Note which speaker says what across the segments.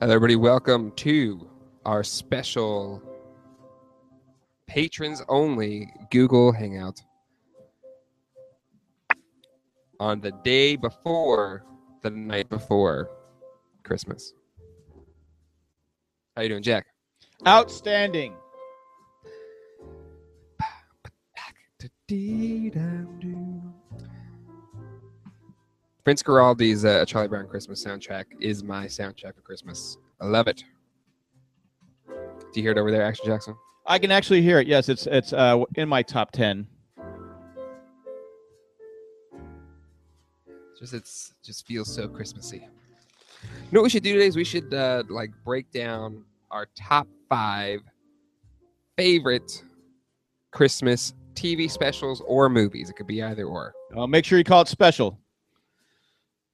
Speaker 1: Hello, everybody. Welcome to our special patrons only Google Hangout on the day before the night before Christmas. How you doing, Jack?
Speaker 2: Outstanding.
Speaker 1: Prince Giraldi's uh, Charlie Brown Christmas soundtrack is my soundtrack for Christmas. I love it. Do you hear it over there, Action Jackson?
Speaker 2: I can actually hear it. Yes, it's it's uh, in my top ten.
Speaker 1: It's just it's just feels so Christmassy. You know what we should do today is we should uh, like break down our top five favorite Christmas TV specials or movies. It could be either or.
Speaker 2: Uh, make sure you call it special.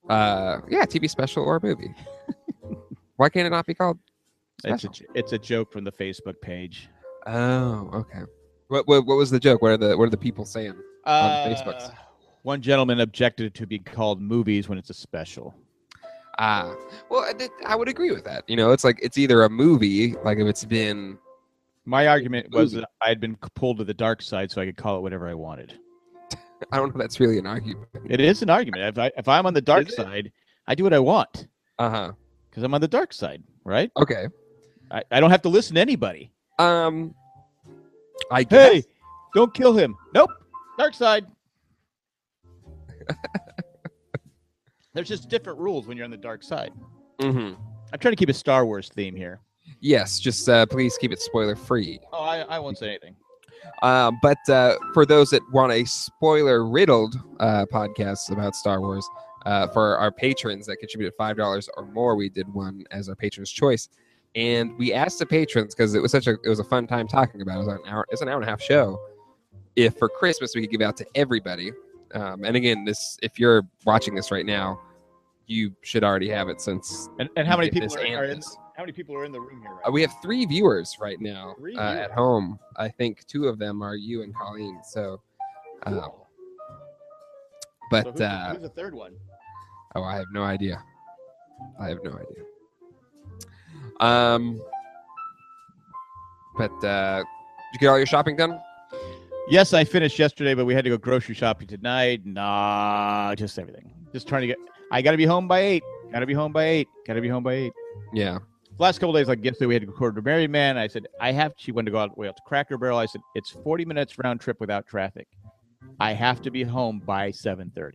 Speaker 1: Uh, yeah, TV special or movie. Why can't it not be called?
Speaker 2: It's a,
Speaker 1: Special?
Speaker 2: j- it's a joke from the Facebook page.
Speaker 1: Oh, okay. What, what what was the joke? What are the what are the people saying?
Speaker 2: Uh,
Speaker 1: Facebooks.
Speaker 2: One gentleman objected to be called movies when it's a special.
Speaker 1: Ah, well, I, did- I would agree with that. You know, it's like it's either a movie, like if it's been
Speaker 2: My argument was
Speaker 1: movie.
Speaker 2: that I had been c- pulled to the dark side, so I could call it whatever I wanted.
Speaker 1: I don't know if that's really an argument.
Speaker 2: It is an argument. If I if I'm on the dark
Speaker 1: Is it?
Speaker 2: side, I do what I want
Speaker 1: Uh huh.
Speaker 2: because I'm on the dark side, right?
Speaker 1: Okay.
Speaker 2: I, I don't have to listen to anybody.
Speaker 1: Um, I guess.
Speaker 2: Hey, don't kill him. Nope. Dark side. There's just different rules when you're on the dark side.
Speaker 1: hmm
Speaker 2: I'm trying to keep a Star Wars theme here.
Speaker 1: Yes, just uh, please keep it spoiler free.
Speaker 2: Oh, I, I won't say anything.
Speaker 1: Um, but uh, for those that want a spoiler riddled uh, podcast about Star Wars, uh, for our patrons that contributed five dollars or more, we did one as our patrons' choice, and we asked the patrons because it was such a it was a fun time talking about. It, it was an hour, it's an hour and a half show. If for Christmas we could give out to everybody, um, and again, this if you're watching this right now, you should already have it since
Speaker 2: And, and how
Speaker 1: you
Speaker 2: many
Speaker 1: did
Speaker 2: people
Speaker 1: this
Speaker 2: are,
Speaker 1: and
Speaker 2: are in?
Speaker 1: this.
Speaker 2: How many people are in the room here? Right
Speaker 1: Uh, we have three viewers right now
Speaker 2: Three
Speaker 1: uh, at
Speaker 2: viewers.
Speaker 1: home. I think two of them are you and Colleen. So, uh,
Speaker 2: now? Cool. So
Speaker 1: but
Speaker 2: who's, the-
Speaker 1: uh,
Speaker 2: who's the third one?
Speaker 1: oh, I have no idea. I have no idea. Um, but uh, did you get all your shopping done?
Speaker 2: Yes, I finished yesterday, but we had to go grocery shopping tonight. Nah, just everything. Just trying to get. I got to be home by eight. Got to be home by eight. Got to be home by eight.
Speaker 1: Yeah.
Speaker 2: last couple days, like yesterday, we had to record to Married Man. I said, I have, she wanted to go out, way out to Cracker Barrel. I said, it's 40 minutes round trip without traffic. I have to be home by 7.30.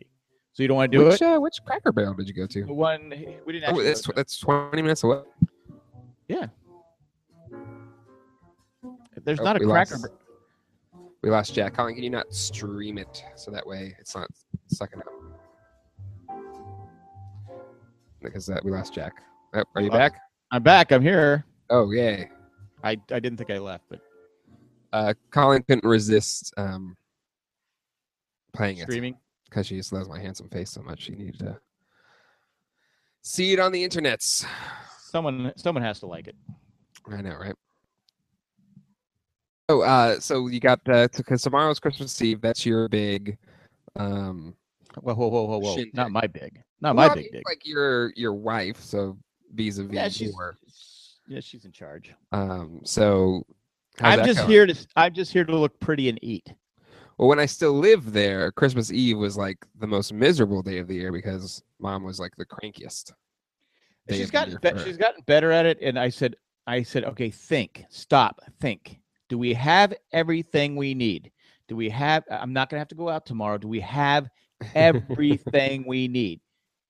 Speaker 2: So you don't want to do
Speaker 1: which
Speaker 2: it?
Speaker 1: Uh, which Cracker Barrel did you go
Speaker 2: The
Speaker 1: to?
Speaker 2: one, we didn't
Speaker 1: Oh,
Speaker 2: actually.
Speaker 1: that's
Speaker 2: go to-
Speaker 1: that's twenty minutes away.
Speaker 2: There's
Speaker 1: oh,
Speaker 2: not a
Speaker 1: we
Speaker 2: Cracker
Speaker 1: lost-
Speaker 2: Barrel.
Speaker 1: We lost Jack. Colleen, can you not stream it so that way it's not sucking up? Because that we lost Jack. Oh, are you
Speaker 2: Uh,
Speaker 1: back?
Speaker 2: I'm back. I'm here.
Speaker 1: Oh yay!
Speaker 2: I, I didn't think I left, but
Speaker 1: Uh, Colin couldn't resist um, playing it
Speaker 2: streaming.
Speaker 1: because she just loves my handsome face so much. She needed to see it on the internets.
Speaker 2: Someone someone has to like it.
Speaker 1: I know, right? Oh, uh, so you got because tomorrow's Christmas Eve. That's your big. Um,
Speaker 2: Whoa, whoa, whoa, whoa, whoa.
Speaker 1: Shindig.
Speaker 2: Not my big. Not
Speaker 1: well,
Speaker 2: Oh, my
Speaker 1: I
Speaker 2: big
Speaker 1: mean,
Speaker 2: dig.
Speaker 1: Like your your wife, so vis-a-vis
Speaker 2: yeah, she's,
Speaker 1: your.
Speaker 2: yeah, she's in charge.
Speaker 1: Um, so how's
Speaker 2: I'm
Speaker 1: that
Speaker 2: just
Speaker 1: going?
Speaker 2: here to I'm just here to look pretty and eat.
Speaker 1: Well, when I still lived there, Christmas Eve was like the most miserable day of the year because mom was like the crankiest. day
Speaker 2: she's
Speaker 1: of the
Speaker 2: gotten
Speaker 1: year
Speaker 2: be-
Speaker 1: for her.
Speaker 2: she's gotten better at it and i said i said okay think stop think do we have everything we need do we have I- i'm not going to have to go out tomorrow do we have everything we need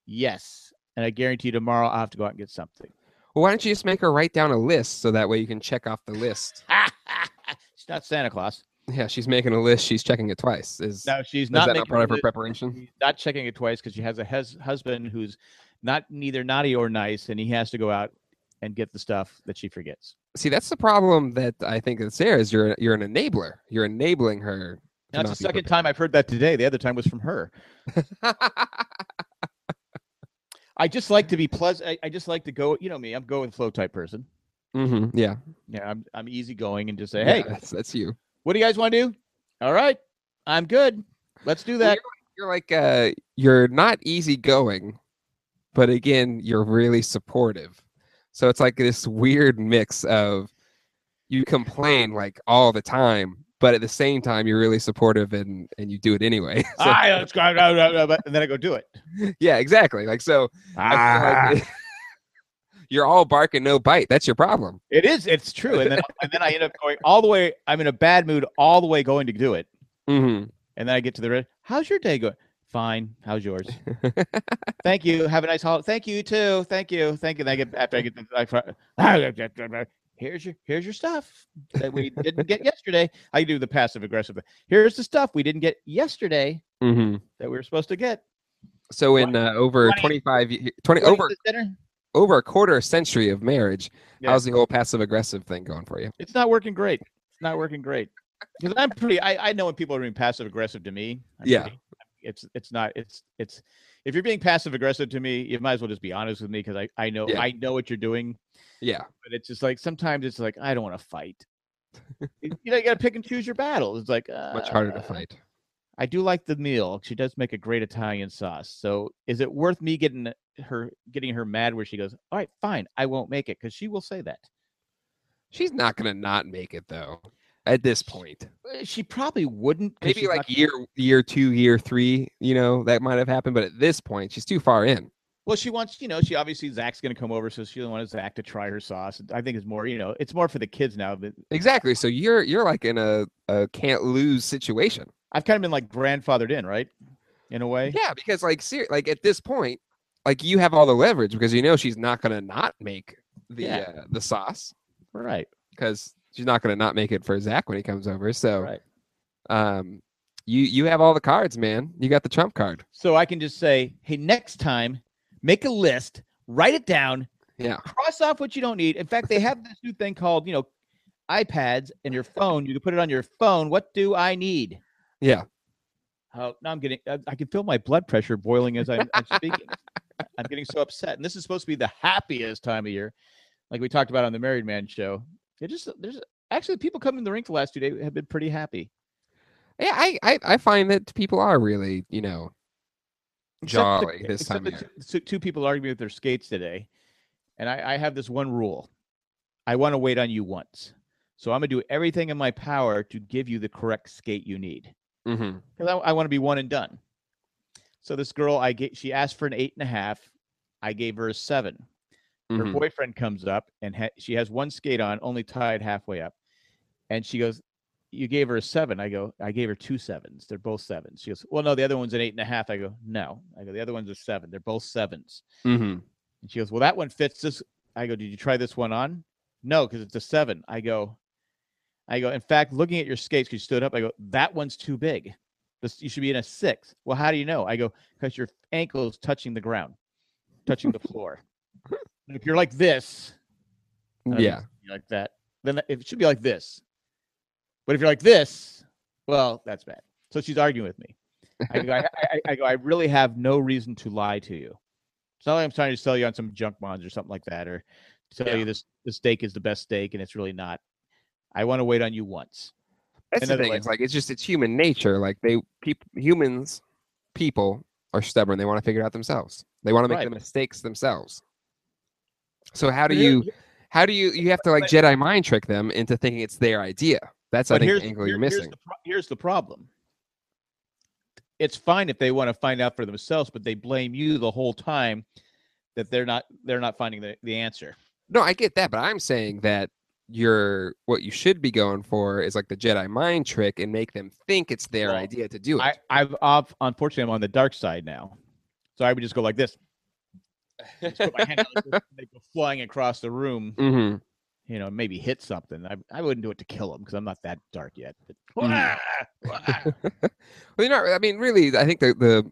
Speaker 2: yes and i guarantee you tomorrow i'll have to go out and get something
Speaker 1: Well, why don't you just make her write down a list so that way you can check off the list?
Speaker 2: she's not santa claus
Speaker 1: Yeah, she's making a list. She's checking it twice. Is,
Speaker 2: no she's
Speaker 1: is
Speaker 2: not
Speaker 1: that
Speaker 2: making
Speaker 1: not part of her
Speaker 2: it-
Speaker 1: preparation?
Speaker 2: she's not checking it twice because she has a hus- husband who's not neither naughty or nice and he has to go out and get the stuff that she forgets
Speaker 1: See, that's the problem that I think is there is you're you're an enabler. You're enabling her. to
Speaker 2: Now, it's
Speaker 1: not
Speaker 2: the
Speaker 1: be
Speaker 2: second
Speaker 1: prepared.
Speaker 2: time I've heard that today. The other time was from her. I just like to be pleasant. I, I just like to go. You know me. I'm go with flow type person.
Speaker 1: Mhm, Yeah.
Speaker 2: Yeah, I'm I'm easygoing and just say,
Speaker 1: yeah,
Speaker 2: hey,
Speaker 1: that's, that's you.
Speaker 2: what do you guys want to do? All right, I'm good. Let's do
Speaker 1: Well,
Speaker 2: that.
Speaker 1: You're like uh, you're not easygoing, but again, you're really supportive. So it's like this weird mix of you complain like all the time, but at the same time you're really supportive and and you do it anyway. So-
Speaker 2: ah, let's go, blah, blah, blah, blah, and then I go do it.
Speaker 1: yeah, exactly. Like so, I
Speaker 2: Ah,
Speaker 1: feel like you're all bark and no bite. That's your problem.
Speaker 2: it is. It's true. And then and then I end up going all the way. I'm in a bad mood all the way going to do it,
Speaker 1: Mm-hmm.
Speaker 2: and then I get to the red. How's your day going? Fine. How's yours? Thank you. Have a nice holiday. Thank you too. Thank you. Thank you. And I get after I get the, I, fr- here's your here's your stuff that we didn't get yesterday. I do the passive aggressive. Here's the stuff we didn't get yesterday
Speaker 1: Mm-hmm.
Speaker 2: that we were supposed to get.
Speaker 1: So in uh, over
Speaker 2: Twenty-
Speaker 1: 25 ye- 20
Speaker 2: What is
Speaker 1: over
Speaker 2: this dinner?
Speaker 1: over a quarter century of marriage,
Speaker 2: Yeah.
Speaker 1: how's the whole passive aggressive thing going for you?
Speaker 2: It's not working great. It's not working great. Because I'm pretty. I, I know when people are being passive aggressive to me. I'm
Speaker 1: Yeah.
Speaker 2: pretty- it's it's not it's it's if you're being passive aggressive to me, you might as well just be honest with me because I I know
Speaker 1: Yeah.
Speaker 2: I know what you're doing.
Speaker 1: Yeah.
Speaker 2: But it's just like sometimes it's like I don't want to fight. you know, you got to pick and choose your battles. It's like uh,
Speaker 1: Much harder to fight.
Speaker 2: I do like the meal. She does make a great Italian sauce. So is it worth me getting her getting her mad where she goes, all right, fine, I won't make it because she will say that.
Speaker 1: She's not going to not make it though at this point.
Speaker 2: Uh, She probably wouldn't. 'cause
Speaker 1: Maybe
Speaker 2: she's
Speaker 1: like
Speaker 2: not-
Speaker 1: year year 2, year 3, you know, that might have happened, but at this point she's too far in.
Speaker 2: Well, she wants, you know, she obviously Zach's going to come over, so she wants Zach to try her sauce. I think it's more, you know, it's more for the kids now. But
Speaker 1: Exactly. So you're you're like in a, a can't lose situation.
Speaker 2: I've kind of been like grandfathered in, right? In a way.
Speaker 1: Yeah, because like ser- like at this point, like you have all the leverage because you know she's not gonna not make the
Speaker 2: Yeah.
Speaker 1: uh, the sauce
Speaker 2: Right.
Speaker 1: because she's not gonna not make it for Zach when he comes over. So
Speaker 2: Right.
Speaker 1: um, you you have all the cards, man. You got the trump card.
Speaker 2: So I can just say, hey, next time, make a list, write it down,
Speaker 1: Yeah.
Speaker 2: cross off what you don't need. In fact, they have this new thing called, you know, iPads and your phone. You can put it on your phone. What do I need?
Speaker 1: Yeah.
Speaker 2: Oh, now I'm getting, I, I can feel my blood pressure boiling as I'm, I'm speaking. I'm getting so upset. And this is supposed to be the happiest time of year, like we talked about on the Married Man show. It just, there's actually people coming to the rink the last two days have been pretty happy.
Speaker 1: Yeah, I, I, I find that people are really, you know,
Speaker 2: Except the-
Speaker 1: jolly this
Speaker 2: except
Speaker 1: time
Speaker 2: the
Speaker 1: of year.
Speaker 2: two- Two, two people arguing with their skates today, and I, I have this one rule: I want to wait on you once, so I'm gonna do everything in my power to give you the correct skate you need
Speaker 1: Mm-hmm.
Speaker 2: because I, want to be one and done. So this girl, I get, she asked for an eight and a half. I gave her a seven. Her
Speaker 1: Mm-hmm.
Speaker 2: boyfriend comes up and ha- she has one skate on, only tied halfway up, and she goes. You gave her a seven. I go. I gave her two sevens. They're both sevens. She goes. Well, no, the other one's an eight and a half. I go. No. I go. The other one's a seven. They're both sevens.
Speaker 1: Mm-hmm.
Speaker 2: And she goes, Well, that one fits this. I go, Did you try this one on? No, because it's a seven. I go, I go, in fact, looking at your skates, 'cause you stood up, I go, that one's too big. This you should be in a six. Well, how do you know? I go, because your ankle is touching the ground, touching the floor. And if you're like this, and I think
Speaker 1: Yeah.
Speaker 2: it's gonna be like that, then that- it should be like this. But if you're like this, well, that's bad. So she's arguing with me. I go, I, I- I- I go, I really have no reason to lie to you. It's not like I'm trying to sell you on some junk bonds or something like that, or tell
Speaker 1: Yeah.
Speaker 2: you this the steak is the best steak and it's really not. I want to wait on you once.
Speaker 1: That's the
Speaker 2: Another
Speaker 1: thing.
Speaker 2: way.
Speaker 1: It's like it's just it's human nature. Like they peop, humans, people are stubborn. They want to figure it out themselves. They want to make
Speaker 2: Right.
Speaker 1: the mistakes themselves. So how do
Speaker 2: Here-
Speaker 1: you how do you you have to like
Speaker 2: but-
Speaker 1: Jedi mind trick them into thinking it's their idea? That's I think
Speaker 2: here's,
Speaker 1: the angle
Speaker 2: here-
Speaker 1: you're
Speaker 2: Here's
Speaker 1: missing.
Speaker 2: the, pro- here's the problem. It's fine if they want to find out for themselves, but they blame you the whole time that they're not they're not finding the, the answer.
Speaker 1: No, I get that, but I'm saying that your what you should be going for is like the Jedi mind trick and make them think it's their
Speaker 2: Well,
Speaker 1: idea to do it.
Speaker 2: I, I've ob- unfortunately I'm on the dark side now, so I would just go like this. Just put my hand out like this, and they go flying across the room,
Speaker 1: hmm
Speaker 2: you know, maybe hit something. I, I wouldn't do it to kill them because I'm not that dark yet. But, Mm.
Speaker 1: Mhm. Well, you're not. I mean, really, I think the the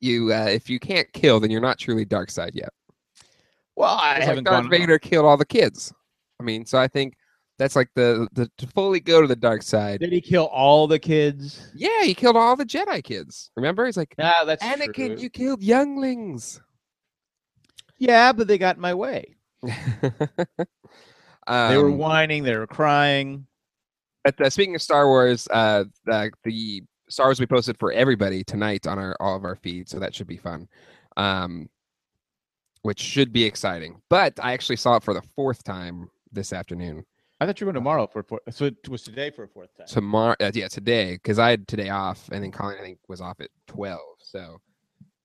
Speaker 1: you uh, if you can't kill, then you're not truly dark side yet.
Speaker 2: well, I
Speaker 1: It's like
Speaker 2: haven't
Speaker 1: Darth
Speaker 2: gone.
Speaker 1: Vader killed all the kids. I mean, so I think that's like the, the to fully go to the dark side.
Speaker 2: Did he kill all the kids?
Speaker 1: Yeah, he killed all the Jedi kids. Remember, he's like
Speaker 2: No, that's
Speaker 1: Anakin,
Speaker 2: true.
Speaker 1: you killed younglings.
Speaker 2: Yeah, but they got in my way. they were
Speaker 1: Um,
Speaker 2: whining. They were crying.
Speaker 1: But uh, speaking of Star Wars, uh, the, the Star Wars we posted for everybody tonight on our all of our feeds, so that should be fun. Um, which should be exciting. But I actually saw it for the fourth time this afternoon.
Speaker 2: I thought you were going tomorrow for a fourth. So it was today for a fourth time.
Speaker 1: Tomorrow, uh, yeah, today, because I had today off, and then Colleen I think was off at twelve. So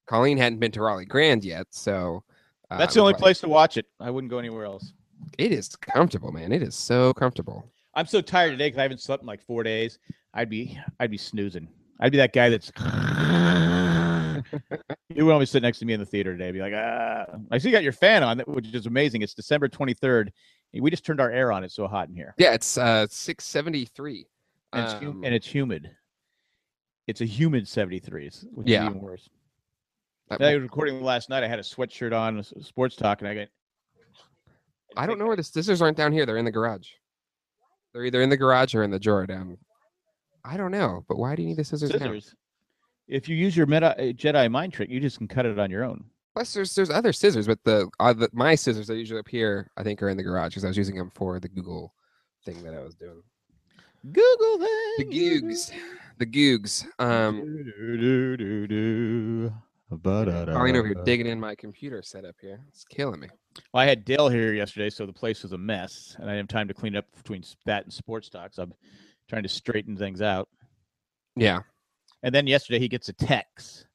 Speaker 1: Colleen hadn't been to Raleigh Grand yet. So uh,
Speaker 2: That's the only
Speaker 1: like,
Speaker 2: place to watch it. I wouldn't go anywhere else.
Speaker 1: It is comfortable, man. It is so comfortable.
Speaker 2: I'm so tired today because I haven't slept in like four days. I'd be I'd be snoozing. I'd be that guy that's. you would always sit next to me in the theater today. I'd be like, ah. I see you got your fan on, which is amazing. It's December 23rd. We just turned our air on. It's so hot in here,
Speaker 1: Yeah, it's uh, six Um, seventy three.
Speaker 2: and, it's, hum- and it's humid. It's a humid 73s, which
Speaker 1: Yeah.
Speaker 2: is even worse. I was recording last night. I had a sweatshirt on, a s- sports talk, and I got.
Speaker 1: I don't know where the scissors aren't down here. They're in the garage. They're either in the garage or in the drawer down. I don't know, but why do you need the scissors, down?
Speaker 2: scissors. If you use your meta, uh, Jedi mind trick, you just can cut it on your own.
Speaker 1: Plus, there's there's other scissors, but the, uh, the my scissors that usually up here, I think, are in the garage because I was using them for the Google thing that I was doing.
Speaker 2: Google
Speaker 1: The Googs, the Googs. Um, Colleen over here digging in my computer setup here. It's killing me.
Speaker 2: Well, I had Dale here yesterday, so the place was a mess, and I didn't have time to clean up between s- that and sports talks. I'm trying to straighten things out,
Speaker 1: Yeah.
Speaker 2: and then yesterday he gets a text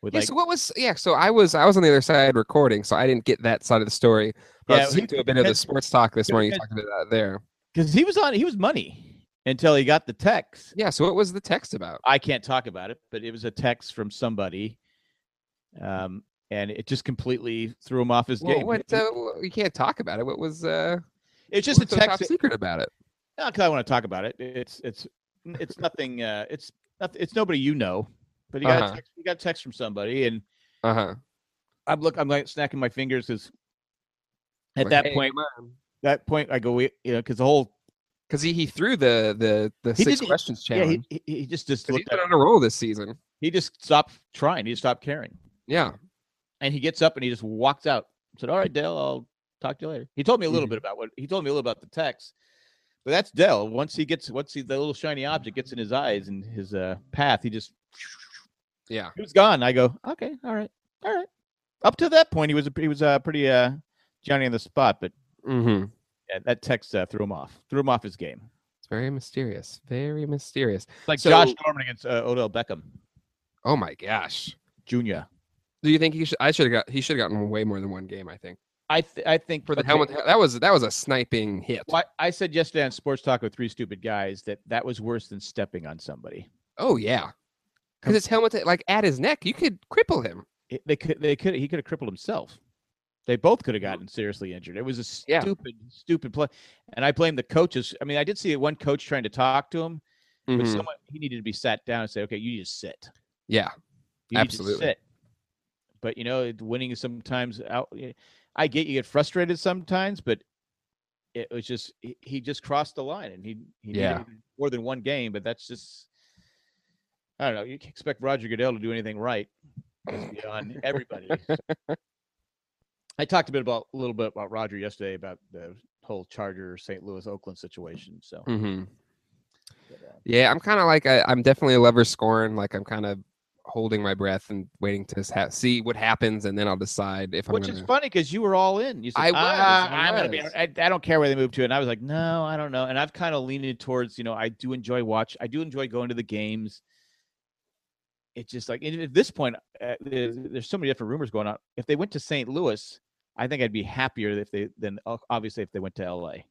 Speaker 2: with
Speaker 1: Yeah,
Speaker 2: like,
Speaker 1: so what was yeah? So I was I was on the other side recording, so I didn't get that side of the story. But I
Speaker 2: Yeah,
Speaker 1: was listening
Speaker 2: he-
Speaker 1: to a bit of the
Speaker 2: because-
Speaker 1: sports talk this morning. You
Speaker 2: because-
Speaker 1: talked about that there.
Speaker 2: because he was on, he was money until he got the text.
Speaker 1: Yeah. So what was the text about?
Speaker 2: I can't talk about it, but it was a text from somebody, um, and it just completely threw him off his
Speaker 1: Well,
Speaker 2: game.
Speaker 1: what uh, we can't talk about it. What was uh?
Speaker 2: it's
Speaker 1: what
Speaker 2: just a
Speaker 1: was so top
Speaker 2: text.
Speaker 1: secret about it.
Speaker 2: not because I want to talk about it. It's it's it's nothing. Uh, it's not, it's nobody you know, but you got
Speaker 1: Uh-huh.
Speaker 2: a text, you got a text from somebody, and
Speaker 1: Uh huh.
Speaker 2: I'm look I'm like snacking my fingers because at that point that point I go we- you know because the whole
Speaker 1: because he, he threw the the the
Speaker 2: He
Speaker 1: six
Speaker 2: did-
Speaker 1: questions
Speaker 2: yeah
Speaker 1: challenge.
Speaker 2: he, he, he just just
Speaker 1: 'Cause he's
Speaker 2: looked
Speaker 1: been
Speaker 2: at,
Speaker 1: on a roll this season.
Speaker 2: he just stopped trying. He just stopped caring,
Speaker 1: Yeah.
Speaker 2: and he gets up and he just walks out. Said, "All right, Dale, I'll talk to you later." He told me a little
Speaker 1: Mhm.
Speaker 2: bit about what he told me a little about the text. But that's Dell. Once he gets, once he, the little shiny object gets in his eyes and his uh, path, he just
Speaker 1: Yeah.
Speaker 2: he was gone. I go, okay, all right, all right. Up to that point, he was a, he was uh, pretty uh, Johnny on the spot, but
Speaker 1: Mm-hmm.
Speaker 2: yeah, that text uh, threw him off, threw him off his game.
Speaker 1: It's very mysterious. Very mysterious.
Speaker 2: It's like
Speaker 1: So-
Speaker 2: Josh Norman against uh, Odell Beckham
Speaker 1: Oh my gosh.
Speaker 2: Jr.
Speaker 1: Do you think he should? I should have got. He should have gotten way more than one game. I think
Speaker 2: I th- I think
Speaker 1: for the
Speaker 2: okay,
Speaker 1: helmet. That was that was a sniping hit.
Speaker 2: why- I said yesterday on Sports Talk with Three Stupid Guys that that was worse than stepping on somebody.
Speaker 1: Oh yeah. Because his helmet like at his neck, you could cripple him.
Speaker 2: It- they could they could he could have crippled himself. They both could have gotten seriously injured. It was a
Speaker 1: Yeah.
Speaker 2: stupid stupid play, and I blame the coaches. I mean, I did see one coach trying to talk to him, but
Speaker 1: Mhm.
Speaker 2: someone he needed to be sat down and say, okay, you just sit.
Speaker 1: yeah.
Speaker 2: You need to
Speaker 1: Absolutely.
Speaker 2: sit. But you know, it- winning is sometimes out. y- I get you get frustrated sometimes, but it was just he, he just crossed the line and he he
Speaker 1: Yeah.
Speaker 2: needed more than one game. But that's just I don't know. You can't expect Roger Goodell to do anything right. It's beyond everybody. I talked a bit about a little bit about Roger yesterday about the whole Charger St. Louis Oakland situation. So
Speaker 1: hmm
Speaker 2: but, uh,
Speaker 1: Yeah, I'm kind of like I, I'm definitely a lover scorn. Like I'm kind of holding my breath and waiting to s- ha- see what happens, and then I'll decide if I'm
Speaker 2: Which
Speaker 1: gonna.
Speaker 2: is funny because you were all in. You said,
Speaker 1: I was,
Speaker 2: "Ah,
Speaker 1: I
Speaker 2: I'm gonna be.
Speaker 1: was.
Speaker 2: I, I don't care where they move to." And I was like, "No, I don't know." And I've kind of leaning towards, you know, I do enjoy watch. I do enjoy going to the games. It's just like and at this point, uh, there's, there's so many different rumors going on. If they went to St. Louis, I think I'd be happier if they than o- obviously if they went to L.A.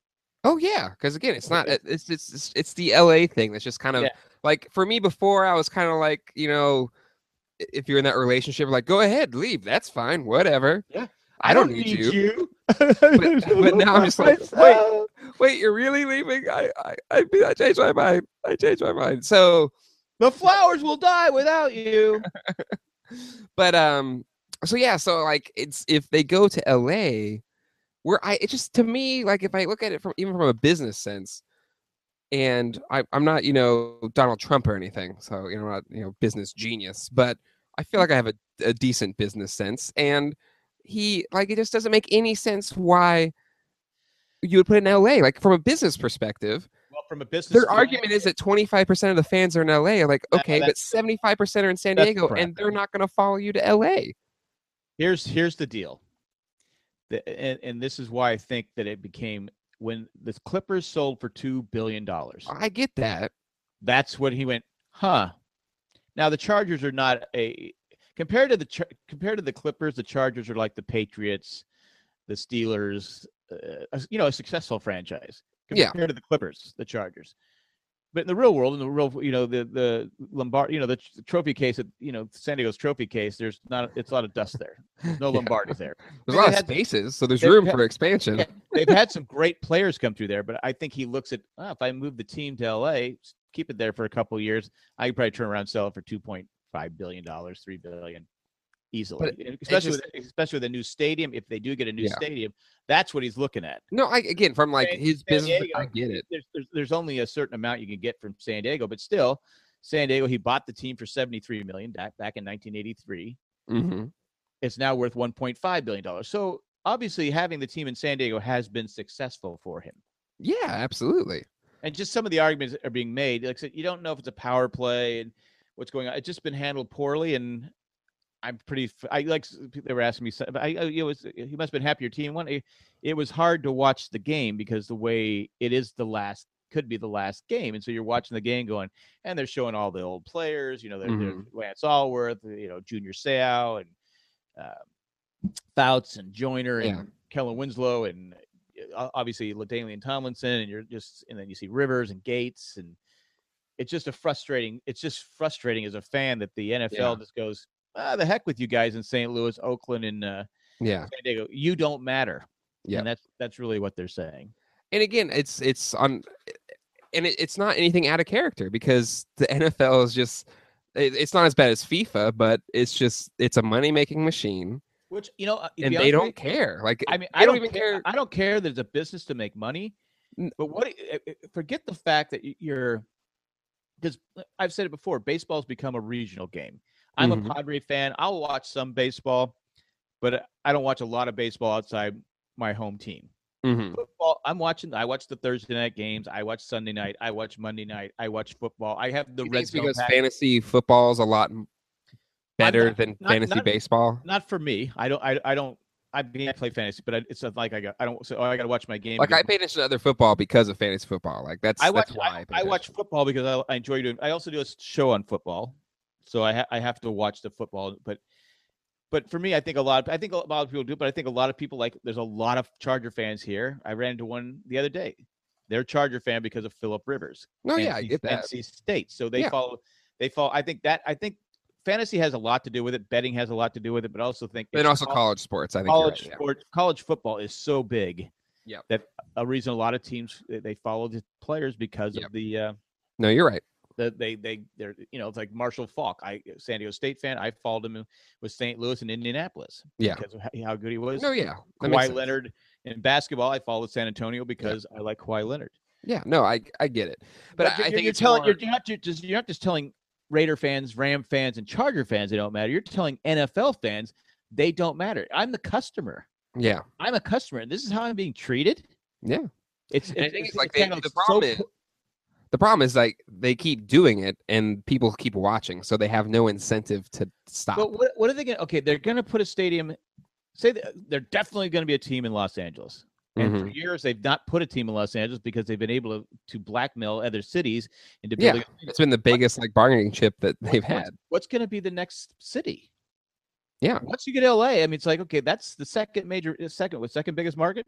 Speaker 1: Oh yeah, because again, it's not it- it's it's it's- it's the LA thing that's just kind of
Speaker 2: Yeah.
Speaker 1: like for me before I was kind of like you know i- if you're in that relationship like go ahead leave that's fine whatever
Speaker 2: Yeah.
Speaker 1: I don't, need, you.
Speaker 2: but,
Speaker 1: but now I'm just like, wait you're really leaving I I I, I changed my mind I changed my mind so
Speaker 2: the flowers will die without you.
Speaker 1: but um so yeah so like it's if they go to la where i it just to me like if i look at it from even from a business sense and I, i'm not you know donald trump or anything so you know I'm not you know business genius but i feel like i have a, a decent business sense and he like it just doesn't make any sense why you would put it in la like from a business perspective
Speaker 2: Well, from a business,
Speaker 1: their
Speaker 2: plan-
Speaker 1: argument is that 25% of the fans are in LA. Like,
Speaker 2: No,
Speaker 1: okay, but
Speaker 2: that's-
Speaker 1: 75% are in San
Speaker 2: that's
Speaker 1: Diego
Speaker 2: crap.
Speaker 1: and they're not going to follow you to LA.
Speaker 2: here's here's the deal The, and, and this is why I think that it became when the Clippers sold for two billion dollars.
Speaker 1: I get that.
Speaker 2: That's when he went, huh? Now the Chargers are not a compared to the Char- compared to the Clippers. The Chargers are like the Patriots, the Steelers. Uh, a- you know, a successful franchise
Speaker 1: Yeah.
Speaker 2: compared to the Clippers, the Chargers. But in the real world, in the real, you know, the the Lombard, you know, the tr- trophy case, at, you know, San Diego's trophy case. There's not, it's a lot of dust there. There's no
Speaker 1: Yeah.
Speaker 2: Lombardi's there.
Speaker 1: There's a lot
Speaker 2: They
Speaker 1: of
Speaker 2: had-
Speaker 1: spaces, so there's
Speaker 2: they
Speaker 1: room
Speaker 2: had-
Speaker 1: for expansion.
Speaker 2: Yeah, they've had some great players come through there, but I think he looks at "Ah, if I move the team to LA, s- keep it there for a couple of years, I could probably turn around and sell it for two point five billion dollars, three billion easily. And especially
Speaker 1: just-
Speaker 2: with, especially with a new stadium, if they do get a new
Speaker 1: Yeah.
Speaker 2: stadium, that's what he's looking at.
Speaker 1: No, I again from like
Speaker 2: San-
Speaker 1: his
Speaker 2: San
Speaker 1: business,
Speaker 2: Diego,
Speaker 1: I get it.
Speaker 2: There's, there's there's only a certain amount you can get from San Diego, but still, San Diego he bought the team for seventy three million back back in nineteen eighty three
Speaker 1: hmm
Speaker 2: it's now worth 1.5 billion dollars. So obviously having the team in San Diego has been successful for him.
Speaker 1: Yeah, absolutely.
Speaker 2: And just some of the arguments are being made. Like I said, you don't know if it's a power play and what's going on. It's just been handled poorly and I'm pretty. f- I like s- people- they were asking me. so- but I, I it was he must have uh, been happier team one. It, it was hard to watch the game because the way it is the last could be the last game, and so you're watching the game going, and they're showing all the old players. You know, they're, they're Lance Allworth, you know, Junior Seau, and uh, Fouts and Joyner and
Speaker 1: Yeah.
Speaker 2: Kellen Winslow, and uh, o- obviously Ladainian Tomlinson, and you're just and then you see Rivers and Gates and. It's just a frustrating. It's just frustrating as a fan that the NFL just goes, ah, the heck with you guys in St. Louis, Oakland, and uh,
Speaker 1: Yeah.
Speaker 2: San Diego. You don't matter.
Speaker 1: Yep.
Speaker 2: and that's that's really what they're saying.
Speaker 1: and again, it's it's on, and it, it's not anything out of character because the NFL is just it, it's not as bad as FIFA, but it's just it's a money making machine,
Speaker 2: Which you know, uh, to be
Speaker 1: and
Speaker 2: honest
Speaker 1: they
Speaker 2: with
Speaker 1: don't
Speaker 2: you,
Speaker 1: care. Like
Speaker 2: I mean,
Speaker 1: they
Speaker 2: I don't,
Speaker 1: don't even
Speaker 2: care,
Speaker 1: care.
Speaker 2: I don't care that it's a business to make money,
Speaker 1: N-
Speaker 2: but what? uh, uh, Forget the fact that y- you're because I've said it before. Baseball's become a regional game. I'm
Speaker 1: Mhm.
Speaker 2: a Padre fan. I'll watch some baseball, but uh, I don't watch a lot of baseball outside my home team.
Speaker 1: Mhm.
Speaker 2: football. I'm watching. I watch the Thursday night games. I watch Sunday night. I watch Monday night. I watch football. I have
Speaker 1: You
Speaker 2: the
Speaker 1: think
Speaker 2: red
Speaker 1: it's
Speaker 2: zone.
Speaker 1: because
Speaker 2: pack-
Speaker 1: fantasy football is a lot m- better
Speaker 2: not-
Speaker 1: than
Speaker 2: not-
Speaker 1: fantasy
Speaker 2: not-
Speaker 1: baseball.
Speaker 2: Not for me. I don't. I, I don't. I mean, I play fantasy, but I, it's not like I got. I don't. So oh, I got to watch my game.
Speaker 1: Like I
Speaker 2: against-
Speaker 1: paid attention to other football because of fantasy football. Like that's
Speaker 2: I watch.
Speaker 1: that's why
Speaker 2: I,
Speaker 1: pay
Speaker 2: I watch
Speaker 1: attention.
Speaker 2: football because I, I enjoy doing. I also do a s- show on football, so I ha- I have to watch the football. But but for me, I think a lot. Of, I think a lot of people do, but I think a lot of people like. There's a lot of Charger fans here. I ran into one the other day. They're a Charger fan because of Philip Rivers.
Speaker 1: No, Oh, yeah, I
Speaker 2: NC
Speaker 1: get that.
Speaker 2: NC State. So they
Speaker 1: Yeah.
Speaker 2: follow. They follow. I think that. I think fantasy has a lot to do with it. Betting has a lot to do with it. But I also think
Speaker 1: And
Speaker 2: it's
Speaker 1: also
Speaker 2: col-
Speaker 1: college sports. I think you're
Speaker 2: college
Speaker 1: right, yeah.
Speaker 2: sport, college football is so big.
Speaker 1: Yep.
Speaker 2: That a reason a lot of teams they- they follow the players because
Speaker 1: Yep.
Speaker 2: of the uh,
Speaker 1: No, you're right.
Speaker 2: the they they they're you know it's like Marshall Falk. I San Diego State fan. I followed him with St. Louis and Indianapolis.
Speaker 1: Yeah.
Speaker 2: Because of how- how good he was.
Speaker 1: No, yeah. that makes
Speaker 2: Kawhi
Speaker 1: sense.
Speaker 2: Leonard in basketball. I followed San Antonio because I like Kawhi Leonard.
Speaker 1: Yeah, no, I I get it, but, I,
Speaker 2: you're,
Speaker 1: I
Speaker 2: you're-
Speaker 1: think
Speaker 2: you're
Speaker 1: it's
Speaker 2: telling
Speaker 1: more-
Speaker 2: you're, you're not ju- just you're not just telling Raider fans, Ram fans, and Charger fans they don't matter. You're telling NFL fans they don't matter. I'm the customer.
Speaker 1: yeah,
Speaker 2: I'm a customer, and this is how I'm being treated.
Speaker 1: Yeah.
Speaker 2: it's.
Speaker 1: And I
Speaker 2: it's-
Speaker 1: think it's
Speaker 2: it's
Speaker 1: like they-
Speaker 2: handled
Speaker 1: the problem
Speaker 2: po-
Speaker 1: the problem is like they keep doing it and people keep watching so they have no incentive to stop
Speaker 2: But what, what are they going? to Okay, they're going to put a stadium. Say that they're definitely going to be a team in Los Angeles. And for
Speaker 1: Mhm.
Speaker 2: years, they've not put a team in Los Angeles because they've been able to, to blackmail other cities into
Speaker 1: Yeah.
Speaker 2: building.
Speaker 1: it's been the biggest like bargaining chip that they've had
Speaker 2: What's going to be the next city?
Speaker 1: Yeah.
Speaker 2: Once you get to LA, I mean, it's like okay, that's the second major, uh, second, what second biggest market?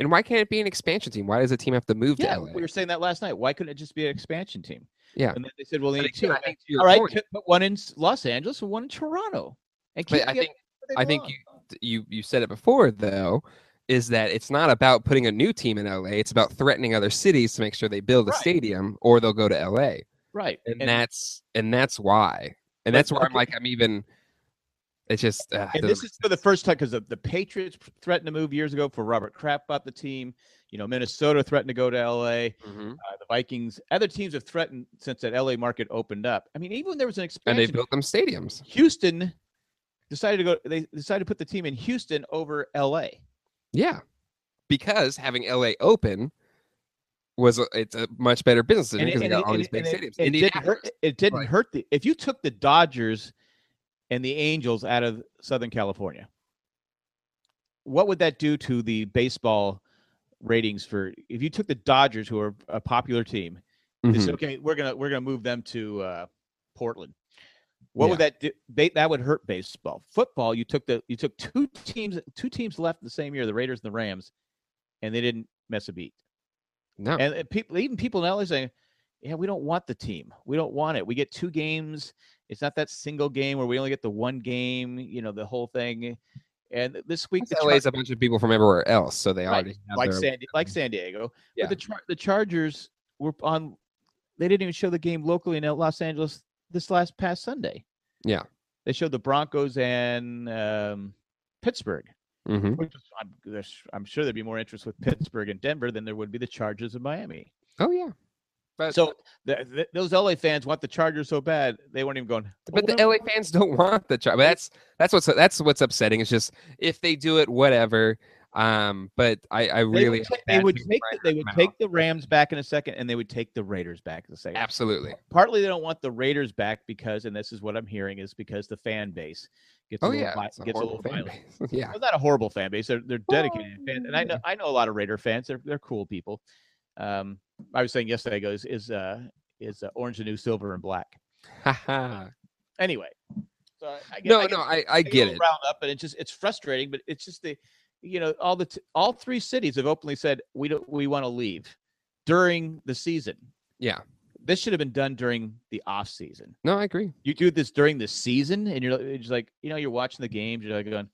Speaker 1: and why can't it be an expansion team why does a team have to move
Speaker 2: Yeah,
Speaker 1: to LA?
Speaker 2: we were saying that last night. Why couldn't it just be an expansion team?
Speaker 1: Yeah.
Speaker 2: And then they said, well, they
Speaker 1: But
Speaker 2: need two.
Speaker 1: again, I
Speaker 2: Okay,
Speaker 1: think to your
Speaker 2: All right,
Speaker 1: point,
Speaker 2: t- put one in S- Los Angeles and one in Toronto. And
Speaker 1: But
Speaker 2: keep
Speaker 1: I
Speaker 2: the other
Speaker 1: think-
Speaker 2: where they
Speaker 1: I think
Speaker 2: belong.
Speaker 1: you you said it before though is that it's not about putting a new team in LA it's about threatening other cities to make sure they build a
Speaker 2: Right.
Speaker 1: stadium or they'll go to LA
Speaker 2: right.
Speaker 1: and, that's and that's why and
Speaker 2: But-
Speaker 1: that's where I'm
Speaker 2: okay.
Speaker 1: like I'm even it's just uh,
Speaker 2: and
Speaker 1: doesn't
Speaker 2: this is for the first time because the, the Patriots p- threatened to move years ago for Robert Kraft bought the team. You know, Minnesota threatened to go to LA.
Speaker 1: make- Mhm.
Speaker 2: Uh, the Vikings, other teams have threatened since that LA market opened up. I mean, even when there was an
Speaker 1: and
Speaker 2: expansion,
Speaker 1: they built them stadiums
Speaker 2: Houston decided to go. They decided to put the team in Houston over LA.
Speaker 1: Yeah, because having LA open was a, it's a much better business
Speaker 2: And
Speaker 1: decision because
Speaker 2: it-
Speaker 1: they
Speaker 2: and
Speaker 1: got
Speaker 2: it-
Speaker 1: all
Speaker 2: and
Speaker 1: these
Speaker 2: it-
Speaker 1: big
Speaker 2: and it-
Speaker 1: stadiums.
Speaker 2: It, didn't
Speaker 1: Indianapolis,
Speaker 2: hurt. It didn't
Speaker 1: Right.
Speaker 2: hurt the. If you took the Dodgers and the Angels out of Southern California, what would that do to the baseball ratings for if you took the Dodgers, who are a popular team, and
Speaker 1: Mhm.
Speaker 2: said, okay, we're gonna we're gonna move them to uh, Portland. What
Speaker 1: Yeah.
Speaker 2: would that do? They, that would hurt baseball. Football, you took the you took two teams two teams left the same year, the Raiders and the Rams, and they didn't miss a beat.
Speaker 1: No.
Speaker 2: And, and people, even people in LA saying, "Yeah, we don't want the team. We don't want it. We get two games. It's not that single game where we only get the one game. You know, the whole thing." And this week, the
Speaker 1: LA
Speaker 2: Char-
Speaker 1: is a bunch of people from everywhere else, so they
Speaker 2: Right,
Speaker 1: already have
Speaker 2: like
Speaker 1: their,
Speaker 2: San like San Diego,
Speaker 1: Yeah.
Speaker 2: but the Char- the Chargers were on. They didn't even show the game locally in Los Angeles this last past Sunday.
Speaker 1: Yeah.
Speaker 2: they showed the Broncos and um, Pittsburgh.
Speaker 1: Mhm.
Speaker 2: Which was, I'm, there's- I'm sure there'd be more interest with Pittsburgh and Denver than there would be the Chargers and Miami.
Speaker 1: Oh yeah, but
Speaker 2: So th- th- those LA fans want the Chargers so bad they weren't even going.
Speaker 1: but the LA fans don't want the Chargers. That's that's what's that's what's upsetting. It's just if they do it, whatever. Um, but I, I
Speaker 2: they
Speaker 1: really
Speaker 2: would,
Speaker 1: have
Speaker 2: take-
Speaker 1: bad
Speaker 2: they would
Speaker 1: taste in
Speaker 2: take
Speaker 1: my
Speaker 2: the, they would
Speaker 1: mouth.
Speaker 2: take the Rams back in a second, and they would take the Raiders back in a second.
Speaker 1: absolutely.
Speaker 2: Partly they don't want the Raiders back because, and this is what I'm hearing, is because the fan base gets
Speaker 1: Oh
Speaker 2: a little,
Speaker 1: yeah,
Speaker 2: vi-
Speaker 1: it's a
Speaker 2: gets a
Speaker 1: horrible
Speaker 2: little
Speaker 1: fan
Speaker 2: violent.
Speaker 1: base. yeah, Mm.
Speaker 2: Well, not a horrible fan base. They're they're
Speaker 1: Well,
Speaker 2: dedicated fans, and I know I know a lot of Raider fans. They're they're cool people. Um, I was saying yesterday, I go is is uh, is uh, orange the new silver and black.
Speaker 1: Haha.
Speaker 2: Anyway, so I, I get-
Speaker 1: no,
Speaker 2: I get
Speaker 1: no, I, I
Speaker 2: I
Speaker 1: get it.
Speaker 2: Round up, and it's just it's frustrating, but it's just the, you know, all the t- all three cities have openly said we don't we want to leave during the season.
Speaker 1: Yeah.
Speaker 2: This should have been done during the off season.
Speaker 1: No, I agree.
Speaker 2: You do this during the season, and you're it's just like you know you're watching the games, you're like going,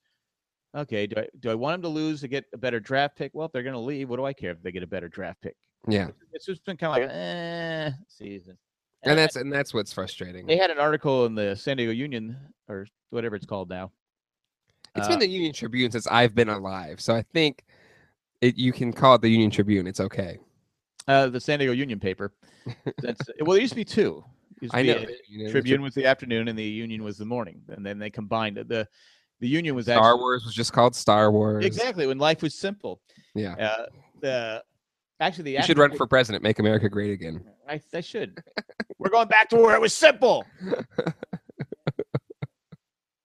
Speaker 2: okay, do I do I want them to lose to get a better draft pick? Well, if they're going to leave, what do I care if they get a better draft pick?
Speaker 1: Yeah,
Speaker 2: It's just been kind of like eh, season.
Speaker 1: and that's and that's what's frustrating.
Speaker 2: they had an article in the San Diego Union or whatever it's called now.
Speaker 1: It's
Speaker 2: uh,
Speaker 1: been the Union Tribune since I've been alive, so I think it, you can call it the Union Tribune. It's okay.
Speaker 2: Uh, the San Diego Union paper. That's well, there used to be two. Used to
Speaker 1: I
Speaker 2: be
Speaker 1: know.
Speaker 2: a-
Speaker 1: the Union- the
Speaker 2: Tribune was the afternoon, and the Union was the morning, and then they combined it. the The Union was
Speaker 1: Star
Speaker 2: actually,
Speaker 1: Wars was just called Star Wars.
Speaker 2: exactly when life was simple.
Speaker 1: Yeah.
Speaker 2: Uh, the actually the
Speaker 1: You should
Speaker 2: afternoon
Speaker 1: run for president. Make America great again.
Speaker 2: was- I, I should. We're going back to where it was simple,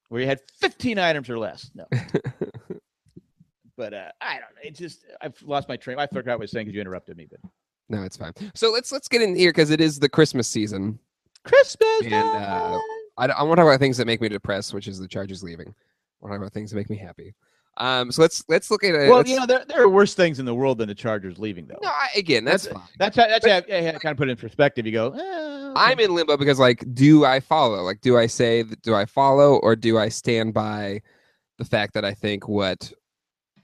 Speaker 2: where you had fifteen items or less. No, but uh, I don't know. It just I've lost my train. I forgot what I was saying because you interrupted me. But
Speaker 1: no, it's fine. So let's let's get in here because it is the Christmas season.
Speaker 2: Christmas.
Speaker 1: And, uh,
Speaker 2: time!
Speaker 1: I, I want to talk about things that make me depressed, which is the Chargers leaving. I want to talk about things that make me happy. Um, so let's let's look at it.
Speaker 2: well,
Speaker 1: let's-
Speaker 2: you know there, there are worse things in the world than the Chargers leaving, though.
Speaker 1: no, I, again, that's, fine.
Speaker 2: That's how, that's how, yeah, kind of put it in perspective. You go, eh, okay.
Speaker 1: I'm in limbo because like, do I follow? Like, do I say that, do I follow or do I stand by the fact that I think what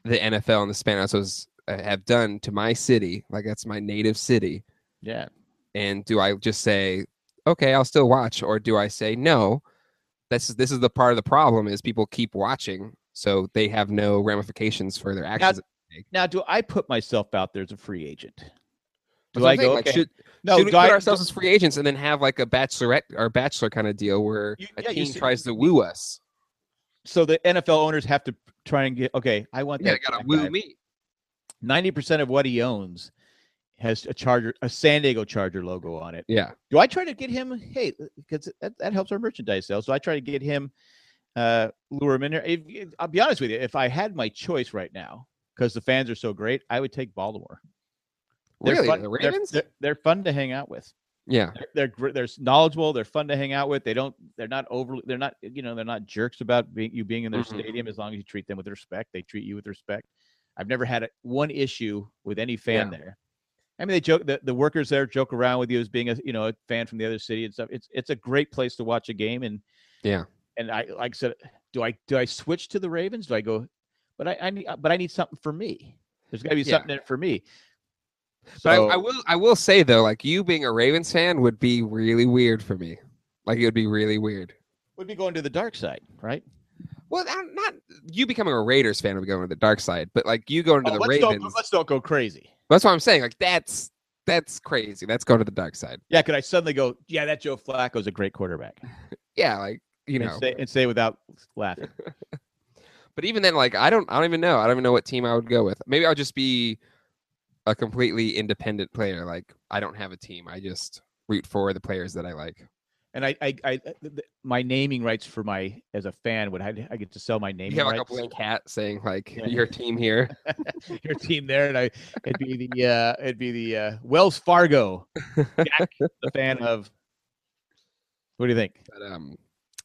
Speaker 1: the NFL and the Spanos was- uh, have done to my city, like that's my native city,
Speaker 2: yeah,
Speaker 1: and do I just say, okay, I'll still watch, or do I say no? This is this is the part of the problem is people keep watching, so they have no ramifications for their actions.
Speaker 2: now do I put myself out there as a free agent?
Speaker 1: That's
Speaker 2: Do
Speaker 1: what
Speaker 2: I
Speaker 1: I'm saying,
Speaker 2: go,
Speaker 1: like,
Speaker 2: okay,
Speaker 1: should,
Speaker 2: no,
Speaker 1: should we
Speaker 2: do
Speaker 1: put
Speaker 2: I,
Speaker 1: ourselves as free agents and then have like a bachelorette or bachelor kind of deal where
Speaker 2: You-
Speaker 1: a
Speaker 2: yeah, you
Speaker 1: team
Speaker 2: see-
Speaker 1: tries to woo us?
Speaker 2: so the NFL owners have to try and get, okay, I want
Speaker 1: Yeah,
Speaker 2: that.
Speaker 1: they gotta woo me.
Speaker 2: 90% of what he owns has a Charger, a San Diego Charger logo on it.
Speaker 1: Yeah,
Speaker 2: Do I try to get him, hey, because that, that helps our merchandise sales. So I try to get him, uh, lure him in there. If, if- I'll be honest with you, if I had my choice right now, because the fans are so great, I would take Baltimore. They're
Speaker 1: really,
Speaker 2: fun-
Speaker 1: the
Speaker 2: they're-
Speaker 1: Ravens.
Speaker 2: They're, they're fun to hang out with.
Speaker 1: yeah,
Speaker 2: They're, they're gr- they're s- knowledgeable. They're fun to hang out with. They don't. They're not overly. They're not. You know. They're not jerks about being, you being in their
Speaker 1: Mhm.
Speaker 2: stadium as long as you treat them with respect. They treat you with respect. I've never had a, one issue with any fan there. I mean, they joke. The, the workers there joke around with you as being a you know a fan from the other city and stuff. It's it's a great place to watch a game and
Speaker 1: Yeah.
Speaker 2: And I like I said, do I do I switch to the Ravens? Do I go? But I, I need but I need something for me. There's got to be
Speaker 1: Yeah.
Speaker 2: something in it for me.
Speaker 1: but I, I
Speaker 2: So-
Speaker 1: will. I will say though, like you being a Ravens fan would be really weird for me. Like it would be really weird.
Speaker 2: would be going to the dark side, right?
Speaker 1: Well, not, not you becoming a Raiders fan would be going to the dark side, but like you going to
Speaker 2: Oh,
Speaker 1: the
Speaker 2: let's
Speaker 1: Ravens.
Speaker 2: Don't, let's don't go crazy.
Speaker 1: That's what I'm saying. Like that's that's crazy. That's going to the dark side.
Speaker 2: Yeah, could I suddenly go? Yeah, that Joe Flacco's a great quarterback,
Speaker 1: Yeah, like you know.
Speaker 2: and, say, and say without laughing.
Speaker 1: But even then, like I don't, I don't even know. I don't even know what team I would go with. Maybe I'll just be a completely independent player. Like I don't have a team. I just root for the players that I like.
Speaker 2: And I, I, I th- th- my naming rights for my as a fan would I, I get to sell my naming
Speaker 1: You have like a
Speaker 2: rights.
Speaker 1: blank hat saying like
Speaker 2: Yeah.
Speaker 1: your team here.
Speaker 2: your team there, and I it'd be the uh, it'd be the uh, Wells Fargo, Jack, the fan of. What do you think?
Speaker 1: But um,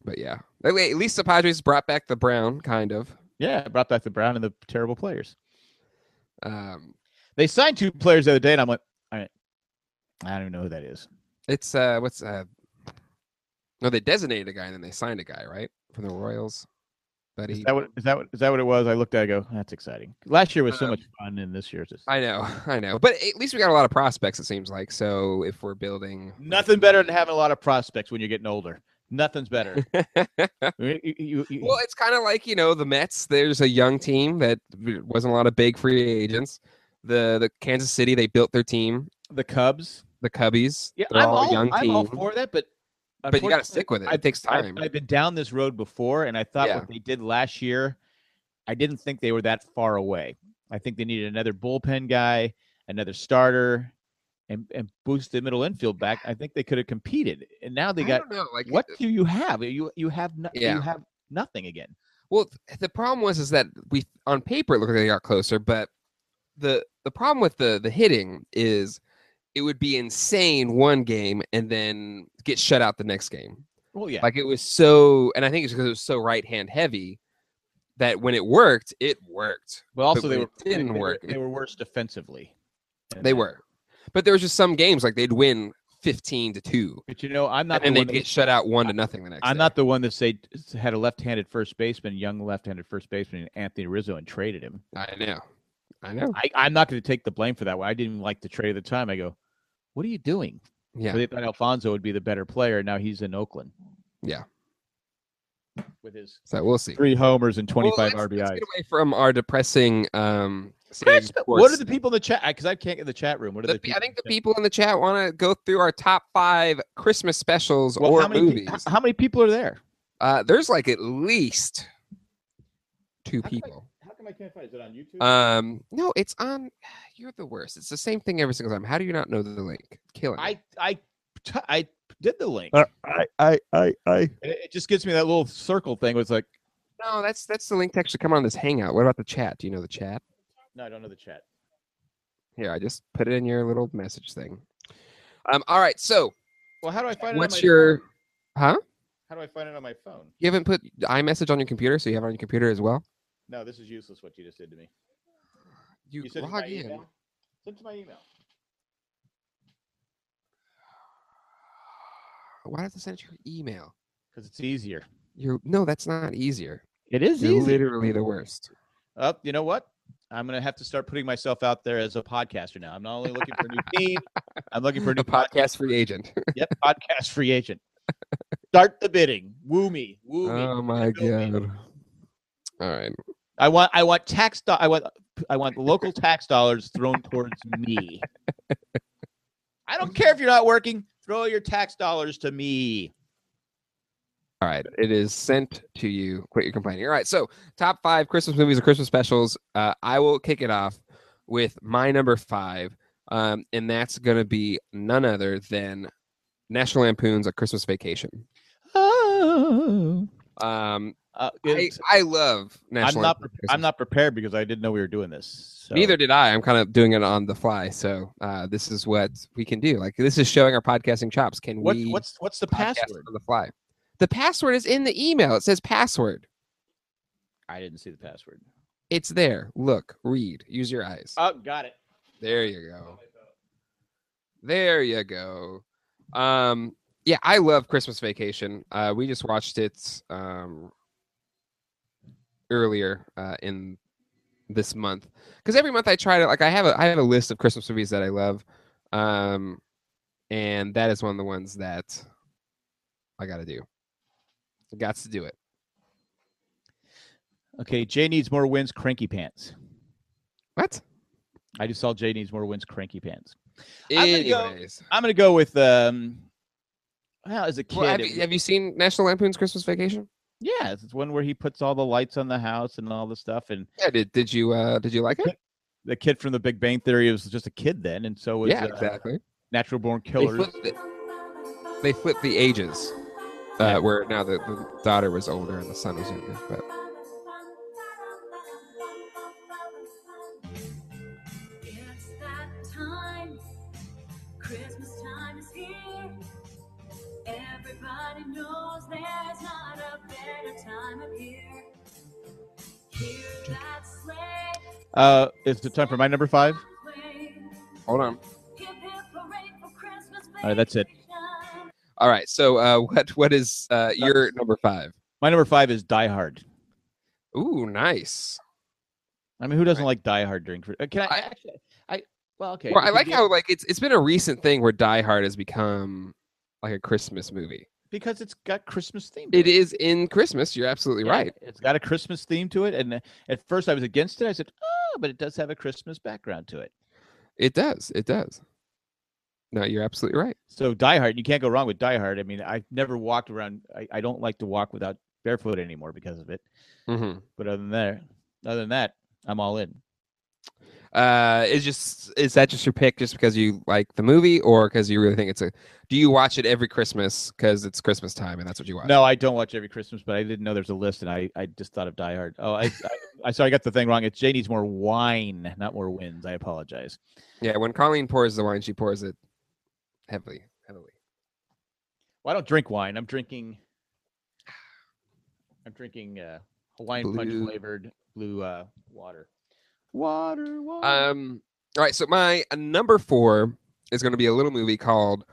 Speaker 1: but yeah. At le- at least the Padres brought back the Brown, kind of.
Speaker 2: Yeah, I brought back the Brown and the terrible players.
Speaker 1: Um,
Speaker 2: They signed two players the other day, and I'm like, all right, I don't even know who that is.
Speaker 1: it's uh, what's uh, no, they designated a guy and then they signed a guy, right, from the Royals. But
Speaker 2: Is
Speaker 1: he,
Speaker 2: that what is that what is that what it was? I looked at, it, I go, that's exciting. Last year was so
Speaker 1: Um,
Speaker 2: much fun, and this year's just
Speaker 1: I know, I know. But at least we got a lot of prospects. It seems like so. If we're building,
Speaker 2: nothing better than having a lot of prospects when you're getting older. Nothing's better. You- you- you- you-
Speaker 1: Well, it's kind of like you know the Mets. There's a young team that there wasn't a lot of big free agents. The the Kansas City they built their team.
Speaker 2: the Cubs.
Speaker 1: The Cubbies.
Speaker 2: Yeah,
Speaker 1: they're
Speaker 2: I'm
Speaker 1: all,
Speaker 2: all,
Speaker 1: young
Speaker 2: I'm
Speaker 1: team.
Speaker 2: all for that, but
Speaker 1: but you got to
Speaker 2: unfortunately,
Speaker 1: stick with it.
Speaker 2: I-
Speaker 1: it takes
Speaker 2: I've-
Speaker 1: time.
Speaker 2: I've, been down this road before, and I thought
Speaker 1: Yeah.
Speaker 2: what they did last year, I didn't think they were that far away. I think they needed another bullpen guy, another starter, and and boost the middle infield back. I think they could have competed, and now they
Speaker 1: I
Speaker 2: got
Speaker 1: don't know, like uh,
Speaker 2: what do you have? You you have no,
Speaker 1: Yeah.
Speaker 2: you have nothing again.
Speaker 1: Well, th- the problem was is that we on paper it looked like they got closer, but the the problem with the the hitting is it would be insane one game and then get shut out the next game.
Speaker 2: Well, yeah,
Speaker 1: Like it was so, and I think it's because it was so right hand heavy that when it worked, it worked.
Speaker 2: but also
Speaker 1: but
Speaker 2: they
Speaker 1: it
Speaker 2: were
Speaker 1: didn't
Speaker 2: they were-
Speaker 1: work.
Speaker 2: They were worse defensively. than
Speaker 1: They
Speaker 2: that.
Speaker 1: were, but there was just some games like they'd win fifteen to two,
Speaker 2: but you know, I'm not.
Speaker 1: and then they'd
Speaker 2: the one that-
Speaker 1: get shut out one to nothing the next.
Speaker 2: I'm
Speaker 1: day.
Speaker 2: not the one that say had a left-handed first baseman, young left-handed first baseman, Anthony Rizzo, and traded him.
Speaker 1: I know. I know.
Speaker 2: I, I'm not going to take the blame for that one. I didn't even like the trade at the time. I go, what are you doing?
Speaker 1: Yeah.
Speaker 2: So They thought Alfonso would be the better player. Now he's in Oakland.
Speaker 1: Yeah.
Speaker 2: With his
Speaker 1: So we'll see.
Speaker 2: three homers and
Speaker 1: Well,
Speaker 2: 25
Speaker 1: let's- let's
Speaker 2: RBIs.
Speaker 1: get away from our depressing. Um,
Speaker 2: Chris,
Speaker 1: stadium
Speaker 2: what are
Speaker 1: sports.
Speaker 2: the people in the chat? Because I can't get in the chat room. What are
Speaker 1: The
Speaker 2: the?
Speaker 1: pe-
Speaker 2: people
Speaker 1: I think
Speaker 2: in
Speaker 1: the people in the chat want to go through our top five Christmas specials
Speaker 2: Well,
Speaker 1: or
Speaker 2: how many? pe-
Speaker 1: movies.
Speaker 2: h- How many people are there?
Speaker 1: uh, there's like at least two
Speaker 2: How come I-
Speaker 1: people.
Speaker 2: How come I can't find? Is it on YouTube?
Speaker 1: Um, no, it's on. You're the worst. It's the same thing every single time. How do you not know the link? Killing. me.
Speaker 2: I I t- I did the link.
Speaker 3: Uh,
Speaker 1: Uh,
Speaker 3: I, I, I, I.
Speaker 2: And it, it just gives me that little circle thing. Where it's like,
Speaker 1: No, that's that's the link to actually come on this hangout. What about the chat? Do you know the chat?
Speaker 2: no, I don't know the chat.
Speaker 1: Here, I just put it in your little message thing. Um, all right. So,
Speaker 2: Well, how do I find it?
Speaker 1: what's
Speaker 2: on my
Speaker 1: your?
Speaker 2: phone?
Speaker 1: Huh?
Speaker 2: How do I find it on my phone?
Speaker 1: You haven't put iMessage on your computer, so you have it on your computer as well.
Speaker 2: No, this is useless. What you just did to me.
Speaker 1: You,
Speaker 2: sent it to
Speaker 1: log
Speaker 2: my
Speaker 1: in.
Speaker 2: email? Send it to my email.
Speaker 1: Why does it send it to your email?
Speaker 2: Because it's easier.
Speaker 1: You're no, that's not easier.
Speaker 2: It is
Speaker 1: You're literally the worst.
Speaker 2: Oh, you know what? I'm gonna have to start putting myself out there as a podcaster now. I'm not only looking for a new team, I'm looking for a new
Speaker 1: The podcast free agent.
Speaker 2: Yep, podcast free agent. Start the bidding. Woo me. Woo me.
Speaker 1: Oh my
Speaker 2: Bill
Speaker 1: god. All right.
Speaker 2: I want. I want tax. Do- I want. I want local tax dollars thrown towards me. I don't care if you're not working. Throw your tax dollars to me.
Speaker 1: All right. It is sent to you. Quit your complaining. All right. So, top five Christmas movies or Christmas specials. Uh, I will kick it off with my number five, um, and that's going to be none other than National Lampoon's A Christmas Vacation.
Speaker 2: Oh.
Speaker 1: Um,
Speaker 2: Uh,
Speaker 1: I,
Speaker 2: it's-
Speaker 1: I love National.
Speaker 2: I'm not.
Speaker 1: Lampoon's
Speaker 2: prep-
Speaker 1: Christmas
Speaker 2: I'm not prepared because I didn't know we were doing this. So.
Speaker 1: Neither did I. I'm kind of doing it on the fly. So uh, this is what we can do. Like this is showing our podcasting chops. Can
Speaker 2: What,
Speaker 1: we
Speaker 2: what's what's the
Speaker 1: podcast
Speaker 2: password?
Speaker 1: on the fly? The password is in the email. It says password.
Speaker 2: I didn't see the password.
Speaker 1: It's there. Look, read. Use your eyes.
Speaker 2: Oh, got it.
Speaker 1: there you go. There you go. Um, yeah, I love Christmas Vacation. Uh, we just watched it um, earlier uh, in this month because every month I try to like I have a I have a list of Christmas movies that I love, um, and that is one of the ones that I got to do. Got to do it.
Speaker 2: Okay, Jay needs more wins. Cranky pants.
Speaker 1: What?
Speaker 2: I just saw Jay needs more wins. Cranky pants. I'm gonna go-
Speaker 1: Anyways,
Speaker 2: I'm gonna go with um. Well, as a kid,
Speaker 1: Well, have,
Speaker 2: it
Speaker 1: you, have you seen National Lampoon's Christmas Vacation?
Speaker 2: Yeah, it's one where he puts all the lights on the house and all the stuff. And
Speaker 1: Yeah. Did did you uh, did you like it?
Speaker 2: the kid from the Big Bang Theory was just a kid then, and so was
Speaker 1: Yeah,
Speaker 2: uh,
Speaker 1: exactly.
Speaker 2: Natural Born
Speaker 1: They
Speaker 2: Killers.
Speaker 1: flipped it. they flipped the ages. Uh,
Speaker 2: Yeah.
Speaker 1: Where now the, the daughter was older and the son was younger, but
Speaker 4: It's that time. Christmas time is here. Everybody knows there's not a better time of year. Hear that sleigh
Speaker 2: Uh, is it time for my number five?
Speaker 4: play.
Speaker 1: hold on.
Speaker 4: Hip, hip, hooray for Christmas
Speaker 2: All right, that's it.
Speaker 4: vacation.
Speaker 1: All right, so uh, what what is uh, your number five?
Speaker 2: My number five is Die Hard.
Speaker 1: Ooh, nice.
Speaker 2: I mean, who doesn't like Die Hard during? Chri- uh, Can I,
Speaker 1: I-
Speaker 2: actually? I well, okay.
Speaker 1: Well, I
Speaker 2: it could
Speaker 1: like
Speaker 2: be-
Speaker 1: how like it's it's been a recent thing where Die Hard has become like a Christmas movie.
Speaker 2: because it's got Christmas theme. to
Speaker 1: It is in Christmas. You're absolutely
Speaker 2: Yeah,
Speaker 1: right.
Speaker 2: It's got a Christmas theme to it, and uh, at first I was against it. I said, "Oh, but it does have a Christmas background to it."
Speaker 1: It does. It does. No, you're absolutely right.
Speaker 2: So Die Hard, you can't go wrong with Die Hard. I mean, I've never walked around. I, I don't like to walk without barefoot anymore because of it.
Speaker 1: Mm-hmm.
Speaker 2: But other than that, other than that, I'm all in.
Speaker 1: Uh, is just is that just your pick just because you like the movie or because you really think it's a? Do you watch it every Christmas because it's Christmas time and that's what you watch?
Speaker 2: No, I don't watch every Christmas, but I didn't know there's a list, and I, I just thought of Die Hard. Oh, I, I, I sorry, I got the thing wrong. It's Jay needs more wine, not more wins. I apologize.
Speaker 1: Yeah, when Colleen pours the wine, she pours it heavily, heavily.
Speaker 2: Well, I don't drink wine. I'm drinking. I'm drinking uh, Hawaiian punch
Speaker 1: Blue.
Speaker 2: flavored blue uh, water. Water, water.
Speaker 1: Um. All right. So my uh, number four is going to be a little movie called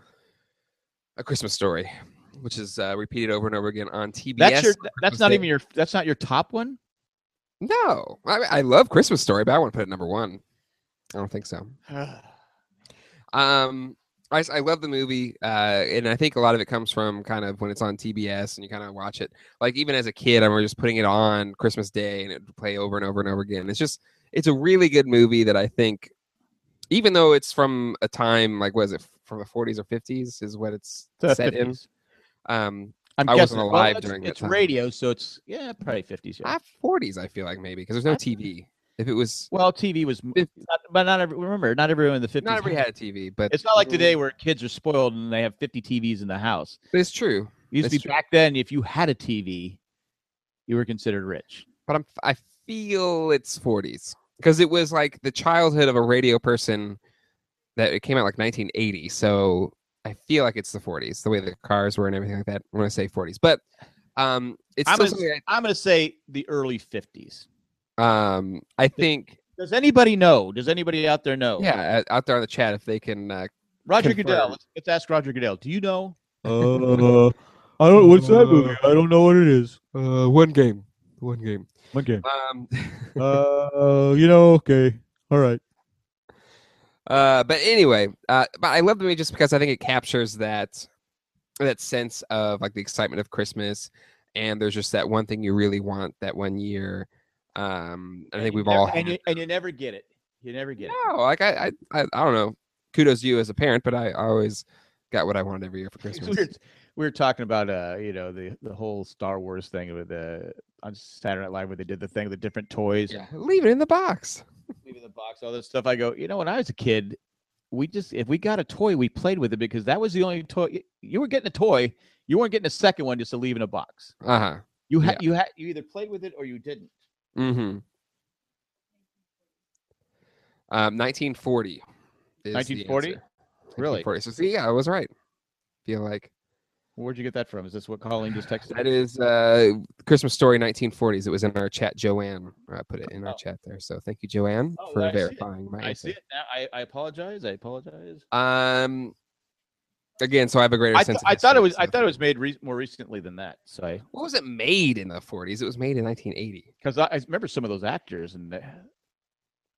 Speaker 1: A Christmas Story, which is uh, repeated over and over again on TBS.
Speaker 2: that's your. That's not
Speaker 1: Thursday.
Speaker 2: even your. That's not your top one.
Speaker 1: No, I, I love Christmas Story, but I want to put it number one. I don't think so. Um, I, s- I love the movie, uh, and I think a lot of it comes from kind of when it's on TBS and you kind of watch it. Like even as a kid, I remember just putting it on Christmas Day and it would play over and over and over again. It's just it's a really good movie that I think, even though it's from a time like was it f- from the 40s or 50s is what it's
Speaker 2: The
Speaker 1: set in.
Speaker 2: 50s.
Speaker 1: Um,
Speaker 2: I'm
Speaker 1: I wasn't
Speaker 2: guessing- well,
Speaker 1: alive
Speaker 2: it's-
Speaker 1: during that
Speaker 2: It's
Speaker 1: time.
Speaker 2: radio, so it's yeah, probably fifties. Yeah.
Speaker 1: ah, 40s I feel like maybe because there's no
Speaker 2: I-
Speaker 1: TV. If it was,
Speaker 2: well, TV was, m-
Speaker 1: Fif-
Speaker 2: not, but not every. Remember, not everyone in the fifties.
Speaker 1: not everybody had Mm-hmm. a TV, but
Speaker 2: It's not like today where kids are spoiled and they have fifty TVs in the house.
Speaker 1: It's true.
Speaker 2: It used
Speaker 1: That's
Speaker 2: to be
Speaker 1: true.
Speaker 2: back then, if you had a TV, you were considered rich.
Speaker 1: but I'm I feel it's 40s because it was like the childhood of a radio person that it came out like 1980. So I feel like it's the 40s, the way the cars were and everything like that. I'm gonna say 40s, but um, it's
Speaker 2: I'm
Speaker 1: still
Speaker 2: gonna,
Speaker 1: something
Speaker 2: I'm gonna say the early fifties.
Speaker 1: I, um I think
Speaker 2: Does anybody know? Does anybody out there know?
Speaker 1: yeah uh, out there on the chat if they can uh,
Speaker 2: Roger Goodell.
Speaker 1: confirmed.
Speaker 2: Let's, let's ask Roger Goodell. Do you know?
Speaker 3: Uh, I don't. What's that movie? I don't know what it is.
Speaker 1: uh one game one game
Speaker 3: Okay.
Speaker 1: um
Speaker 3: Uh, you know. Okay. All right.
Speaker 1: Uh, but anyway, uh, but I love the movie just because I think it captures that that sense of like the excitement of Christmas, and there's just that one thing you really want that one year. Um, I
Speaker 2: And
Speaker 1: think
Speaker 2: you
Speaker 1: we've
Speaker 2: never-
Speaker 1: all
Speaker 2: and
Speaker 1: had
Speaker 2: you, and you never get it. You never get it.
Speaker 1: no, like I, I, I, I don't know. Kudos to you as a parent, but I, I always got what I wanted every year for
Speaker 2: It's
Speaker 1: Christmas.
Speaker 2: weird. We were talking about uh, you know, the the whole Star Wars thing with the on Saturday Night Live where they did the thing with the different toys,
Speaker 1: Yeah, leave it in the box.
Speaker 2: leaving the box, all this stuff. I go, you know, when I was a kid, we just if we got a toy, we played with it because that was the only toy y- you were getting a toy. You weren't getting a second one just to leave in a box.
Speaker 1: Uh huh.
Speaker 2: You had
Speaker 1: Yeah.
Speaker 2: you had you either played with it or you didn't.
Speaker 1: Mm-hmm. Um, 1940. is the
Speaker 2: 1940?
Speaker 1: answer.
Speaker 2: Really?
Speaker 1: 1940. So see, yeah, I was right. Feel like.
Speaker 2: Where'd you get that from? Is this what Colleen just texted?
Speaker 1: That
Speaker 2: me?
Speaker 1: is uh, Christmas Story 1940s. It was in our chat. Joanne uh, put it in our
Speaker 2: Oh.
Speaker 1: chat there. So thank you, Joanne,
Speaker 2: Oh,
Speaker 1: for
Speaker 2: I see it.
Speaker 1: verifying my
Speaker 2: I
Speaker 1: answer.
Speaker 2: see it now. I, I apologize. I apologize.
Speaker 1: Um, again, so I have a greater
Speaker 2: I,
Speaker 1: sense.
Speaker 2: th-
Speaker 1: of
Speaker 2: I thought it
Speaker 1: history,
Speaker 2: was. I
Speaker 1: so-
Speaker 2: thought it was made re- more recently than that. So I
Speaker 1: What was it made in the 40s? It was made in 1980.
Speaker 2: because I, I remember some of those actors, and they-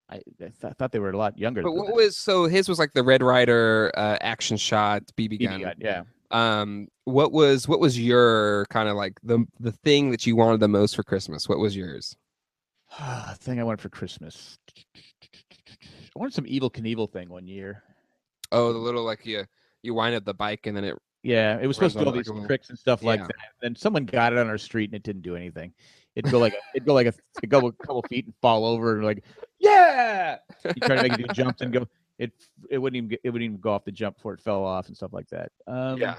Speaker 2: I, I th- thought they were a lot younger.
Speaker 1: But
Speaker 2: than
Speaker 1: what
Speaker 2: that.
Speaker 1: was so his was like the Red Rider uh, action shot BB
Speaker 2: BB
Speaker 1: gun.
Speaker 2: gun, Yeah.
Speaker 1: Um, what was what was your kind of like the the thing that you wanted the most for Christmas? What was yours?
Speaker 2: thing I wanted for Christmas. I wanted some Evil Knievel thing one year.
Speaker 1: Oh, the little like you you wind up the bike and then it
Speaker 2: Yeah, it was supposed to
Speaker 1: Runs
Speaker 2: do all
Speaker 1: on like
Speaker 2: these
Speaker 1: a little-
Speaker 2: tricks and stuff like
Speaker 1: Yeah.
Speaker 2: that. Then someone got it on our street and it didn't do anything. It'd go like a, it'd go like a, it'd go a couple feet and fall over and like yeah. You try to make it do jumps and go. It it wouldn't even get- it wouldn't even go off the jump before it fell off and stuff like that. Um,
Speaker 1: yeah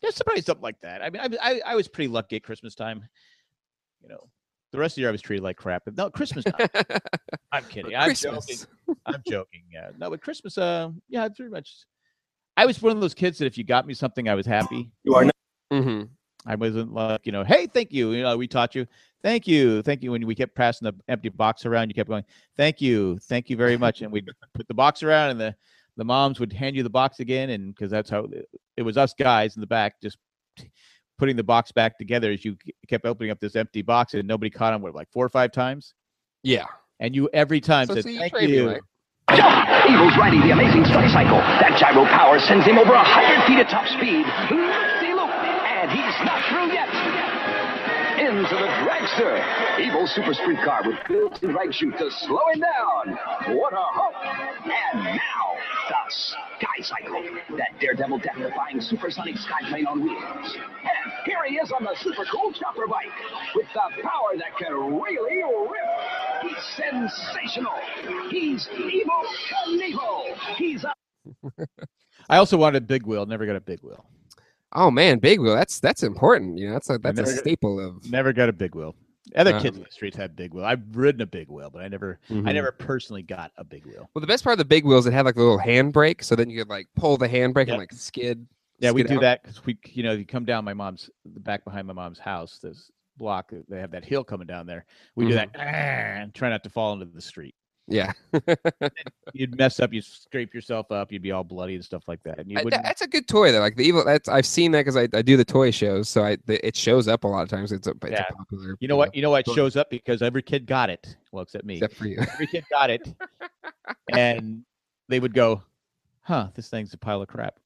Speaker 2: There's somebody something like that. I mean, I, I I was pretty lucky at Christmas time. You know, the rest of the year I was treated like crap. But no, Christmas time. I'm kidding. I'm joking.
Speaker 1: Christmas.
Speaker 2: I'm joking. Yeah. No, but Christmas, uh, yeah, it's pretty much. I was one of those kids that if you got me something, I was happy.
Speaker 5: You are not.
Speaker 1: hmm
Speaker 2: I wasn't like, you know, hey, thank you. You know, we taught you. Thank you. Thank you. When we kept passing the empty box around, you kept going, thank you. Thank you very much. And we'd put the box around and the, the moms would hand you the box again. And because that's how it was us guys in the back just putting the box back together as you kept opening up this empty box and nobody caught on, what, like four or five times?
Speaker 1: Yeah.
Speaker 2: And you every time
Speaker 1: So,
Speaker 2: said,
Speaker 1: see, you
Speaker 2: thank
Speaker 1: trade me,
Speaker 2: you.
Speaker 1: right?
Speaker 5: Evil's riding the amazing strike cycle. That gyro power sends him over 100 feet at top speed. Loopsy loop. And he's not through yet. Into the dragster. Evil super street car with built-in drag chute to slow him down. What a hook. And now, the sky cycle. That daredevil death-defying supersonic skyplane on wheels. And here he is on the super cool chopper bike with the power that can really rip. He's sensational. He's evil Knievel. He's a
Speaker 2: I also wanted a big wheel, never got a big wheel.
Speaker 1: Oh man, Big Wheel. That's that's important. You know, that's a that's a
Speaker 2: never got-
Speaker 1: staple of.
Speaker 2: Never got a big wheel. Other
Speaker 1: Um,
Speaker 2: kids in the streets had big wheel. I've ridden a big wheel, but I never I
Speaker 1: Mhm.
Speaker 2: never personally got a big wheel.
Speaker 1: Well, the best part of the Big Wheels, it had like a little handbrake, so then you could like pull the handbrake
Speaker 2: Yeah.
Speaker 1: and like skid.
Speaker 2: Yeah, we
Speaker 1: skid
Speaker 2: do
Speaker 1: out.
Speaker 2: that because we, you know, if you come down my mom's back behind my mom's house, this block, they have that hill coming down there. We do
Speaker 1: Mm-hmm.
Speaker 2: that "Ah," and try not to fall into the street.
Speaker 1: Yeah,
Speaker 2: You'd mess up, you'd scrape yourself up, you'd be all bloody and stuff like that. And you
Speaker 1: I-
Speaker 2: wouldn't,
Speaker 1: that's a good toy though. Like the evil, that's I've seen that because I, I do the toy shows, so I the, it shows up a lot of times. It's a, it's
Speaker 2: Yeah.
Speaker 1: a popular.
Speaker 2: you know what? You know why it
Speaker 1: Totally.
Speaker 2: shows up because every kid got it. Well, except me.
Speaker 1: Except for you.
Speaker 2: every kid got it, and they would go, "Huh, this thing's a pile of crap."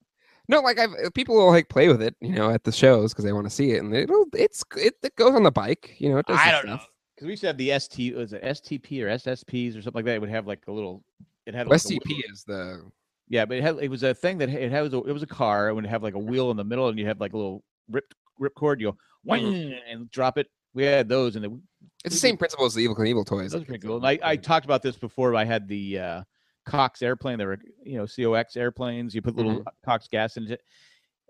Speaker 1: No, like I've uh, people will like play with it, you know, at the shows because they want to see it, and it'll it's it, it goes on the bike, you know. It does
Speaker 2: I
Speaker 1: the
Speaker 2: don't
Speaker 1: stuff.
Speaker 2: because we used to have the ST was it STP or SSPs or something like that. It would have like a little. It had like a
Speaker 1: SCP
Speaker 2: wheel-
Speaker 1: is the
Speaker 2: Yeah, but it had it was a thing that ha- it had was a, it was a car. It would have like a wheel in the middle, and you have like a little rip rip cord. You go
Speaker 1: Mm-hmm.
Speaker 2: whang, and drop it. We had those, and it,
Speaker 1: it's
Speaker 2: Those
Speaker 1: the
Speaker 2: are-
Speaker 1: same principle as the Evil Knievel toys. like,
Speaker 2: those were pretty
Speaker 1: it's a-
Speaker 2: cool. And I, I
Speaker 1: yeah.
Speaker 2: talked about this before. I had the uh, Cox airplane. There were you know Cox airplanes. You put little
Speaker 1: Mm-hmm.
Speaker 2: Cox gas in it,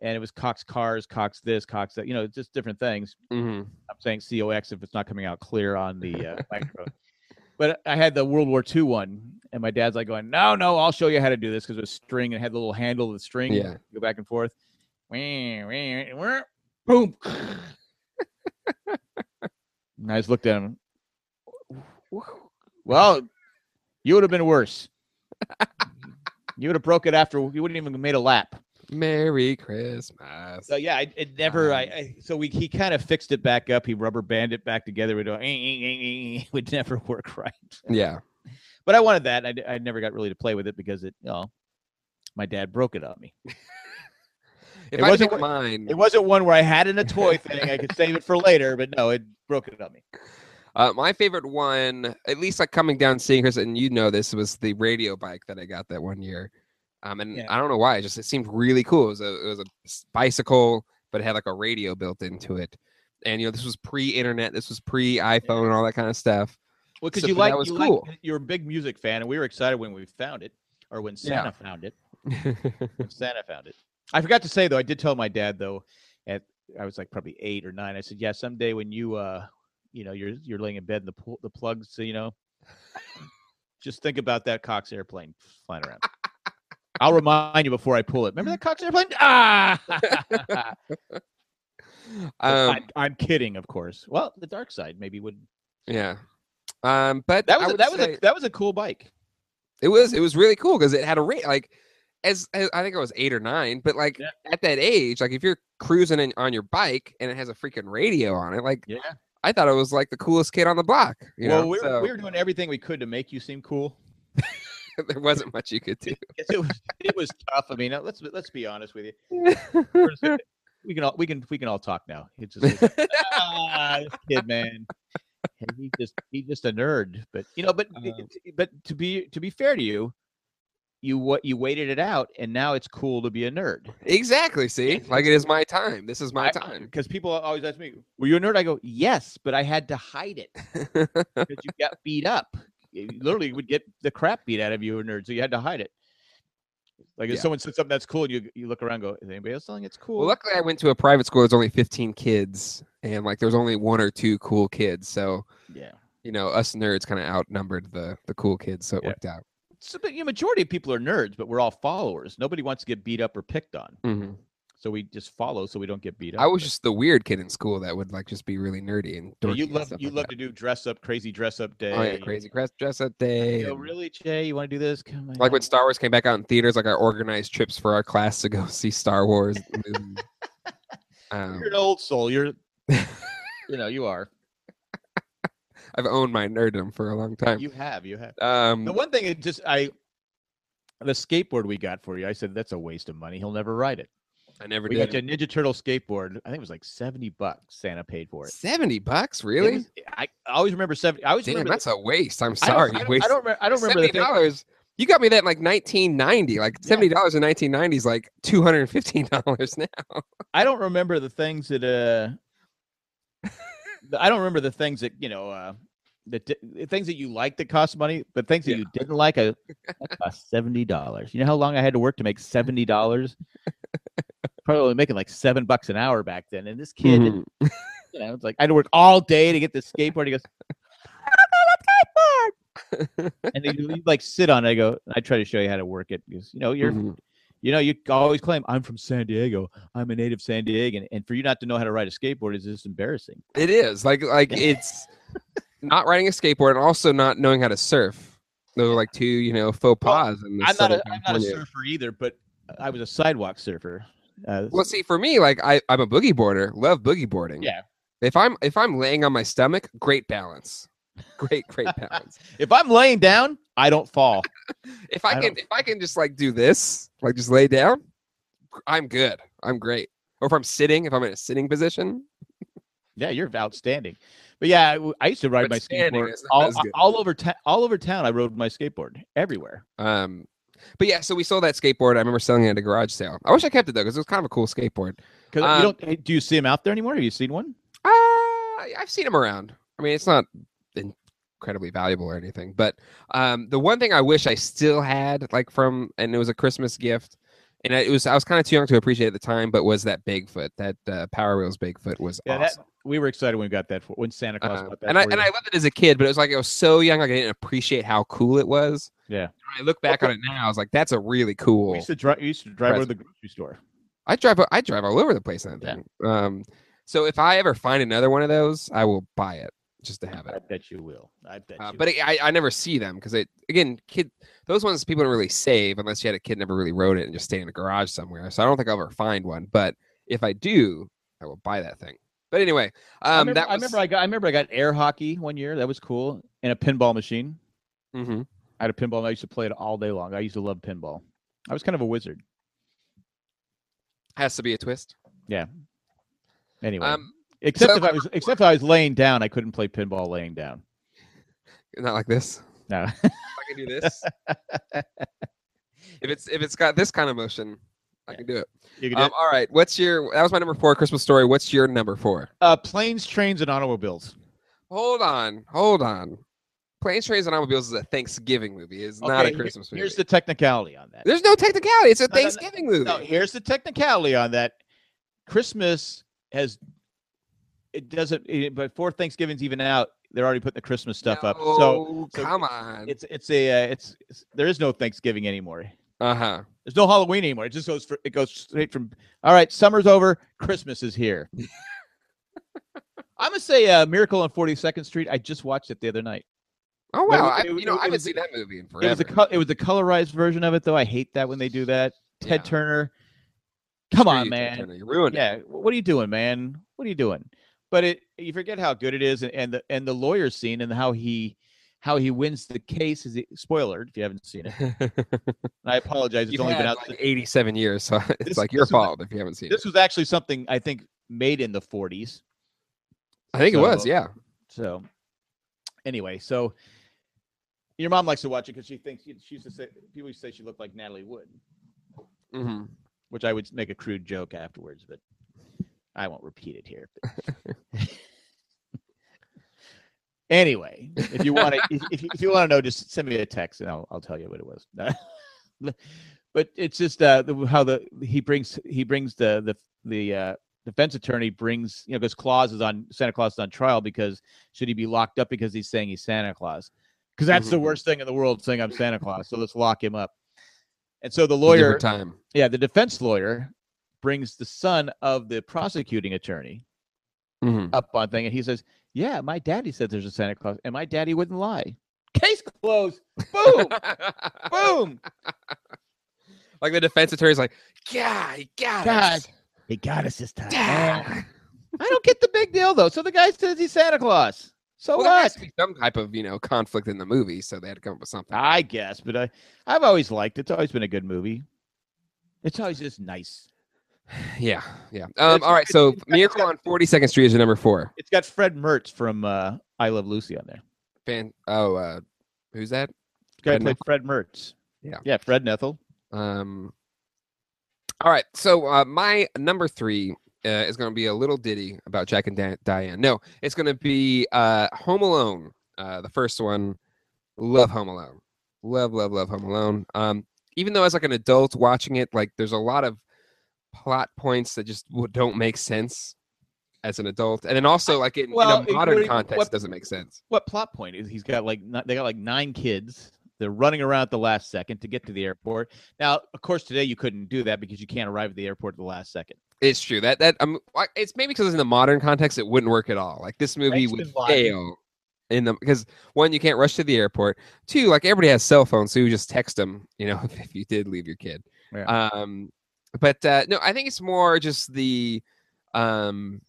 Speaker 2: and it was Cox cars, Cox this, Cox that. You know, just different things.
Speaker 1: Mhm.
Speaker 2: I'm saying COX if it's not coming out clear on the uh, microphone. But I had the World War II one, and my dad's like going, "No, no, I'll show you how to do this because it was string and had the little handle of the string.
Speaker 1: Yeah.
Speaker 2: go back and forth. Wah, wah, wah, Boom. and I just looked at him. Well, you would have been worse. you would have broke it after. You wouldn't even have made a lap.
Speaker 1: Merry Christmas.
Speaker 2: So yeah, I, it never. I,
Speaker 1: Um,
Speaker 2: I so we he kind of fixed it back up. He rubber banded it back together. We'd go, "Eh, eh, eh, eh," it would never work right.
Speaker 1: yeah,
Speaker 2: But I wanted that. I, d- I never got really to play with it because it. You know, my dad broke it on me.
Speaker 1: if
Speaker 2: It
Speaker 1: I
Speaker 2: wasn't
Speaker 1: wasn't mine,
Speaker 2: It wasn't one where I had in a toy thing. I could save it for later, but no, it broke it on me.
Speaker 1: Uh, my favorite one, at least like coming down seeing hers, and you know this was the radio bike that I got that one year. Um, and
Speaker 2: Yeah.
Speaker 1: I don't know why, it just it seemed really cool. It was a it was a s- bicycle, but it had like a radio built into it. And you know, this was pre-internet, this was pre-iPhone and all that kind of stuff.
Speaker 2: Well, because
Speaker 1: So
Speaker 2: you
Speaker 1: that
Speaker 2: like
Speaker 1: was
Speaker 2: you
Speaker 1: cool.
Speaker 2: like you're a big music fan, and we were excited when we found it, or when
Speaker 1: Yeah.
Speaker 2: Santa found it. when Santa found it. I forgot to say though, I did tell my dad though, at I was like probably eight or nine. I said, "Yeah, someday when you, uh, you know, you're you're laying in bed and the pl- the plugs, so, you know, just think about that Cox airplane flying around. I'll remind you before I pull it. Remember that Cox airplane? Ah,
Speaker 1: um,
Speaker 2: I, am kidding, of course. Well, the dark side maybe would.
Speaker 1: yeah. Um, but
Speaker 2: That
Speaker 1: I
Speaker 2: was a,
Speaker 1: would
Speaker 2: that was
Speaker 1: say-
Speaker 2: a that was a cool bike.
Speaker 1: It was it was really cool because it had a rate like as, as I think I was eight or nine, but like
Speaker 2: Yeah.
Speaker 1: at that age, like if you're cruising in, on your bike and it has a freaking radio on it, like
Speaker 2: Yeah.
Speaker 1: I thought it was like the coolest kid on the block. You
Speaker 2: well,
Speaker 1: know,
Speaker 2: we were,
Speaker 1: so
Speaker 2: we were doing everything we could to make you seem cool.
Speaker 1: there wasn't much you could do.
Speaker 2: Yes, it was it was tough. I mean, uh, let's let's be honest with you. We're just
Speaker 1: yeah,
Speaker 2: gonna- we can all we can we can all talk now. It's just like, ah, this kid, man. And he just he's just a nerd, but you know, but
Speaker 1: Uh,
Speaker 2: but to be to be fair to you, you what you waited it out, and now it's cool to be a nerd.
Speaker 1: exactly. See, like it is my time. This is my time.
Speaker 2: because people always ask me, "Were you a nerd?" I go, "Yes," but I had to hide it because you got beat up. You literally would get the crap beat out of you, a nerd, so you had to hide it. Like if
Speaker 1: Yeah.
Speaker 2: someone says something that's cool, and you you look around, and go, is anybody else selling? It's cool.
Speaker 1: Well, luckily I went to a private school. There's only 15 kids, and like there's only one or two cool kids. So
Speaker 2: yeah.
Speaker 1: you know, us nerds kind of outnumbered the the cool kids, so it
Speaker 2: Yeah.
Speaker 1: worked out.
Speaker 2: So, but, you know, majority of people are nerds, but we're all followers. Nobody wants to get beat up or picked on,
Speaker 1: Mhm.
Speaker 2: so we just follow, so we don't get beat up.
Speaker 1: I was
Speaker 2: but-
Speaker 1: just the weird kid in school that would like just be really nerdy and
Speaker 2: Yeah,
Speaker 1: dorky.
Speaker 2: you
Speaker 1: and
Speaker 2: love
Speaker 1: stuff
Speaker 2: you
Speaker 1: like
Speaker 2: love
Speaker 1: that.
Speaker 2: to do dress up, crazy dress up day.
Speaker 1: Oh yeah, crazy dress dress up day.
Speaker 2: Yo,
Speaker 1: and-
Speaker 2: really, Jay? You want to do this? Come on.
Speaker 1: Like when Star Wars came back out in theaters, like I organized trips for our class to go see Star Wars. movies. um,
Speaker 2: you're an old soul. You're, you know, you are.
Speaker 1: I've owned my nerddom for a long time.
Speaker 2: You have, you have.
Speaker 1: Um,
Speaker 2: The one thing it just I the skateboard we got for you, I said that's a waste of money. He'll never ride it.
Speaker 1: I never
Speaker 2: We got you a
Speaker 1: did.
Speaker 2: Ninja Turtle skateboard. I think it was like seventy bucks. Santa paid for it.
Speaker 1: Seventy bucks,
Speaker 2: It
Speaker 1: really?
Speaker 2: was- I I always remember seventy. I always
Speaker 1: Damn,
Speaker 2: remember.
Speaker 1: that's a waste. I'm
Speaker 2: I don't-
Speaker 1: sorry.
Speaker 2: I don't,
Speaker 1: waste-
Speaker 2: I don't, re- I don't remember. the
Speaker 1: seventy
Speaker 2: thing.
Speaker 1: dollars. You got me that in like 1990. Like
Speaker 2: Yeah.
Speaker 1: seventy dollars in 1990 is like 215 dollars now.
Speaker 2: I don't remember the things that uh the- I don't remember the things that you know uh that di- the things that you like that cost money, but things that
Speaker 1: Yeah.
Speaker 2: you didn't like uh, that cost seventy dollars. You know how long I had to work to make seventy dollars? Probably making like seven bucks an hour back then. And this kid,
Speaker 1: Mm-hmm.
Speaker 2: you know, it's like I had to work all day to get this skateboard. He goes, I don't know the skateboard. and he, he'd like sit on it. I go, I try to show you how to work it because you know you're
Speaker 1: Mhm.
Speaker 2: you know, you always claim I'm from San Diego. I'm a native San Diegan, and for you not to know how to ride a skateboard is just embarrassing.
Speaker 1: It is like like it's not riding a skateboard and also not knowing how to surf. Those are like two you know faux
Speaker 2: Well,
Speaker 1: pas in the
Speaker 2: I'm not,
Speaker 1: Southern
Speaker 2: a, I'm not a
Speaker 1: California.
Speaker 2: surfer either, but I was a sidewalk surfer. Uh,
Speaker 1: Well, see, for me, like I, I'm a boogie boarder. Love boogie boarding.
Speaker 2: Yeah.
Speaker 1: If I'm if I'm laying on my stomach, great balance. Great, great balance.
Speaker 2: if I'm laying down, I don't fall.
Speaker 1: if I,
Speaker 2: I
Speaker 1: can
Speaker 2: don't-
Speaker 1: if I can just like do this, like just lay down, I'm good. I'm great. Or if I'm sitting, if I'm in a sitting position,
Speaker 2: yeah, you're outstanding. But yeah, I w- I used to ride
Speaker 1: But
Speaker 2: my
Speaker 1: standing
Speaker 2: skateboard
Speaker 1: is not
Speaker 2: all,
Speaker 1: as good.
Speaker 2: all over town. all over town, I rode my skateboard everywhere.
Speaker 1: um, but yeah. So we sold that skateboard. I remember selling it at a garage sale. I wish I kept it though, because it was kind of a cool skateboard.
Speaker 2: Because
Speaker 1: Um,
Speaker 2: you don't. hey, Do you see them out there anymore? Have you seen one?
Speaker 1: Uh, I- I've seen them around. I mean, it's not incredibly valuable or anything, but um, the one thing I wish I still had, like from, and it was a Christmas gift, and I, it was I was kind of too young to appreciate it at the time, but was that Bigfoot, that uh, Power Wheels Bigfoot was
Speaker 2: Yeah, that-
Speaker 1: awesome.
Speaker 2: we were excited when we got that for when Santa Claus
Speaker 1: Um,
Speaker 2: got that.
Speaker 1: and I
Speaker 2: for
Speaker 1: and
Speaker 2: you.
Speaker 1: I loved it as a kid, but it was like I was so young, like I didn't appreciate how cool it was.
Speaker 2: Yeah.
Speaker 1: When I look back on it now, I was like, "That's a really cool."
Speaker 2: we used to drive. We used to drive over to
Speaker 1: Present.
Speaker 2: the grocery store.
Speaker 1: I drive I drive all over the place on that
Speaker 2: Yeah.
Speaker 1: thing. Um, so if I ever find another one of those, I will buy it just to have it.
Speaker 2: I bet you will. I bet.
Speaker 1: Uh,
Speaker 2: you
Speaker 1: but I, I never see them because they again kid those ones people don't really save unless you had a kid never really rode it and just stayed in a garage somewhere. So I don't think I'll ever find one. But if I do, I will buy that thing. But anyway,
Speaker 2: I
Speaker 1: um,
Speaker 2: remember,
Speaker 1: that
Speaker 2: I
Speaker 1: was,
Speaker 2: remember I got I remember I got air hockey one year. That was cool. And a pinball machine.
Speaker 1: Mhm.
Speaker 2: I had a pinball. and I used to play it all day long. I used to love pinball. I was kind of a wizard.
Speaker 1: has to be a twist.
Speaker 2: Anyway,
Speaker 1: Um,
Speaker 2: except
Speaker 1: so-
Speaker 2: if I was except if I was laying down, I couldn't play pinball laying down.
Speaker 1: not like this.
Speaker 2: No,
Speaker 1: I can do this. if it's if it's got this kind of motion, I can do it.
Speaker 2: you could
Speaker 1: Um, all right, what's your? That was my number four Christmas story. What's your number four?
Speaker 2: uh, planes, trains, and automobiles.
Speaker 1: Hold on, hold on. Planes, Trains, and Automobiles is a Thanksgiving movie. It's not a
Speaker 2: Okay, here-
Speaker 1: Christmas movie.
Speaker 2: Here's the technicality on that.
Speaker 1: There's no technicality. It's a
Speaker 2: no, no.
Speaker 1: Thanksgiving
Speaker 2: No,
Speaker 1: movie.
Speaker 2: here's the technicality on that. Christmas has it doesn't, it, but before Thanksgiving's even out, they're already putting the Christmas stuff up. So
Speaker 1: No,
Speaker 2: so
Speaker 1: come on.
Speaker 2: it's it's a uh, it's, it's there is no Thanksgiving anymore.
Speaker 1: Uh huh.
Speaker 2: There's no Halloween anymore. It just goes for it goes straight from all right. Summer's over. Christmas is here. I'm gonna say uh, Miracle on 42nd Street. I just watched it the other night.
Speaker 1: Oh
Speaker 2: it
Speaker 1: wow.
Speaker 2: was-
Speaker 1: I,
Speaker 2: it was-
Speaker 1: you know,
Speaker 2: it
Speaker 1: I haven't
Speaker 2: was-
Speaker 1: seen that movie in
Speaker 2: It was
Speaker 1: forever.
Speaker 2: a co- it was a colorized version of it though. I hate that when they do that. Ted
Speaker 1: Yeah.
Speaker 2: Turner, come
Speaker 1: Screw
Speaker 2: on,
Speaker 1: you, Ted
Speaker 2: man.
Speaker 1: Turner, You ruined it.
Speaker 2: Yeah, wh- what are you doing, man? What are you doing? But it you forget how good it is, and, and the and the lawyer scene and how he how he wins the case is spoiler if you haven't seen it. And I apologize. It's
Speaker 1: You've
Speaker 2: only
Speaker 1: had
Speaker 2: been out.
Speaker 1: like 87 years, so it's
Speaker 2: This-
Speaker 1: like your
Speaker 2: this was-
Speaker 1: fault if you haven't seen
Speaker 2: this
Speaker 1: it.
Speaker 2: was actually something I think made in the 40s.
Speaker 1: I think it was.
Speaker 2: so-
Speaker 1: Yeah.
Speaker 2: So, anyway, so your mom likes to watch it because she thinks she used to say people used to say she looked like Natalie Wood,
Speaker 1: hmm
Speaker 2: which I would make a crude joke afterwards, but I won't repeat it here. anyway, if you want to, if, if you, if you want to know, just send me a text and I'll I'll tell you what it was. but it's just uh, the, how the he brings he brings the the the uh, defense attorney brings you know because Claus is on Santa Claus is on trial because should he be locked up because he's saying he's Santa Claus because that's the
Speaker 1: Mhm.
Speaker 2: worst thing in the world saying I'm Santa Claus so let's lock him up and so the
Speaker 1: It's a
Speaker 2: lawyer
Speaker 1: different time.
Speaker 2: yeah the defense lawyer brings the son of the prosecuting attorney
Speaker 1: Mhm.
Speaker 2: up on thing, and he says, "Yeah, my daddy said there's a Santa Claus, and my daddy wouldn't lie." Case closed. Boom, boom.
Speaker 1: like the defense attorney's like, yeah, he got
Speaker 2: God,
Speaker 1: us.
Speaker 2: they got us this time.
Speaker 1: Yeah.
Speaker 2: I don't get the big deal though. So the guy says he's Santa Claus. So
Speaker 1: Well, there has
Speaker 2: what?
Speaker 1: to be some type of you know conflict in the movie, so they had to come up with something.
Speaker 2: I guess, but I, I've always liked it. It's always been a good movie. It's always just nice.
Speaker 1: Yeah, yeah.
Speaker 2: It's-
Speaker 1: Um, all right,
Speaker 2: it's-
Speaker 1: so
Speaker 2: it's got-
Speaker 1: Miracle on Forty Second Street is your number four.
Speaker 2: It's got Fred Mertz from uh, I Love Lucy on there.
Speaker 1: Fan. Oh, uh, who's that?
Speaker 2: The guy
Speaker 1: Fred
Speaker 2: played Fred Mertz.
Speaker 1: Yeah.
Speaker 2: yeah, Fred Nethel.
Speaker 1: Um, all right, so uh, my number three uh, is going to be a little ditty about Jack and Dan- Diane. No, it's going to be uh, Home Alone, uh, the first one. Love Home Alone. Love, love, love Home Alone. Um, even though as like an adult watching it, like there's a lot of plot points that just w- don't make sense as an adult, and then also like in,
Speaker 2: Well,
Speaker 1: in a modern
Speaker 2: including
Speaker 1: context,
Speaker 2: what-
Speaker 1: doesn't make sense.
Speaker 2: what plot point is he's got like ni- they got like nine kids they're running around at the last second to get to the airport now of course today you couldn't do that because you can't arrive at the airport at the last second
Speaker 1: It's true that that um, I- it's maybe because in the modern context it wouldn't work at all. Like this movie
Speaker 2: Thanks
Speaker 1: would
Speaker 2: to logic.
Speaker 1: fail in the because one you can't rush to the airport. Two, like everybody has cell phones, so you just text them. You know, if, you did leave your kid.
Speaker 2: Yeah.
Speaker 1: Um, but uh, no, I think it's more just the um,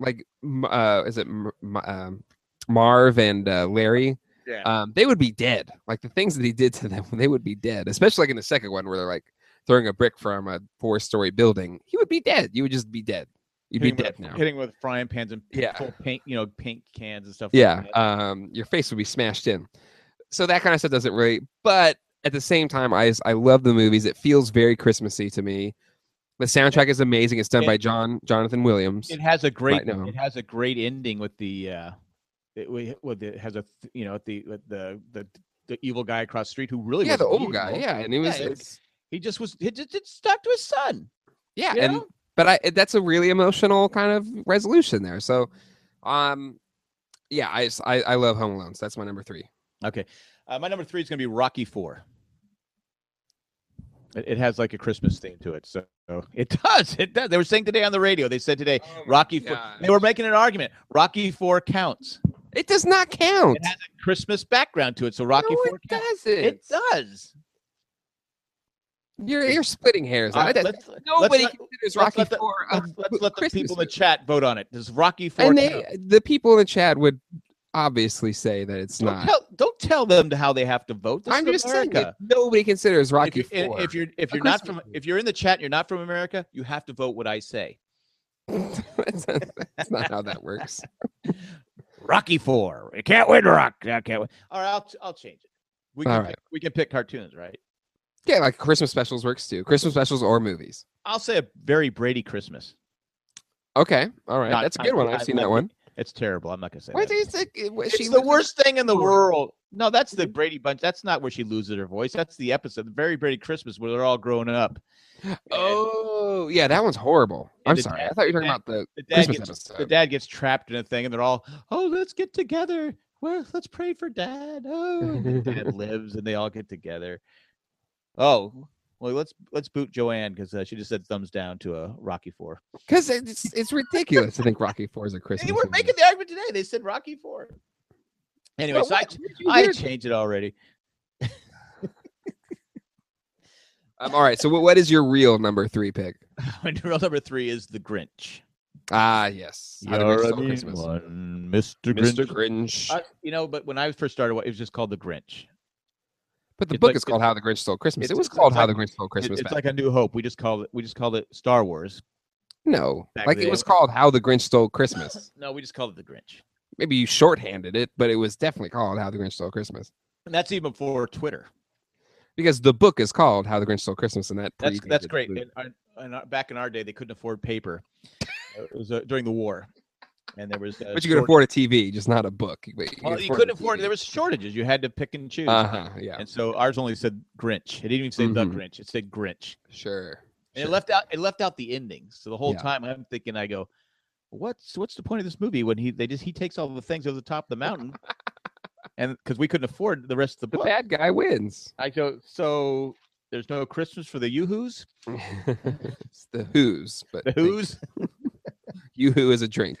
Speaker 1: like m- uh, is it m- m- um, Marv and uh, Larry?
Speaker 2: Yeah.
Speaker 1: Um, they would be dead. Like the things that he did to them, they would be dead. Especially like in the second one where they're like throwing a brick from a four-story building, he would be dead. You would just be dead. You'd be
Speaker 2: Hitting
Speaker 1: dead
Speaker 2: with,
Speaker 1: now.
Speaker 2: hitting with frying pans and
Speaker 1: Yeah.
Speaker 2: full paint you know paint cans and stuff
Speaker 1: Yeah,
Speaker 2: like that.
Speaker 1: um, your face would be smashed in. So that kind of stuff doesn't really. But at the same time, I I love the movies. It feels very Christmassy to me. The soundtrack is amazing. It's done by
Speaker 2: And-
Speaker 1: John Jonathan Williams.
Speaker 2: it has a great
Speaker 1: now.
Speaker 2: it has a great ending with the uh it, we- with it has a th- you know at the with the the the evil guy across the street who really
Speaker 1: yeah, the
Speaker 2: wasn't
Speaker 1: old guy.
Speaker 2: evil.
Speaker 1: Yeah, and it was.
Speaker 2: it-
Speaker 1: it's-
Speaker 2: he just was he just, just stuck to his son
Speaker 1: Yeah,
Speaker 2: you
Speaker 1: and
Speaker 2: know?
Speaker 1: but I that's a really emotional kind of resolution there. So, um, yeah, I s- I, I love Home Alone. So that's my number three.
Speaker 2: Okay. Uh, my number three is going to be Rocky Four. It, it has like a Christmas theme to it. So it does. It does. They were saying today on the radio, they said today, Rocky Four.
Speaker 1: Oh God.
Speaker 2: They were making an argument. Rocky Four counts.
Speaker 1: It does not count.
Speaker 2: It has a Christmas background to it. So Rocky
Speaker 1: no,
Speaker 2: Four
Speaker 1: it
Speaker 2: counts.
Speaker 1: doesn't.
Speaker 2: It does.
Speaker 1: You're you're splitting hairs.
Speaker 2: All
Speaker 1: I
Speaker 2: right,
Speaker 1: don't-
Speaker 2: let's, let's
Speaker 1: Nobody
Speaker 2: let-
Speaker 1: considers
Speaker 2: let's
Speaker 1: Rocky
Speaker 2: let the-
Speaker 1: Four. a
Speaker 2: let's, let's
Speaker 1: bu-
Speaker 2: let the
Speaker 1: Christmas
Speaker 2: people in the
Speaker 1: movie.
Speaker 2: chat vote on it. Does Rocky Four
Speaker 1: and
Speaker 2: count?
Speaker 1: they the people in the chat would obviously say that it's
Speaker 2: Don't
Speaker 1: not.
Speaker 2: tell, don't tell them to how they have to vote. This
Speaker 1: I'm
Speaker 2: is
Speaker 1: just
Speaker 2: America.
Speaker 1: saying that nobody considers Rocky
Speaker 2: if, you,
Speaker 1: Four.
Speaker 2: if you're if
Speaker 1: A
Speaker 2: you're not
Speaker 1: Christmas
Speaker 2: from
Speaker 1: movie.
Speaker 2: if you're in the chat, and you're not from America. You have to vote what I say.
Speaker 1: that's, not, that's not how that works.
Speaker 2: Rocky Four. You can't win Rock. I can't win. All right, I'll I'll change it. We can
Speaker 1: All
Speaker 2: pick,
Speaker 1: right.
Speaker 2: we can pick cartoons, right?
Speaker 1: Yeah, like Christmas specials works too. Christmas specials or movies.
Speaker 2: I'll say a very Brady Christmas.
Speaker 1: Okay, all right,
Speaker 2: Not-
Speaker 1: that's a
Speaker 2: I-
Speaker 1: good one.
Speaker 2: I
Speaker 1: I've seen
Speaker 2: like
Speaker 1: that
Speaker 2: it.
Speaker 1: one.
Speaker 2: It's terrible. I'm not gonna say
Speaker 1: Why
Speaker 2: that.
Speaker 1: do you think it- what-
Speaker 2: It's
Speaker 1: she
Speaker 2: the
Speaker 1: lives in-
Speaker 2: worst thing in the
Speaker 1: Four.
Speaker 2: world. No, that's the Brady Bunch. That's not where she loses her voice. That's the episode, the very Brady Christmas, where they're all grown up. And
Speaker 1: Oh, yeah, that one's horrible.
Speaker 2: And
Speaker 1: I'm
Speaker 2: the
Speaker 1: sorry.
Speaker 2: dad-
Speaker 1: I thought you were talking
Speaker 2: dad-
Speaker 1: about the
Speaker 2: the dad
Speaker 1: Christmas
Speaker 2: gets the
Speaker 1: episode.
Speaker 2: dad gets trapped in a thing, and they're all, oh, let's get together. Well, let's pray for dad. Oh, and then dad lives, and they all get together. Oh, well, let's let's boot Joanne because uh, she just said thumbs down to a Rocky Four.
Speaker 1: Because it's it's ridiculous to think Rocky Four is a Christmas.
Speaker 2: They were
Speaker 1: movie.
Speaker 2: making the argument today. They said Rocky Four. Anyway,
Speaker 1: But
Speaker 2: so I,
Speaker 1: what- where'd you
Speaker 2: I
Speaker 1: hear-
Speaker 2: changed it already.
Speaker 1: Um, all right. So what, what is your real number three pick?
Speaker 2: My rule number three is the Grinch.
Speaker 1: Ah, yes. How to Make Stole Christmas.
Speaker 2: one, Mr.
Speaker 1: Mr. Grinch.
Speaker 2: Uh, you know, but when I first started, it was just called the Grinch.
Speaker 1: but the
Speaker 2: it's
Speaker 1: book
Speaker 2: like-
Speaker 1: is called How the Grinch Stole Christmas.
Speaker 2: it's-
Speaker 1: It was
Speaker 2: it's
Speaker 1: called How
Speaker 2: like-
Speaker 1: the Grinch Stole
Speaker 2: It-
Speaker 1: Christmas.
Speaker 2: it's
Speaker 1: back-
Speaker 2: like a New Hope. We just called it. We just called it Star Wars.
Speaker 1: no,
Speaker 2: back
Speaker 1: like
Speaker 2: then.
Speaker 1: it was called How the Grinch Stole Christmas.
Speaker 2: No, we just called it the Grinch.
Speaker 1: Maybe you shorthanded it, but it was definitely called How the Grinch Stole Christmas
Speaker 2: And that's even before Twitter.
Speaker 1: because the book is called How the Grinch Stole Christmas, and that
Speaker 2: That's that's
Speaker 1: predated
Speaker 2: great.
Speaker 1: the-
Speaker 2: And, our- and our- back in our day, they couldn't afford paper. it was uh, during uh, the war. and there was. uh
Speaker 1: But you could afford a TV, just not a book. But
Speaker 2: Well,
Speaker 1: could
Speaker 2: you couldn't
Speaker 1: a
Speaker 2: afford it.
Speaker 1: TV.
Speaker 2: There was shortages. You had to pick and choose.
Speaker 1: Uh-huh, yeah,
Speaker 2: And so ours only said Grinch. It didn't even say the
Speaker 1: Mhm.
Speaker 2: Grinch. It said Grinch.
Speaker 1: sure.
Speaker 2: And
Speaker 1: sure.
Speaker 2: it left out it left out the endings. So the whole
Speaker 1: Yeah.
Speaker 2: time I'm thinking, I go, what's what's the point of this movie when he they just he takes all the things over the top of the mountain, and because we couldn't afford the rest of the
Speaker 1: the
Speaker 2: book.
Speaker 1: bad guy wins.
Speaker 2: I go, so there's no Christmas for the yoo-hoos?
Speaker 1: it's the Who's, but
Speaker 2: The
Speaker 1: thank you.
Speaker 2: Who's?
Speaker 1: you who is a drink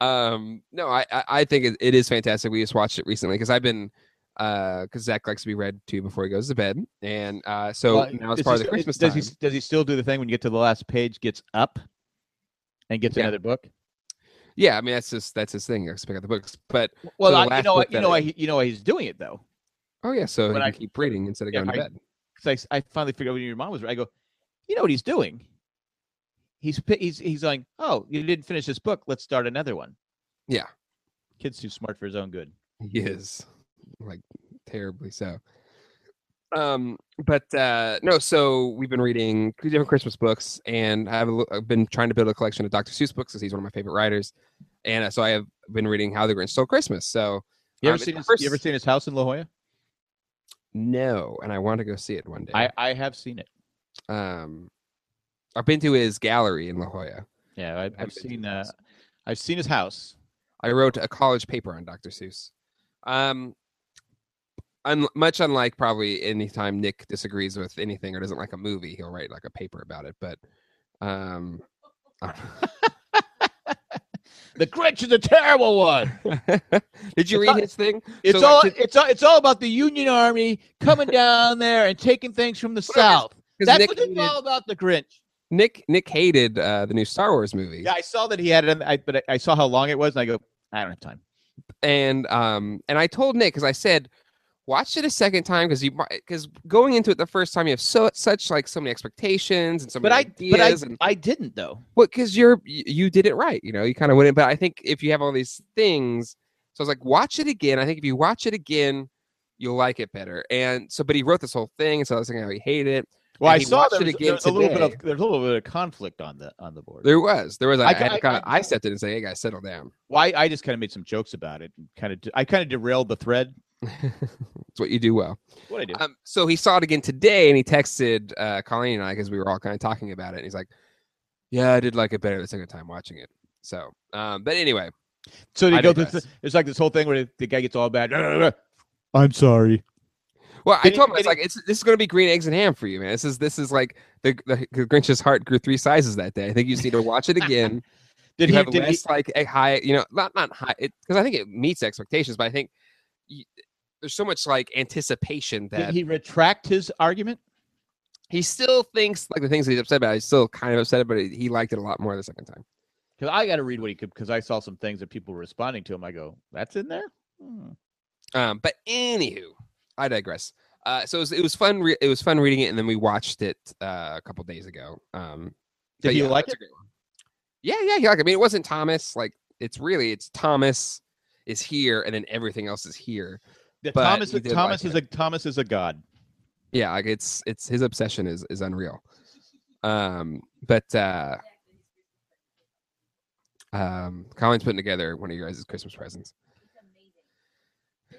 Speaker 1: um no i i, I think it, it is fantastic we just watched it recently because i've been uh because zach likes to be read to before he goes to bed and uh so
Speaker 2: Well,
Speaker 1: now it's part of
Speaker 2: does
Speaker 1: the
Speaker 2: he still-
Speaker 1: christmas
Speaker 2: does
Speaker 1: time
Speaker 2: He, does he still do the thing when you get to the last page, gets up and gets
Speaker 1: Yeah.
Speaker 2: another book?
Speaker 1: yeah i mean that's just that's his thing he likes to pick out the books but
Speaker 2: Well,
Speaker 1: the
Speaker 2: I, you
Speaker 1: last
Speaker 2: know, why-
Speaker 1: book
Speaker 2: you
Speaker 1: that
Speaker 2: know,
Speaker 1: I-
Speaker 2: why he- you know, why he's doing it though.
Speaker 1: oh yeah so he
Speaker 2: But
Speaker 1: can
Speaker 2: I-
Speaker 1: keep reading instead of
Speaker 2: yeah,
Speaker 1: going to
Speaker 2: I-
Speaker 1: bed
Speaker 2: because I, I finally figured out when your mom was right. I go, you know what he's doing? He's pi- he's he's like, oh, you didn't finish this book. Let's start another one.
Speaker 1: Yeah.
Speaker 2: kid's too smart for his own good.
Speaker 1: he is like terribly so um but uh no so we've been reading two different christmas books and i've l- I've been trying to build a collection of dr seuss books because he's one of my favorite writers and uh, so i have been reading how the grinch stole christmas so
Speaker 2: You
Speaker 1: Um,
Speaker 2: ever
Speaker 1: it's
Speaker 2: seen
Speaker 1: the
Speaker 2: his,
Speaker 1: first-
Speaker 2: you ever seen his house in La Jolla?
Speaker 1: no and i want to go see it one day
Speaker 2: I I have seen it.
Speaker 1: um i've been to his gallery in la jolla
Speaker 2: Yeah, I, I've,
Speaker 1: been to
Speaker 2: seen
Speaker 1: his
Speaker 2: uh,
Speaker 1: house.
Speaker 2: I've seen his house.
Speaker 1: I wrote a college paper on Dr. Seuss. Um, un- much unlike probably any time Nick disagrees with anything or doesn't like a movie, he'll write like a paper about it. But um,
Speaker 2: The Grinch is a terrible one.
Speaker 1: did you
Speaker 2: It's
Speaker 1: read
Speaker 2: not-
Speaker 1: his thing?
Speaker 2: It's
Speaker 1: like,
Speaker 2: all
Speaker 1: did-
Speaker 2: it's all it's all about the Union Army coming down there and taking things from the
Speaker 1: Well, no,
Speaker 2: South. That's
Speaker 1: Nick
Speaker 2: what it's
Speaker 1: hated,
Speaker 2: all about. The Grinch.
Speaker 1: Nick Nick hated uh, the new Star Wars movie,
Speaker 2: Yeah, I saw that he had it, on- I, but I, I saw how long it was, and I go, I don't have time.
Speaker 1: and um, and I told Nick because I said. Watch it a second time because you because going into it the first time you have so such like so many expectations and so many
Speaker 2: But I, but I,
Speaker 1: ideas and
Speaker 2: I didn't though.
Speaker 1: well because you're y- you did it right you know you kind of went in but i think if you have all these things so i was like watch it again i think if you watch it again you'll like it better and so but he wrote this whole thing and so i was thinking how he hated it
Speaker 2: Well,
Speaker 1: And
Speaker 2: I
Speaker 1: he
Speaker 2: saw
Speaker 1: watched
Speaker 2: there
Speaker 1: it
Speaker 2: was, there
Speaker 1: again
Speaker 2: was a little bit
Speaker 1: today.
Speaker 2: of there's a little bit of conflict on the on the board.
Speaker 1: there was there was i
Speaker 2: I-
Speaker 1: I, had to
Speaker 2: I-
Speaker 1: kinda,
Speaker 2: I-
Speaker 1: I stepped in and say hey guys settle down
Speaker 2: Why I just kind of made some jokes about it, and kind of I kind of derailed the thread.
Speaker 1: it's what you do well
Speaker 2: What I do?
Speaker 1: um, so he saw it again today and he texted uh, colleen and i because we were all kind of talking about it and he's like yeah i did like it better the second time watching it so um, but anyway
Speaker 2: so
Speaker 1: I
Speaker 2: they go through.
Speaker 1: digress.
Speaker 2: th- It's like this whole thing where the guy gets all bad.
Speaker 3: I'm sorry.
Speaker 1: Well, I
Speaker 2: Did he-
Speaker 1: told him I
Speaker 2: did
Speaker 1: was
Speaker 2: he-
Speaker 1: like, it's this is gonna be green eggs and ham for you, man. This is this is like the, the, the Grinch's heart grew three sizes that day. I think you just need to watch it again.
Speaker 2: Did
Speaker 1: you
Speaker 2: he?
Speaker 1: have
Speaker 2: Did he
Speaker 1: less like a high, you know, not not high, because I think it meets expectations, but I think y there's so much like anticipation
Speaker 2: did
Speaker 1: that he,
Speaker 2: he retract his argument?
Speaker 1: still thinks like the things that he's upset about. He's still kind of upset, but he, he liked it a lot more the second time.
Speaker 2: Because I got to read what he could. Because I saw some things that people were responding to him. I go, that's in there. Hmm.
Speaker 1: Um, but anywho, I digress. Uh, so it was, it was fun. Re- it was fun reading it, and then we watched it uh, a couple days ago. Um,
Speaker 2: Did
Speaker 1: But
Speaker 2: he
Speaker 1: yeah,
Speaker 2: like
Speaker 1: that's
Speaker 2: it?
Speaker 1: a great one. Yeah, yeah, yeah. I mean, it wasn't Thomas. Like, it's really it's Thomas is here, and then everything else is here.
Speaker 2: The
Speaker 1: but
Speaker 2: Thomas.
Speaker 1: he did
Speaker 2: Thomas
Speaker 1: like
Speaker 2: is a Thomas is a god.
Speaker 1: Yeah, like it's it's his obsession is is unreal. Um, but uh, um, Colin's putting together one of your guys' Christmas presents.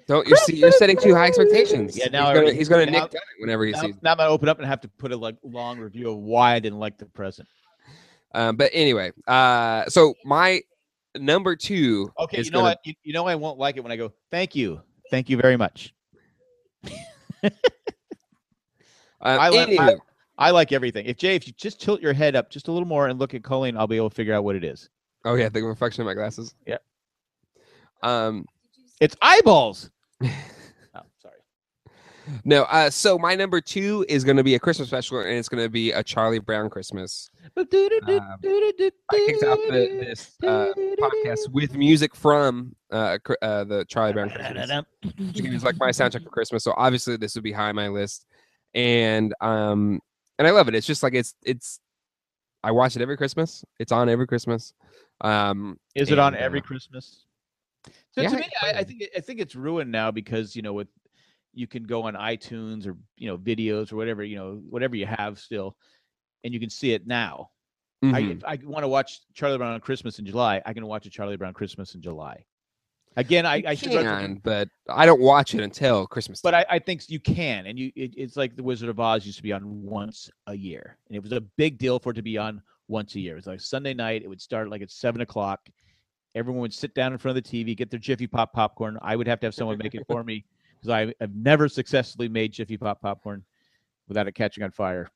Speaker 1: Don't you see? You're setting too high expectations.
Speaker 2: Yeah,
Speaker 1: he's
Speaker 2: now
Speaker 1: gonna,
Speaker 2: everybody-
Speaker 1: he's gonna
Speaker 2: now-
Speaker 1: nick Dunn it whenever he
Speaker 2: Now,
Speaker 1: sees.
Speaker 2: now I'm gonna open up and have to put a like long review of why I didn't like the present.
Speaker 1: Um, but anyway, uh, so my number two.
Speaker 2: Okay,
Speaker 1: is
Speaker 2: you know
Speaker 1: gonna-
Speaker 2: what? You, you know I won't like it when I go, thank you. Thank you very much.
Speaker 1: Uh,
Speaker 2: I like- I-
Speaker 1: anywho.
Speaker 2: I like everything. If Jay, if you just tilt your head up just a little more and look at Colleen, I'll be able to figure out what it is.
Speaker 1: Oh yeah, the reflection of my glasses.
Speaker 2: Yep.
Speaker 1: Um.
Speaker 2: It's eyeballs. oh, sorry.
Speaker 1: No. Uh. So my number two is going to be a Christmas special, and it's going to be a Charlie Brown Christmas. I kicked off the, this uh, podcast with music from uh, Cr- uh the Charlie Brown Christmas. It was like my soundtrack for Christmas, so obviously this would be high on my list, and um, and I love it. It's just like it's it's. I watch it every Christmas. It's on every Christmas. Um.
Speaker 2: Is it on
Speaker 1: And, uh,
Speaker 2: every Christmas? So
Speaker 1: yeah,
Speaker 2: to me, I, I
Speaker 1: probably.
Speaker 2: think it- I think it's ruined now because you know with you can go on iTunes or you know videos or whatever you know whatever you have still, and you can see it now. I,
Speaker 1: Mhm.
Speaker 2: if I want to watch Charlie Brown Christmas in July, I can watch a Charlie Brown Christmas in July. Again, I, I should,
Speaker 1: can, but I don't watch it until Christmas.
Speaker 2: but I, I think you can, and you it, it's like the Wizard of Oz used to be on once a year, and it was a big deal for it to be on once a year. It was like Sunday night; it would start like at seven o'clock. Everyone would sit down in front of the TV, get their Jiffy Pop popcorn. I would have to have someone make it for me because I have never successfully made Jiffy Pop popcorn without it catching on fire.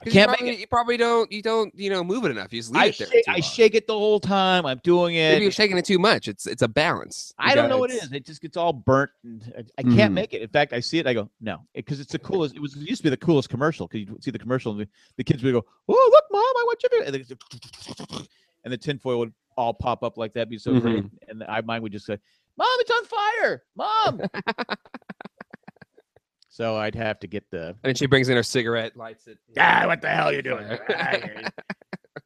Speaker 2: I
Speaker 1: 'Cause you
Speaker 2: can't make
Speaker 1: probably, You probably don't. You don't. You know, move it enough. You just leave
Speaker 2: I,
Speaker 1: it there.
Speaker 2: shake,
Speaker 1: too
Speaker 2: I
Speaker 1: long.
Speaker 2: shake it the whole time. I'm doing it.
Speaker 1: Maybe you're shaking it too much. It's it's a balance. You
Speaker 2: I don't know
Speaker 1: gotta-
Speaker 2: what it
Speaker 1: it's-
Speaker 2: is. It just gets all burnt. And I, I
Speaker 1: Mhm.
Speaker 2: can't make it. In fact, I see it. I go no, because it's the coolest. It was it used to be the coolest commercial. Because you see the commercial, and the, the kids would go, "Oh, look, mom, I want you to." And, they just- and the tinfoil would all pop up like that. Be so great. And I mine would just say, "Mom, it's on fire, mom." so I'd have to get the.
Speaker 1: And then she brings in her cigarette, lights it.
Speaker 2: Ah, what the hell you doing?
Speaker 1: Fire.
Speaker 2: Ah,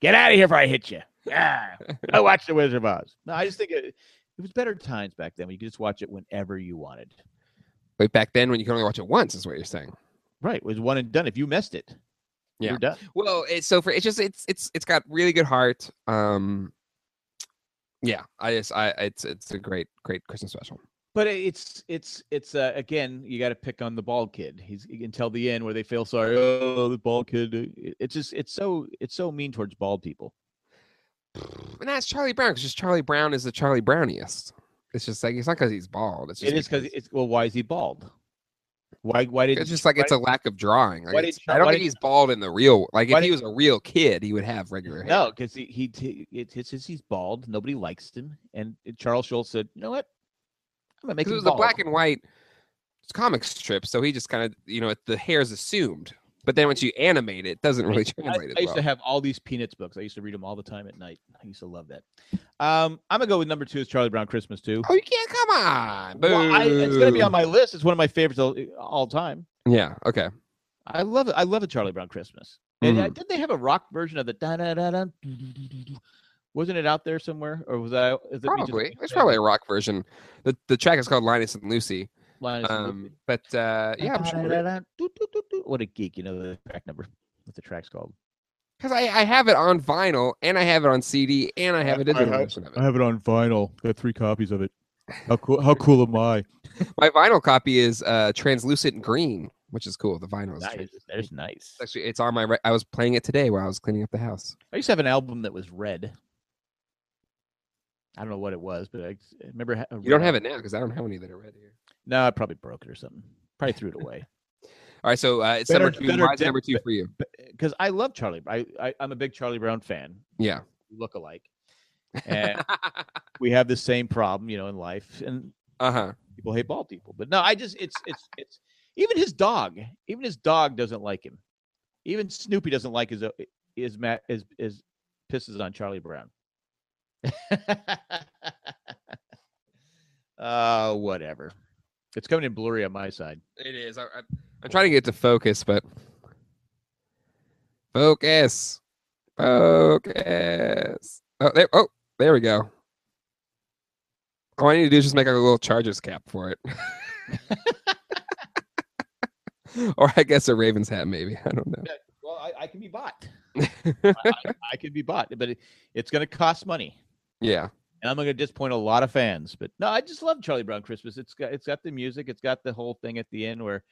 Speaker 2: Get out of here before I hit you. Yeah. Go watch The Wizard of Oz. No, I just think it, it was better times back then. when You could just watch it whenever you wanted.
Speaker 1: Like back then, when you could only watch it once, is what you're saying.
Speaker 2: Right. It was one and done. If you missed it,
Speaker 1: Yeah.
Speaker 2: you're done.
Speaker 1: Well, it's so for it's just it's it's it's got really good heart. Um, yeah, I just I it's it's a great great Christmas special.
Speaker 2: But it- it's it's it's uh, again, you got to pick on the bald kid. He's until the end where they feel sorry. Oh, the bald kid. uh, it- It's just it's so it's so mean towards bald people.
Speaker 1: And that's Charlie Brown because just Charlie Brown is the Charlie Browniest. It's just like it's not because he's bald. It's just
Speaker 2: It is because it's well, why is he bald? Why why did
Speaker 1: it's just like it's a lack of drawing. Like
Speaker 2: why
Speaker 1: it's-
Speaker 2: did Char-
Speaker 1: I don't
Speaker 2: why
Speaker 1: think
Speaker 2: did-
Speaker 1: he's bald in the real. Like
Speaker 2: why
Speaker 1: if he
Speaker 2: did-
Speaker 1: was a real kid, he would have regular hair.
Speaker 2: No, because he he t- it's, it's just he's bald. Nobody likes him, and Charles Schultz said, "You know what? I'm gonna make
Speaker 1: because it
Speaker 2: him
Speaker 1: was
Speaker 2: bald."
Speaker 1: a black and white comic strip, so he just kind of you know the hair's assumed. But then once you animate it, it doesn't really
Speaker 2: I,
Speaker 1: translate
Speaker 2: I
Speaker 1: as
Speaker 2: used
Speaker 1: well.
Speaker 2: to have all these Peanuts books. I used to read them all the time at night. I used to love that. Um, I'm gonna go with number two is Charlie Brown Christmas too.
Speaker 1: oh, you can't come on!
Speaker 2: Well, I- it's gonna be on
Speaker 1: Boo.
Speaker 2: my list. It's one of my favorites all, all time.
Speaker 1: Yeah. Okay.
Speaker 2: I love it. I love a Charlie Brown Christmas. And
Speaker 1: Mm-hmm.
Speaker 2: uh, did they have a rock version of the da da da da? Wasn't it out there somewhere, or was I? Is it me just
Speaker 1: Probably.
Speaker 2: making
Speaker 1: There's
Speaker 2: that
Speaker 1: probably a rock version. The the track is called Linus and Lucy.
Speaker 2: line as a
Speaker 1: Um, but uh, yeah, I'm sure
Speaker 2: Da-da-da-da-da-doo-doo-doo-doo. What a geek, you know the track number, what the track's called.
Speaker 1: because I, I have it on vinyl and I have it on CD and I have a
Speaker 3: I
Speaker 1: digital
Speaker 3: have-
Speaker 2: Uh-huh.
Speaker 1: version of
Speaker 3: I
Speaker 1: it.
Speaker 3: have it on vinyl. Got three copies of it. How cool? How cool am I?
Speaker 1: My vinyl copy is uh, translucent green, which is cool. The vinyl is
Speaker 2: Nice.
Speaker 1: translucent green.
Speaker 2: There's nice.
Speaker 1: It's actually it's on my. Re- I was playing it today while I was cleaning up the house.
Speaker 2: I used to have an album that was red. I don't know what it was, but I s- I remember. ha- a
Speaker 1: You don't
Speaker 2: red
Speaker 1: have it
Speaker 2: album.
Speaker 1: now because I don't have any that are red here.
Speaker 2: No, I probably broke it or something. Probably threw it away.
Speaker 1: All right, so uh, it's
Speaker 2: Better-
Speaker 1: number two.
Speaker 2: better
Speaker 1: Why is
Speaker 2: dip-
Speaker 1: number two for you?
Speaker 2: Because I love Charlie. I, I I'm a big Charlie Brown fan.
Speaker 1: Yeah.
Speaker 2: Look alike. And we have the same problem, you know, in life. And
Speaker 1: Uh huh.
Speaker 2: people hate bald people. But no, I just it's it's it's even his dog, even his dog doesn't like him. Even Snoopy doesn't like his is Matt is is pisses on Charlie Brown. uh whatever. It's coming in blurry on my side.
Speaker 1: It is. I, I, I'm trying to get it to focus, but focus, focus. Oh, there. Oh, there we go. All I need to do is just make like, a little Chargers cap for it, or I guess a Ravens hat, maybe. I don't know.
Speaker 2: Well, I, I can be bought. I, I- I can be bought, but it, it's going to cost money.
Speaker 1: Yeah.
Speaker 2: and I'm going to disappoint a lot of fans. But no, I just love Charlie Brown Christmas. It's got it's got the music. It's got the whole thing at the end where,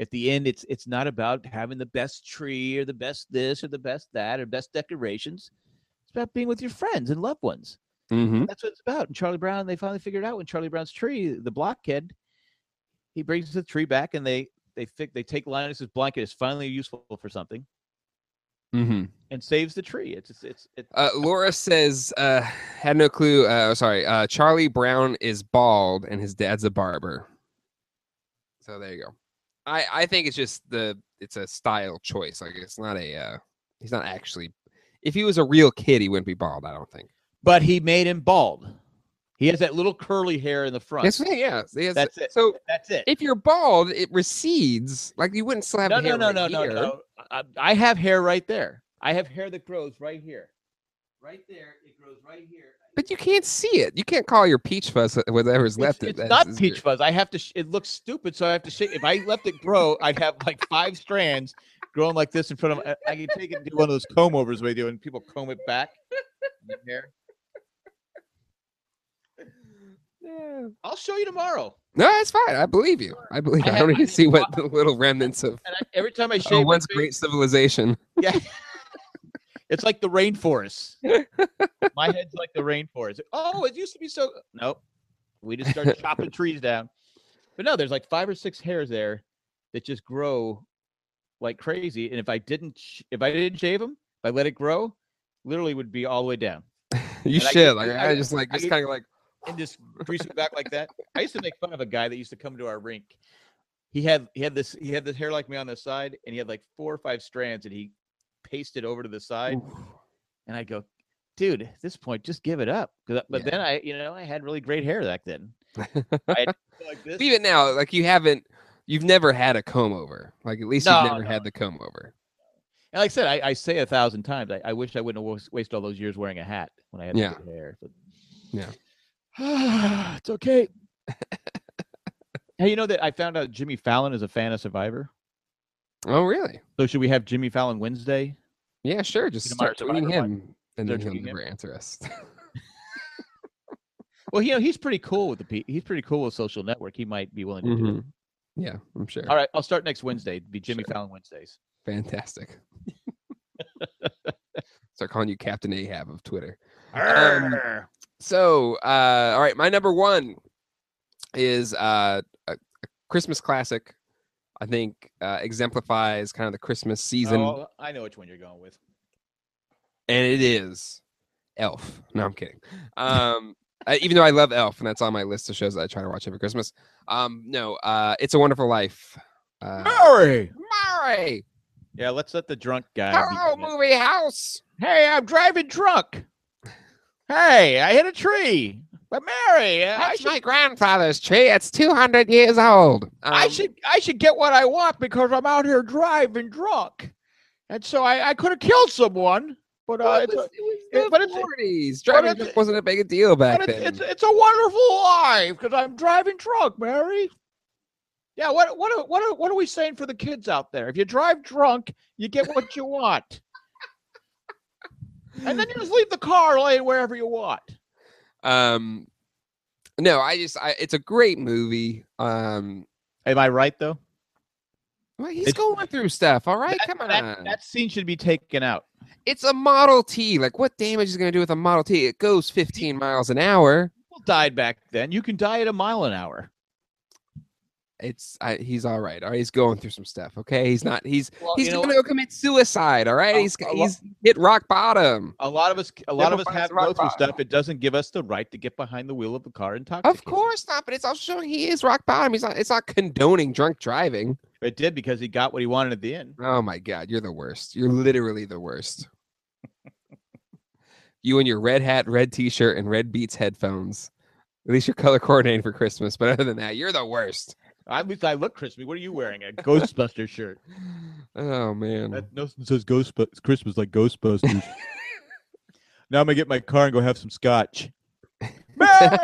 Speaker 2: at the end, it's it's not about having the best tree or the best this or the best that or best decorations. It's about being with your friends and loved ones.
Speaker 1: Mm-hmm.
Speaker 2: That's what it's about. And Charlie Brown, they finally figured out when Charlie Brown's tree, the blockhead, he brings the tree back and they they fi- they take Linus's blanket. It's finally useful for something
Speaker 1: Mm-hmm.
Speaker 2: and saves the tree. It's it's it's, it's
Speaker 1: Uh, Laura says, uh, had no clue. Uh, sorry. Uh, Charlie Brown is bald and his dad's a barber. So there you go. I, I think it's just the, it's a style choice. Like it's not a, uh, he's not actually, if he was a real kid, he wouldn't be bald. I don't think.
Speaker 2: but he made him bald. He has that little curly hair in the front.
Speaker 1: That's what- yeah. yes.
Speaker 2: That's it.
Speaker 1: So
Speaker 2: That's it.
Speaker 1: if you're bald, it recedes. Like you wouldn't still have
Speaker 2: no, no,
Speaker 1: hair
Speaker 2: no,
Speaker 1: right
Speaker 2: no, no,
Speaker 1: here.
Speaker 2: no. I, I have hair right there. I have hair that grows right here. Right there, it grows right here.
Speaker 1: But you can't see it. You can't call your peach fuzz whatever's
Speaker 2: It's,
Speaker 1: left of
Speaker 2: it's
Speaker 1: that.
Speaker 2: not
Speaker 1: This is
Speaker 2: peach
Speaker 1: weird.
Speaker 2: fuzz. I have to. Sh- it looks stupid, so I have to shake. If I left it grow, I'd have like five strands growing like this in front of. I, I can take it and do one of those comb overs with you, and people comb it back. in your hair. I'll show you tomorrow.
Speaker 1: No, that's fine. I believe you. I believe.
Speaker 2: I
Speaker 1: I,
Speaker 2: have-
Speaker 1: don't need to see what the little remnants of
Speaker 2: And I, every time I shave,
Speaker 1: oh,
Speaker 2: my
Speaker 1: once
Speaker 2: face-
Speaker 1: great civilization.
Speaker 2: Yeah. it's like the rainforest. My head's like the rainforest. Oh, it used to be so. Nope. We just start chopping trees down. But no, there's like five or six hairs there that just grow like crazy. And if I didn't, sh- if I didn't shave them, if I let it grow, literally would be all the way down.
Speaker 1: You
Speaker 2: And I
Speaker 1: should.
Speaker 2: get-
Speaker 1: Like
Speaker 2: I-
Speaker 1: I, just like
Speaker 2: I
Speaker 1: just
Speaker 2: get-
Speaker 1: kind of like
Speaker 2: and just grease it back like that. I used to make fun of a guy that used to come to our rink. He had he had this he had this hair like me on the side, and he had like four or five strands, and he pasted over to the side.
Speaker 1: mm,
Speaker 2: And I go, dude, at this point, just give it up. 'Cause I- But
Speaker 1: Yeah.
Speaker 2: then I, you know, I had really great hair back then. I had like this.
Speaker 1: even now. Like you haven't. You've never had a comb over. Like at least
Speaker 2: No,
Speaker 1: you've never
Speaker 2: no.
Speaker 1: had the comb over.
Speaker 2: And like I said, I, I say a thousand times, I, I wish I wouldn't have was- wasted all those years wearing a hat when I had
Speaker 1: Yeah.
Speaker 2: the good hair. But...
Speaker 1: Yeah.
Speaker 2: it's okay. hey, you know that I found out Jimmy Fallon is a fan of Survivor.
Speaker 1: Oh really?
Speaker 2: So should we have Jimmy Fallon Wednesday?
Speaker 1: Yeah, sure. Just
Speaker 2: Peanut butter
Speaker 1: start tweeting
Speaker 2: survivor
Speaker 1: him, and
Speaker 2: They're
Speaker 1: then he'll
Speaker 2: tweeting him?
Speaker 1: never answer us.
Speaker 2: Well, you know he's pretty cool with the pe- he's pretty cool with social network. He might be willing to do.
Speaker 1: Mhm.
Speaker 2: It.
Speaker 1: Yeah, I'm sure.
Speaker 2: All right, I'll start next Wednesday. It'd Be Jimmy
Speaker 1: Sure.
Speaker 2: Fallon Wednesdays.
Speaker 1: Fantastic. Start calling you Captain Ahab of Twitter.
Speaker 2: Arr!
Speaker 1: So, uh, all right, my number one is uh, a, a Christmas classic. I think uh, exemplifies kind of the Christmas season,
Speaker 2: Oh, I know which one you're going with.
Speaker 1: and it is Elf. No, I'm kidding. Um, I, even though I love Elf, and that's on my list of shows that I try to watch every Christmas. Um, no, uh, It's a Wonderful Life.
Speaker 2: Oh
Speaker 1: Uh,
Speaker 2: Murray.
Speaker 1: Murray,
Speaker 2: Yeah, let's let the drunk guy. be
Speaker 1: hello,
Speaker 2: in it.
Speaker 1: movie house.
Speaker 2: Hey, I'm driving drunk. Hey, I hit a tree. But Mary, uh, I
Speaker 1: That's
Speaker 2: should,
Speaker 1: my grandfather's tree. It's 200 years old.
Speaker 2: I
Speaker 1: Um,
Speaker 2: should, I should get what I want because I'm out here driving drunk, and so I, I could have killed someone. But
Speaker 1: well,
Speaker 2: uh,
Speaker 1: it
Speaker 2: it's, a,
Speaker 1: was- it
Speaker 2: it-
Speaker 1: was
Speaker 2: but
Speaker 1: the
Speaker 2: it's-
Speaker 1: 40s.
Speaker 2: but
Speaker 1: Driving
Speaker 2: it's-
Speaker 1: drunk wasn't a big deal back
Speaker 2: but it's,
Speaker 1: then.
Speaker 2: it's it's a wonderful life because I'm driving drunk, Mary. Yeah, what what are, what are, what are we saying for the kids out there? If you drive drunk, you get what you want, and then you just leave the car laying wherever you want.
Speaker 1: um, no, I just, I, it's a great movie. Um,
Speaker 2: Am I right though?
Speaker 1: well, he's
Speaker 2: It's-
Speaker 1: going through stuff. All right,
Speaker 2: That-
Speaker 1: come on.
Speaker 2: That, that scene should be taken out.
Speaker 1: it's a Model T. Like, what damage is going to do with a Model T? It goes 15 miles an hour.
Speaker 2: People died back then. You can die at a mile an hour.
Speaker 1: It's I, he's all right. All right, he's going through some stuff. Okay, he's not. He's
Speaker 2: Well,
Speaker 1: he's
Speaker 2: you know,
Speaker 1: going to go commit suicide. All right,
Speaker 2: A-
Speaker 1: he's
Speaker 2: a lo-
Speaker 1: he's hit rock bottom.
Speaker 2: a lot of us, a lot of us
Speaker 1: Everybody's
Speaker 2: have to
Speaker 1: rock
Speaker 2: go through
Speaker 1: bottom.
Speaker 2: stuff. It doesn't give us the right to get behind the wheel of a car and talk.
Speaker 1: Of course not, but it's also showing he is rock bottom. He's not. It's not condoning drunk driving.
Speaker 2: it did because he got what he wanted at the end.
Speaker 1: Oh my god, you're the worst. You're literally the worst. you and your red hat, red T-shirt, and red Beats headphones. At least you're color coordinated for Christmas. But other than that, you're the worst.
Speaker 2: At least I look crispy. What are you wearing? A Ghostbuster shirt?
Speaker 1: Oh man.
Speaker 3: That Nelson says Ghost Christmas like Ghostbusters. now I'm gonna get my car and go have some scotch.
Speaker 2: Mary,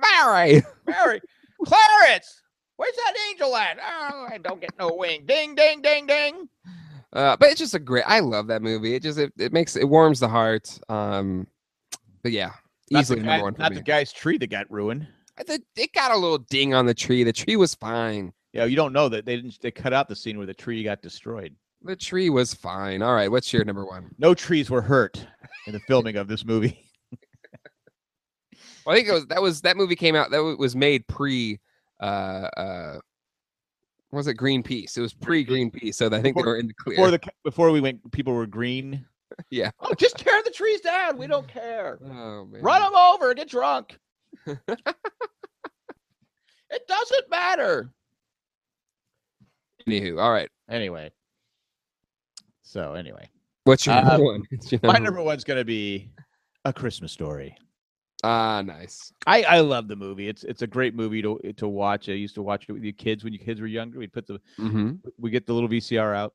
Speaker 1: Mary.
Speaker 2: Mary, Clarence, where's that angel at? Oh, I don't get no wing. Ding, ding, ding, ding.
Speaker 1: Uh, but it's just a great. I love that movie. It just it, it makes it warms the heart. Um, but yeah,
Speaker 2: Not the
Speaker 1: easily
Speaker 2: guy-
Speaker 1: number one for
Speaker 2: not
Speaker 1: me.
Speaker 2: the guy's tree that got ruined.
Speaker 1: The- it got a little ding on the tree. The tree was fine.
Speaker 2: Yeah, you don't know that they didn't. They cut out the scene where the tree got destroyed.
Speaker 1: The tree was fine. All right, what's your number one?
Speaker 2: no trees were hurt in the filming of this movie.
Speaker 1: Well, I think it was that was that movie came out that w- was made pre uh uh what was it Greenpeace? It was pre Greenpeace, so I think they
Speaker 2: Before-
Speaker 1: were in the clear.
Speaker 2: Before the before we went, people were green.
Speaker 1: Yeah.
Speaker 2: Oh, just tear the trees down. We don't care.
Speaker 1: oh man.
Speaker 2: Run them over. Get drunk. it doesn't matter.
Speaker 1: Anywho, all right.
Speaker 2: Anyway. So anyway,
Speaker 1: What's your
Speaker 2: Uh,
Speaker 1: number one? It's your
Speaker 2: my
Speaker 1: number
Speaker 2: number one's gonna be a Christmas story.
Speaker 1: one. Ah, nice.
Speaker 2: I, I love the movie. It's it's a great movie to to watch. I used to watch it with your kids when your kids were younger. We'd put the
Speaker 1: Mm-hmm.
Speaker 2: we get the little VCR out.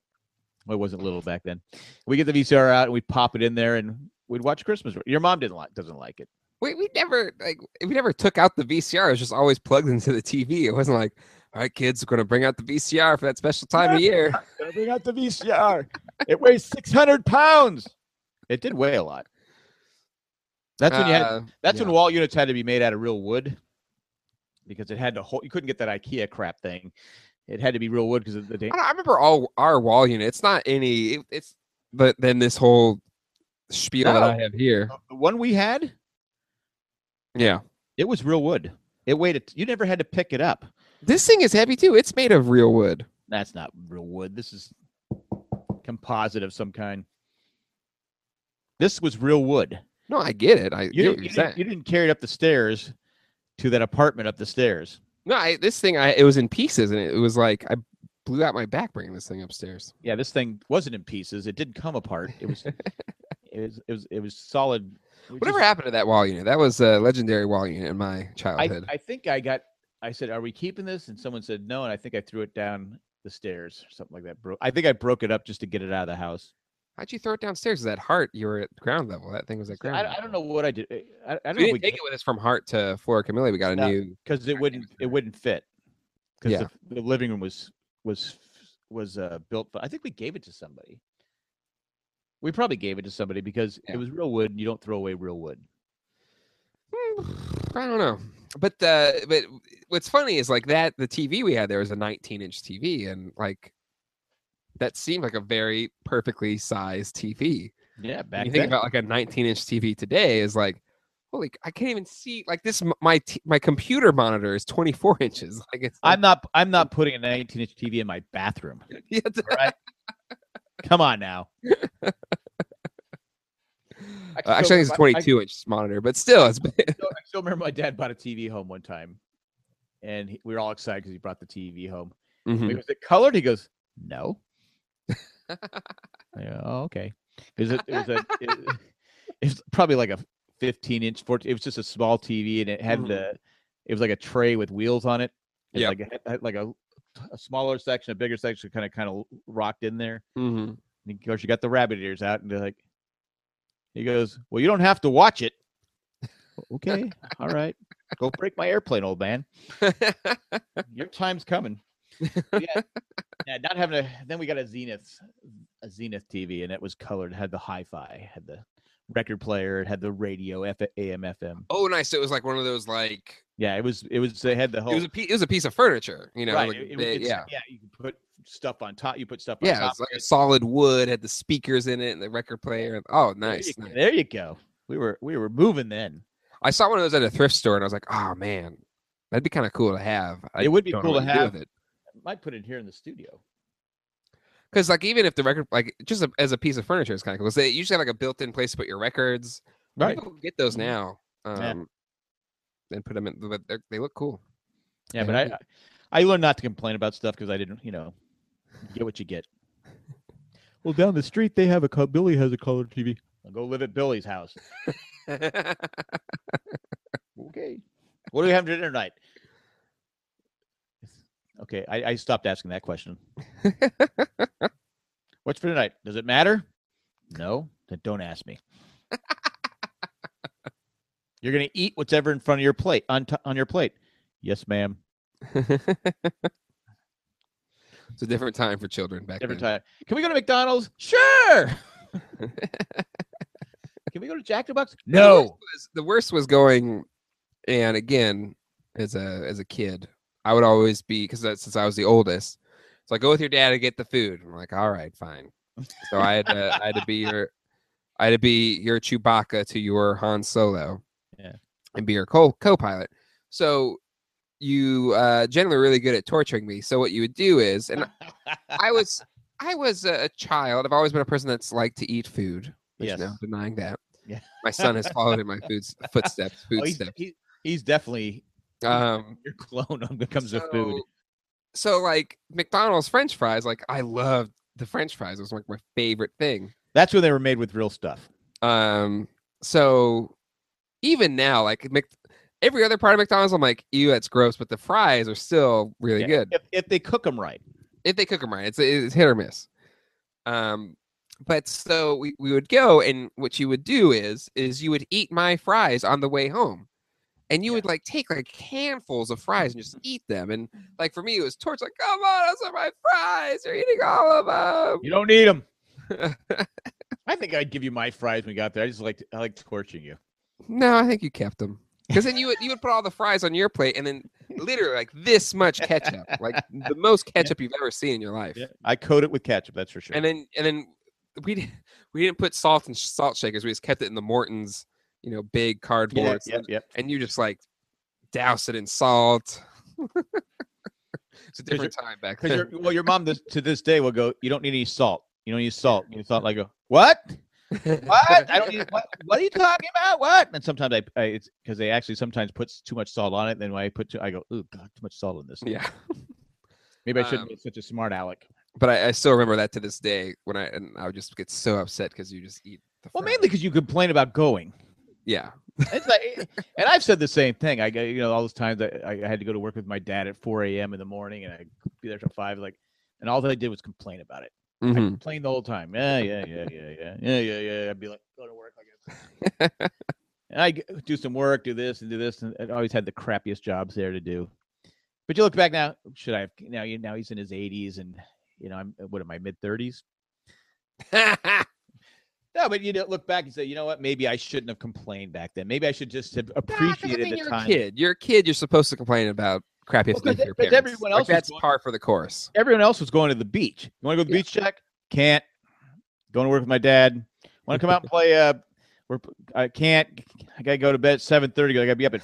Speaker 2: Well, it wasn't little back then. We get the VCR out and we pop it in there and we'd watch Christmas. Your mom didn't like doesn't like it.
Speaker 1: We we never like we never took out the VCR. It was just always plugged into the TV. It wasn't like, All right, kids, we're going to bring out the VCR for that special time of year.
Speaker 2: Gotta Bring out the VCR. It weighs 600 pounds. It did weigh a lot. That's when you had.
Speaker 1: Uh,
Speaker 2: That's
Speaker 1: yeah.
Speaker 2: when wall units had to be made out of real wood because it had to hold. You couldn't get that IKEA crap thing. It had to be real wood because of the
Speaker 1: I,
Speaker 2: damn.
Speaker 1: don't, I remember all our wall unit. It's not any. It, it's but then this whole spiel that I
Speaker 2: No.
Speaker 1: have here.
Speaker 2: The one we had,
Speaker 1: Yeah,
Speaker 2: it was real wood. It weighed. it. You never had to pick it up.
Speaker 1: this thing is heavy too. It's made of real wood.
Speaker 2: That's not real wood. This is composite of some kind. This was real wood.
Speaker 1: No, I get it. I
Speaker 2: You,
Speaker 1: get
Speaker 2: didn't,
Speaker 1: what
Speaker 2: you,
Speaker 1: you're
Speaker 2: didn't,
Speaker 1: saying.
Speaker 2: you didn't carry it up the stairs to that apartment up the stairs.
Speaker 1: No, I, this thing, I it was in pieces, and it, was like I blew out my back bringing this thing upstairs.
Speaker 2: Yeah, this thing wasn't in pieces. It didn't come apart. It was. it was. It was. It was solid. It was
Speaker 1: Whatever
Speaker 2: just-
Speaker 1: happened to that wall unit? That was a legendary wall unit in my
Speaker 2: I,
Speaker 1: childhood.
Speaker 2: I think I got. I said, "Are we keeping this?" And someone said, "No." And I think I threw it down the stairs, or something like that. Broke. I think I broke it up just to get it out of the house.
Speaker 1: How'd you throw it downstairs? That heart, you were at ground level. That thing was at
Speaker 2: So
Speaker 1: ground.
Speaker 2: I,
Speaker 1: level.
Speaker 2: I don't know what I did. I, I- I don't
Speaker 1: We
Speaker 2: know
Speaker 1: didn't take it with us from heart to Flora Camilla. We got a
Speaker 2: No.
Speaker 1: new.
Speaker 2: because it
Speaker 1: think
Speaker 2: wouldn't.
Speaker 1: it's
Speaker 2: It wouldn't fit. Because
Speaker 1: Yeah.
Speaker 2: the, the living room was was was uh, built. But I think we gave it to somebody. We probably gave it to somebody because
Speaker 1: Yeah.
Speaker 2: it was real wood. And you don't throw away real wood.
Speaker 1: I don't know, but uh, but what's funny is like that the TV we had there was a 19 inch TV, and like that seemed like a very perfectly sized TV.
Speaker 2: Yeah,
Speaker 1: When
Speaker 2: back
Speaker 1: you
Speaker 2: then.
Speaker 1: think about like a 19 inch TV today is like, holy, I can't even see like this. m- My t- my computer monitor is 24 inches. Like it's like,
Speaker 2: I'm not. I'm not putting a 19 inch TV in my bathroom.
Speaker 1: Yeah,
Speaker 2: Come on now.
Speaker 1: uh, actually, I think it's a 22 inch monitor, but still, it's big.
Speaker 2: still, I still remember my dad bought a TV home one time, and he, we were all excited because he brought the TV home.
Speaker 1: Mhm.
Speaker 2: He goes, "Is it colored?" He goes, "No." I go, oh, okay. Because it, it was a, it, it was probably like a 15 inch, 14. It was just a small TV, and it had
Speaker 1: Mhm.
Speaker 2: the, it was like a tray with wheels on it. It's
Speaker 1: Yeah.
Speaker 2: like it had- had like a, a smaller section, a bigger section, kind of kind of rocked in there.
Speaker 1: Mhm.
Speaker 2: And of course, you got the rabbit ears out, and they're like, he goes, Well, you don't have to watch it. Okay. all right. Go break my airplane, old man. Your time's coming. But yeah. yeah. Not having a, then we got a Zenith, a Zenith TV, and it was colored, had the hi fi, had the record player, it had the radio, F- AM, FM.
Speaker 1: oh, nice. It was like one of those like
Speaker 2: Yeah. It was, it was, they had the whole,
Speaker 1: it was a pe- it was a piece of furniture, you know?
Speaker 2: right.
Speaker 1: like,
Speaker 2: it- it-
Speaker 1: they-
Speaker 2: it's-
Speaker 1: yeah.
Speaker 2: Yeah. You could put stuff on top. You put stuff on
Speaker 1: Yeah,
Speaker 2: top.
Speaker 1: it's like
Speaker 2: of
Speaker 1: a
Speaker 2: it.
Speaker 1: solid wood had the speakers in it and the record player. and- Oh, nice,
Speaker 2: There you,
Speaker 1: nice.
Speaker 2: there you go. We were, we were moving then.
Speaker 1: I saw one of those at a thrift store and I was like, oh man, that'd be kind of cool to have. I
Speaker 2: It would be
Speaker 1: don't know
Speaker 2: cool
Speaker 1: what
Speaker 2: to
Speaker 1: do
Speaker 2: have.
Speaker 1: with it
Speaker 2: Might put it here in the studio.
Speaker 1: because like even if the record like just a, as a piece of furniture is kind of cool. 'cause They usually have like a built-in place to put your records. People get those
Speaker 2: Mhm.
Speaker 1: now. Um,
Speaker 2: Yeah.
Speaker 1: And put them in, but they're- they look cool.
Speaker 2: Yeah, but
Speaker 1: Yeah.
Speaker 2: I I I learned not to complain about stuff because I didn't, you know, you get what you get.
Speaker 3: Well, down the street they have a co- Billy has a color TV.
Speaker 2: I'll go live at Billy's house.
Speaker 1: I
Speaker 2: Okay. What do we have for dinner tonight? Okay, I, I stopped asking that question. What's for tonight? Does it matter? No, then don't ask me. You're gonna eat whatever in front of your plate on t- on your plate. Yes, ma'am.
Speaker 1: it's a different time for children back
Speaker 2: Different
Speaker 1: then.
Speaker 2: time. Can we go to McDonald's? Sure. Can we go to Jack in the Box?
Speaker 1: The worst
Speaker 2: No.
Speaker 1: was- the worst was going, and again, as a as a kid, I would always be because since I was the oldest, so I go with your dad to get the food. I'm like, all right, fine. So I had to I had to be your I had to be your Chewbacca to your Han Solo,
Speaker 2: Yeah.
Speaker 1: and be your co co-pilot. So you uh, generally were really good at torturing me. So what you would do is, and I was I was a a child. I've always been a person that's liked to eat food. There's
Speaker 2: Yes.
Speaker 1: no denying that.
Speaker 2: Yeah.
Speaker 1: My son has followed in my food's footsteps.
Speaker 2: Oh, he's,
Speaker 1: Footsteps.
Speaker 2: he- he's definitely
Speaker 1: um,
Speaker 2: your clone when it comes to food.
Speaker 1: So like McDonald's French fries, like I loved the French fries. It was like my favorite thing.
Speaker 2: That's when they were made with real stuff.
Speaker 1: Um, so even now, like Mc, every other part of McDonald's, I'm like, ew, that's gross. But the fries are still really
Speaker 2: Yeah,
Speaker 1: good.
Speaker 2: If, if they cook them right.
Speaker 1: if they cook them right, it's it's hit or miss. Um, but so we, we would go, and what you would do is is you would eat my fries on the way home, and you would like take like handfuls of fries and just eat them. And like for me, it was torture. Like, come on, those are my fries. You're eating all of them.
Speaker 2: You don't need them. I think I'd give you my fries when we got there. I just like I like torturing you.
Speaker 1: No, I think you kept them. Because then you would you would put all the fries on your plate, and then literally like this much ketchup, like the most ketchup you've ever seen in your life.
Speaker 2: I coat it with ketchup. That's for sure.
Speaker 1: And then and then we di- we didn't put salt and salt shakers. We just kept it in the Morton's, you know, big cardboard.
Speaker 2: yeah,
Speaker 1: so
Speaker 2: yeah, yeah.
Speaker 1: and you just like douse it in salt. it's a
Speaker 2: you're-
Speaker 1: different time back
Speaker 2: Because
Speaker 1: then.
Speaker 2: your well, your mom this, to this day will go. You don't need any salt. You don't need salt. You need salt. Like go, what? What? I don't e need what? What are you talking about? What? And sometimes I, I it's because they actually sometimes puts too much salt on it. Then when I put too, I go, ooh, god, too much salt in this.
Speaker 1: yeah,
Speaker 2: Maybe I shouldn't
Speaker 1: Um,
Speaker 2: be such a smart aleck.
Speaker 1: but I, I still remember that to this day when I and I would just get so upset because you just eat. The
Speaker 2: Well,
Speaker 1: fries.
Speaker 2: mainly because you complain about going.
Speaker 1: yeah,
Speaker 2: It's like, eh, and I've said the same thing. I, go- you know, all those times I, I had to go to work with my dad at 4 a.m. in the morning, and I'd be there till five. Like, and all that I did was complain about it. I
Speaker 1: Mhm.
Speaker 2: complained the whole time. Yeah, yeah, yeah, yeah, yeah, yeah, yeah, yeah. I'd be like, go to work. I guess. and I do some work, do this and do this, and I always had the crappiest jobs there to do. But you look back now. Should I have now? you- Now he's in his 80s, and you know, I'm uh, what am I mid 30s? No, but you know, look back and say, you know what? Maybe I shouldn't have complained back then. Maybe I should just have
Speaker 1: Nah, 'cause, I
Speaker 2: appreciated
Speaker 1: mean,
Speaker 2: the
Speaker 1: you're
Speaker 2: time.
Speaker 1: a kid. You're a kid. You're supposed to complain about crappy
Speaker 2: Well, 'cause
Speaker 1: things to
Speaker 2: e-
Speaker 1: your
Speaker 2: 'cause
Speaker 1: parents.
Speaker 2: everyone
Speaker 1: Like,
Speaker 2: else was
Speaker 1: that's
Speaker 2: going-
Speaker 1: par for the course.
Speaker 2: Everyone else was going to the beach. You want to go to the
Speaker 1: Yeah.
Speaker 2: beach, Jack? Can't. Going to work with my dad. Want to come out and play? Uh, we're, I can't. I gotta go to bed at seven thirty. I gotta be up at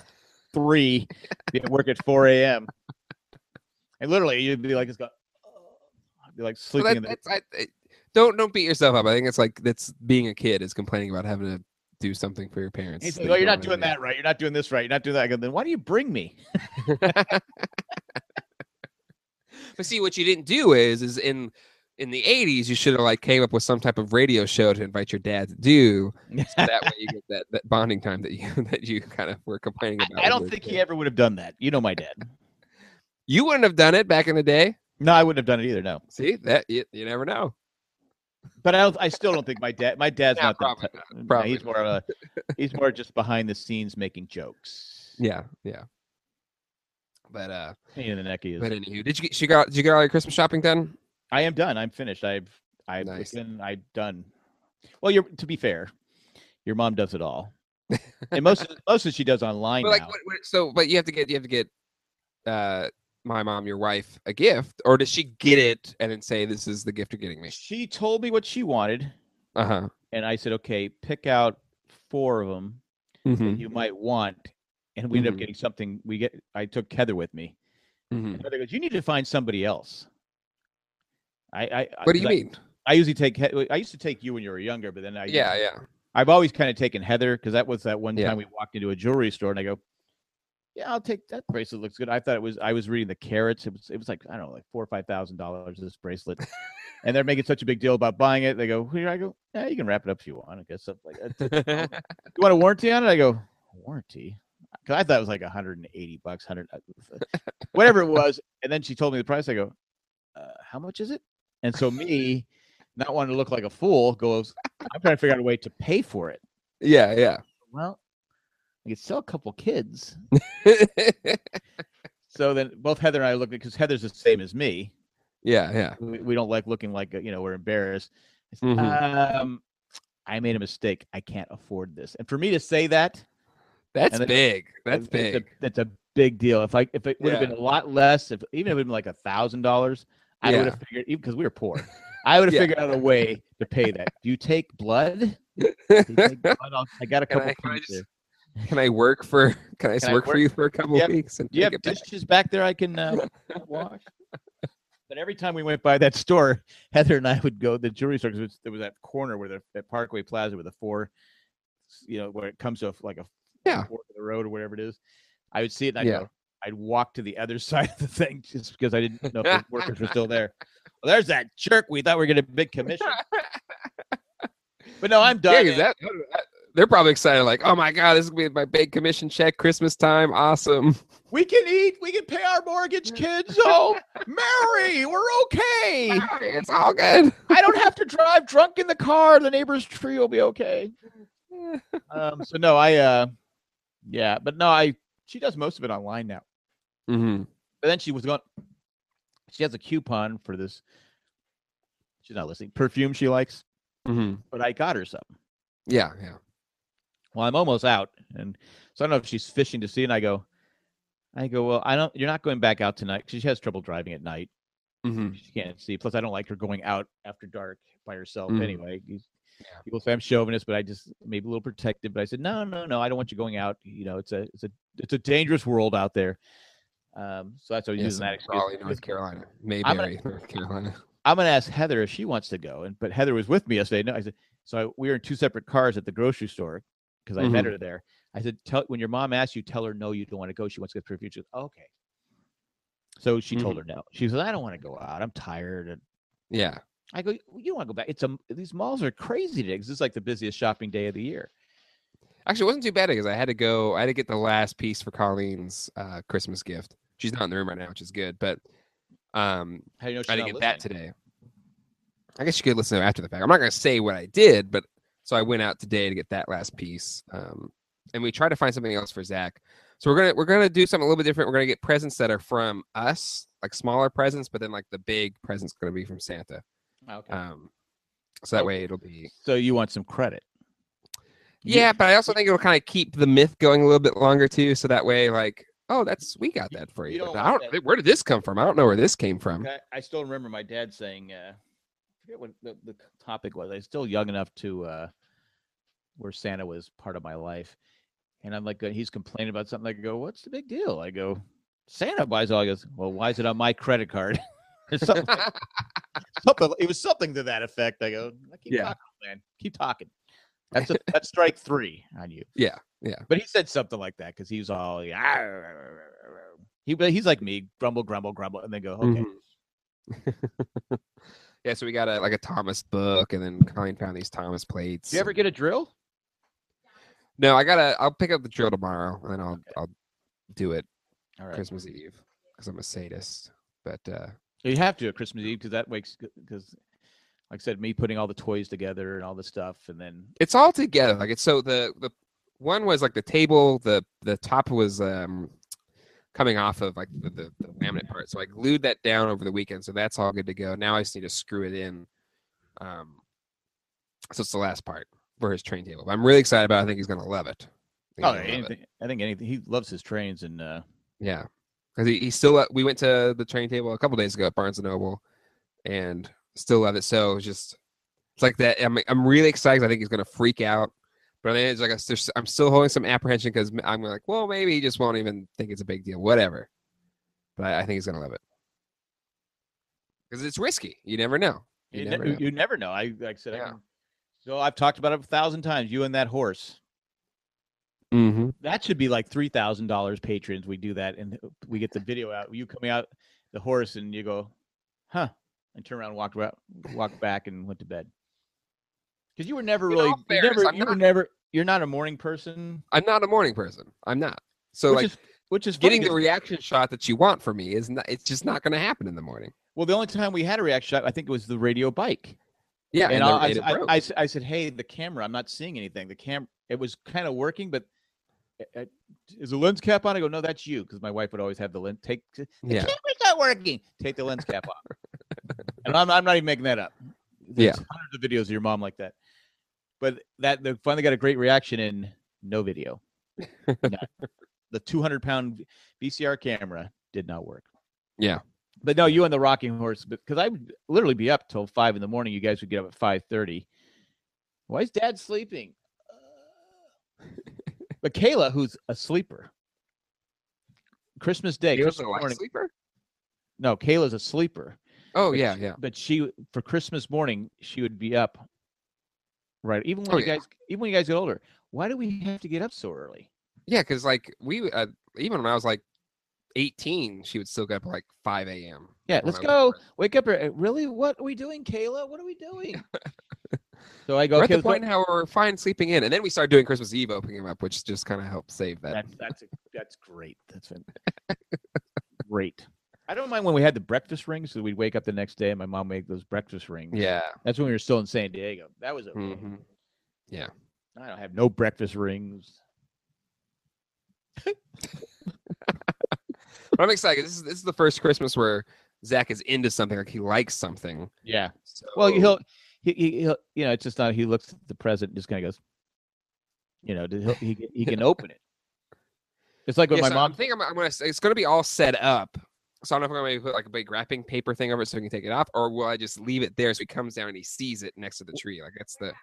Speaker 2: three. Be at work at four a.m. And literally, you'd be like, it's got. I'd be like
Speaker 1: Well,
Speaker 2: sleeping
Speaker 1: that-
Speaker 2: in the.
Speaker 1: that's- I- I- don't don't beat yourself up. I think it's like that's being a kid is complaining about having to do something for your parents.
Speaker 2: He's
Speaker 1: that
Speaker 2: like,
Speaker 1: you
Speaker 2: oh, you're
Speaker 1: don't
Speaker 2: not doing
Speaker 1: really-
Speaker 2: that right. You're not doing this right. You're not doing that. I go, then why do you bring me?
Speaker 1: But see, what you didn't do is, is in in the '80s, you should have like came up with some type of radio show to invite your dad to do. So that way, you get that, that bonding time that you that you kind of were complaining about.
Speaker 2: I
Speaker 1: when
Speaker 2: don't
Speaker 1: you were a
Speaker 2: think he
Speaker 1: kid.
Speaker 2: ever would have done that. You know my dad.
Speaker 1: You wouldn't have done it back in the day.
Speaker 2: No, I wouldn't have done it either. No,
Speaker 1: See that you, you never know.
Speaker 2: but I don't. I still don't think my dad. My dad's
Speaker 1: No,
Speaker 2: not. that
Speaker 1: probably
Speaker 2: type-
Speaker 1: not.
Speaker 2: no,
Speaker 1: Probably
Speaker 2: he's more of a. He's more just behind the scenes making jokes.
Speaker 1: Yeah, yeah. But uh,
Speaker 2: Pain in the neck he is.
Speaker 1: but anywho, did you get she got did you get all your Christmas shopping done?
Speaker 2: I am done. I'm finished. I've. I've.
Speaker 1: Nice.
Speaker 2: Been, I've done. Well, you're to be fair, your mom does it all, and most of, most of she does online
Speaker 1: But like,
Speaker 2: now.
Speaker 1: what, what, so but you have to get you have to get uh my mom your wife a gift, or does she get it and then say this is the gift you're getting me?
Speaker 2: She told me what she wanted,
Speaker 1: Uh huh.
Speaker 2: and I said, "Okay, pick out four of them
Speaker 1: Mm-hmm.
Speaker 2: you might want." And we ended up
Speaker 1: Mhm.
Speaker 2: getting something. We get. I took Heather with me.
Speaker 1: Mm-hmm.
Speaker 2: Heather goes, "You need to find somebody else." I. I I-
Speaker 1: What do you
Speaker 2: 'cause I-
Speaker 1: mean?
Speaker 2: I usually take. He- I used to take you when you were younger, but then I
Speaker 1: yeah, yeah.
Speaker 2: I've always kind of taken Heather because that was that one
Speaker 1: Yeah.
Speaker 2: time we walked into a jewelry store and I go, "Yeah, I'll take that bracelet. Looks good." I thought it was. I was reading the carrots. It was. It was like I don't know, like four or five thousand dollars this bracelet, and they're making such a big deal about buying it. They go, "Here," I go, "Yeah, you can wrap it up if you want." I guess something like that. You want a warranty on it? I go, warranty? Because I thought it was like 180 bucks, 100, whatever it was. And then she told me the price. I go, uh, how much is it? And so me, not wanting to look like a fool, goes, I'm trying to figure out a way to pay for it.
Speaker 1: yeah, yeah.
Speaker 2: Well, I could sell a couple kids. So then both Heather and I looked at because Heather's the same as me.
Speaker 1: yeah, yeah.
Speaker 2: We, we don't like looking like uh, you know we're embarrassed. I said,
Speaker 1: Mm-hmm.
Speaker 2: um, I made a mistake. I can't afford this. And for me to say that.
Speaker 1: That's
Speaker 2: And then-
Speaker 1: big. That's
Speaker 2: It's- it's a-
Speaker 1: big.
Speaker 2: That's a, big deal. If I if it would have
Speaker 1: Yeah.
Speaker 2: been a lot less, if even if it would been like a thousand dollars, I would
Speaker 1: Yeah.
Speaker 2: have figured even because we were poor, I would have
Speaker 1: Yeah.
Speaker 2: figured out a way to pay that. Do you take blood? Do you take blood? I'll- I got a
Speaker 1: Can I-
Speaker 2: couple.
Speaker 1: can I
Speaker 2: pins
Speaker 1: just
Speaker 2: there.
Speaker 1: Can I work for? Can I just
Speaker 2: Can I
Speaker 1: work, for
Speaker 2: work-
Speaker 1: you for a couple
Speaker 2: Yep.
Speaker 1: weeks and
Speaker 2: Do you have
Speaker 1: take it back?
Speaker 2: dishes back there I can uh, wash? But every time we went by that store, Heather and I would go the jewelry store because there was that corner where the at Parkway Plaza where the four, you know, where it comes to a f- like a
Speaker 1: Yeah.
Speaker 2: fork of the road or whatever it is. I would see it and I'd
Speaker 1: Yeah.
Speaker 2: go, I'd walk to the other side of the thing just because I didn't know if the workers were still there. Well, there's that jerk. We thought we were going to big commission. But no, I'm
Speaker 1: Yeah,
Speaker 2: done.
Speaker 1: 'cause that, that- they're probably excited. Like, oh my god, this is gonna be my big commission check. Christmas time, awesome.
Speaker 2: we can eat. We can pay our mortgage, kids. Oh, Mary, we're okay.
Speaker 1: It's all good.
Speaker 2: I don't have to drive drunk in the car. The neighbor's tree will be okay. Um, so no, I uh yeah, but no, I She does most of it online now.
Speaker 1: Mm-hmm.
Speaker 2: But then she was going. She has a coupon for this. She's not listening. Perfume she likes,
Speaker 1: Mm-hmm.
Speaker 2: but I got her some.
Speaker 1: Yeah, yeah.
Speaker 2: Well, I'm almost out, and so I don't know if she's fishing to see. And I go, I go. Well, I don't. You're not going back out tonight 'cause she has trouble driving at night.
Speaker 1: Mm-hmm.
Speaker 2: She can't see. Plus, I don't like her going out after dark by herself.
Speaker 1: Mm.
Speaker 2: Anyway, You- people say I'm chauvinist, but I just maybe a little protective. But I said, no, no, no. I don't want you going out. You know, it's a it's a it's a dangerous world out there. Um, so that's what I was
Speaker 1: Yes,
Speaker 2: using that
Speaker 1: in
Speaker 2: excuse.
Speaker 1: Raleigh, North Carolina,
Speaker 2: gonna-
Speaker 1: Mayberry, North Carolina.
Speaker 2: I'm gonna ask Heather if she wants to go. And but Heather was with me yesterday. No, I said so. We were in two separate cars at the grocery store because I
Speaker 1: Mm-hmm.
Speaker 2: met her there. I said, tell when your mom asks you, tell her no, you don't want to go. She wants to get perfume. She goes, okay. So she told
Speaker 1: Mm-hmm.
Speaker 2: her no. She says, I don't want to go out. I'm tired. And
Speaker 1: Yeah,
Speaker 2: I go, "Well, you don't want to go back. It's a these malls are crazy today 'cause it's like the busiest shopping day of the year.
Speaker 1: actually, it wasn't too bad because I had to go. I had to get the last piece for Colleen's uh, Christmas gift. She's not in the room right now, which is good. But um,
Speaker 2: How do you know? She's
Speaker 1: I didn't get
Speaker 2: not
Speaker 1: that
Speaker 2: listening?
Speaker 1: today. I guess you could listen to it after the fact. I'm not going to say what I did, but so I went out today to get that last piece, um, and we tried to find something else for Zach. So we're gonna we're gonna do something a little bit different. We're gonna get presents that are from us, like smaller presents, but then like the big present's gonna be from Santa.
Speaker 2: Oh, okay.
Speaker 1: Um, so that way it'll be
Speaker 2: so you want some credit? You-
Speaker 1: yeah, but I also think it'll kind of keep the myth going a little bit longer too. So that way, like, oh, that's we got that for
Speaker 2: you
Speaker 1: you.
Speaker 2: don't
Speaker 1: but I
Speaker 2: want
Speaker 1: don't.
Speaker 2: that-
Speaker 1: Where did this come from? I don't know where this came from.
Speaker 2: I, I still remember my dad saying, uh, I forget what the, the topic was. I was still young enough to uh, where Santa was part of my life. And I'm like, uh, he's complaining about something. I go, what's the big deal? I go, Santa buys all. He goes, well, why is it on my credit card? Or something, like- something- It was something to that effect. I go, "I keep
Speaker 1: Yeah.
Speaker 2: talking, man. Keep talking. That's, a, that's strike three on you.
Speaker 1: Yeah, yeah.
Speaker 2: But he said something like that because he was all, "Arr." he, but he's like me, grumble, grumble, grumble. And then go, okay.
Speaker 1: Mm-hmm. Mhm. yeah, so we got a like a Thomas book, and then Colleen found these Thomas plates.
Speaker 2: Do you ever
Speaker 1: and-
Speaker 2: get a drill?
Speaker 1: No, I gotta. I'll pick up the drill tomorrow, and then I'll I'll do it
Speaker 2: All right.
Speaker 1: Christmas Eve because I'm a sadist. But uh
Speaker 2: You have to at Christmas Eve because that wakes because, like I said, me putting all the toys together and all this stuff, and then
Speaker 1: it's all together. Like it's so the the one was like the table, the the top was um coming off of like the, the, the laminate part. So I glued that down over the weekend, so that's all good to go. Now I just need to screw it in. Um so it's the last part for his train table. But I'm really excited about it. I think he's gonna love it. I think
Speaker 2: oh,
Speaker 1: he's gonna love it.
Speaker 2: anything, I think anything he loves his trains and uh,
Speaker 1: Yeah, because he, he still lo- we went to the train table a couple days ago at Barnes and Noble, and still love it. So it's just it's like that. I'm I'm really excited. 'cause I think he's gonna freak out. But then it's like I, s- there's- I'm still holding some apprehension because I'm like, well, maybe he just won't even think it's a big deal. Whatever. But I, I think he's gonna love it because it's risky. You never know. You
Speaker 2: you, ne-
Speaker 1: never
Speaker 2: you-
Speaker 1: know.
Speaker 2: you never know. I like I said, I
Speaker 1: Yeah.
Speaker 2: can, so I've talked about it a thousand times. You and that horse
Speaker 1: Mm-hmm.
Speaker 2: that should be like three thousand dollars patrons. We do that and we get the video out. You coming out the horse and you go, huh? And turn around, and walk around, walk back, and went to bed. Because you were never
Speaker 1: In
Speaker 2: really,
Speaker 1: all
Speaker 2: you,
Speaker 1: fairness,
Speaker 2: never,
Speaker 1: I'm
Speaker 2: you were
Speaker 1: not.
Speaker 2: never, you're not a morning person.
Speaker 1: I'm not a morning person. I'm not. So
Speaker 2: which
Speaker 1: like
Speaker 2: is which is funny
Speaker 1: getting the
Speaker 2: 'cause-
Speaker 1: reaction shot that you want from me is not. It's just not gonna happen in the morning.
Speaker 2: Well, the only time we had a reaction shot, I think it was the radio bike.
Speaker 1: Yeah,
Speaker 2: and
Speaker 1: the-
Speaker 2: I,
Speaker 1: it
Speaker 2: I, I,
Speaker 1: broke.
Speaker 2: I s- I said, hey, the camera, I'm not seeing anything. The camera, it was kind of working, but I- I- is the lens cap on? I go, no, that's you. Because my wife would always have the lens. Take, the
Speaker 1: yeah.
Speaker 2: camera's not working. Take the lens cap off. and I'm, I'm not even making that up.
Speaker 1: Yeah.
Speaker 2: There's hundreds of videos of your mom like that. But that they finally got a great reaction in no video. None. the 200 pound VCR camera did not work.
Speaker 1: Yeah.
Speaker 2: But no, you and the rocking horse, because I would literally be up till five in the morning. You guys would get up at five thirty. Why is Dad sleeping? but Kayla, who's a sleeper, Christmas Day,
Speaker 1: He was a
Speaker 2: Christmas
Speaker 1: light
Speaker 2: morning.
Speaker 1: sleeper?
Speaker 2: No, Kayla's a sleeper.
Speaker 1: Oh
Speaker 2: But
Speaker 1: yeah,
Speaker 2: she-
Speaker 1: yeah.
Speaker 2: But she for Christmas morning she would be up. Right, even when
Speaker 1: Oh,
Speaker 2: you
Speaker 1: yeah.
Speaker 2: guys, even when you guys get older, why do we have to get up so early?
Speaker 1: Yeah, because like we uh, even when I was like eighteen, she would still get up at like five AM.
Speaker 2: Yeah,
Speaker 1: when
Speaker 2: let's
Speaker 1: I was-
Speaker 2: go. Wake up! ear- Really, what are we doing, Kayla? What are we doing? so I go.
Speaker 1: We're
Speaker 2: okay,
Speaker 1: at the
Speaker 2: let's go-
Speaker 1: point how we're fine sleeping in, and then we started doing Christmas Eve opening up, which just kind of helped save that.
Speaker 2: That's that's a, that's great. That's been great. I don't mind when we had the breakfast rings. So we'd wake up the next day and my mom made those breakfast rings.
Speaker 1: Yeah.
Speaker 2: That's when we were still in San Diego. That was okay.
Speaker 1: hmm
Speaker 2: I don't have no breakfast rings.
Speaker 1: But I'm excited. This is this is the first Christmas where Zach is into something. Like he likes something.
Speaker 2: Yeah.
Speaker 1: So,
Speaker 2: Well, he'll he, he he'll you know it's just not he looks at the present and just kind of goes, you know, he'll, he can- he can open it. It's like
Speaker 1: Yeah,
Speaker 2: when my
Speaker 1: so
Speaker 2: mom.
Speaker 1: I'm thinking I'm, I'm gonna. It's gonna be all set up. So I don't know if I'm gonna maybe put like a big wrapping paper thing over it so we can take it off, or will I just leave it there so he comes down and he sees it next to the tree? Like that's the.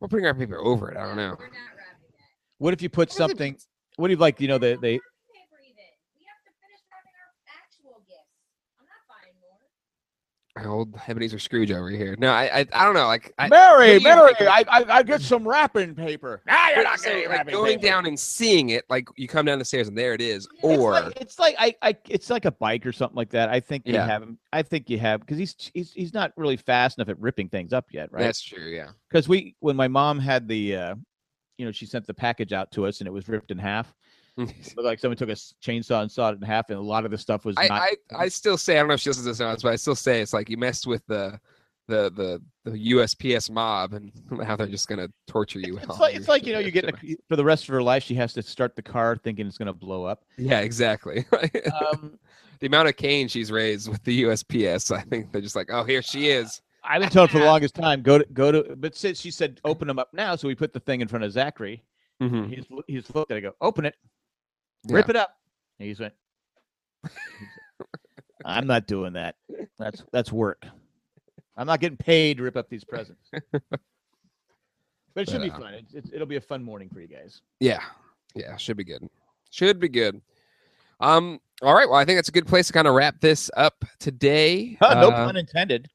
Speaker 1: We're putting wrapping paper over it. I don't know.
Speaker 4: We're not wrapping it.
Speaker 2: what if you put something? What if like you know they they
Speaker 4: Paper even. We have to finish wrapping our actual gifts. I'm not buying more.
Speaker 1: Old Ebenezer Scrooge over here. No, I I, I don't know. Like I,
Speaker 2: Mary
Speaker 1: what do you
Speaker 2: Mary
Speaker 1: think?
Speaker 2: I, I I get some wrapping paper. Ah, you're not
Speaker 1: so,
Speaker 2: getting
Speaker 1: like
Speaker 2: wrapping
Speaker 1: going
Speaker 2: paper.
Speaker 1: down and seeing it. Like you come down the stairs and there it is,
Speaker 4: It's like-
Speaker 1: or
Speaker 2: it's like, it's like I, I it's like a bike or something like that. I think you
Speaker 1: Yeah.
Speaker 2: have him. I think you have because he's he's he's not really fast enough at ripping things up yet, right?
Speaker 1: that's true. Yeah.
Speaker 2: Because we when my mom had the, uh, you know, she sent the package out to us and it was ripped in half. It looked like someone took a s- chainsaw and sawed it in half, and a lot of the stuff was not.
Speaker 1: I, I, I still say I don't know if she listens to this or not, but I still say it's like you messed with the the the, the USPS mob and how they're just gonna torture you. with
Speaker 2: it's
Speaker 1: all
Speaker 2: like
Speaker 1: your-
Speaker 2: it's like you know
Speaker 1: your
Speaker 2: you get in
Speaker 1: shit.
Speaker 2: a, for the rest of her life she has to start the car thinking it's going to blow up.
Speaker 1: yeah exactly
Speaker 2: Um,
Speaker 1: the amount of cane she's raised with the USPS. I think they're just like oh here she is.
Speaker 2: I've been told for the longest time go to go to, but since she said open them up now, so we put the thing in front of Zachary.
Speaker 1: Mhm.
Speaker 2: He's lo- he's looked at it, go open it,
Speaker 1: Yeah.
Speaker 2: rip it up. And he's went. I'm not doing that. That's that's work. I'm not getting paid to rip up these presents. But it should be
Speaker 1: But, uh,
Speaker 2: fun. It's, it's, it'll be a fun morning for you guys.
Speaker 1: Yeah. Yeah. Should be good. Should be good. Um. All right. Well, I think that's a good place to kind of wrap this up today.
Speaker 2: no
Speaker 1: Uh,
Speaker 2: pun intended.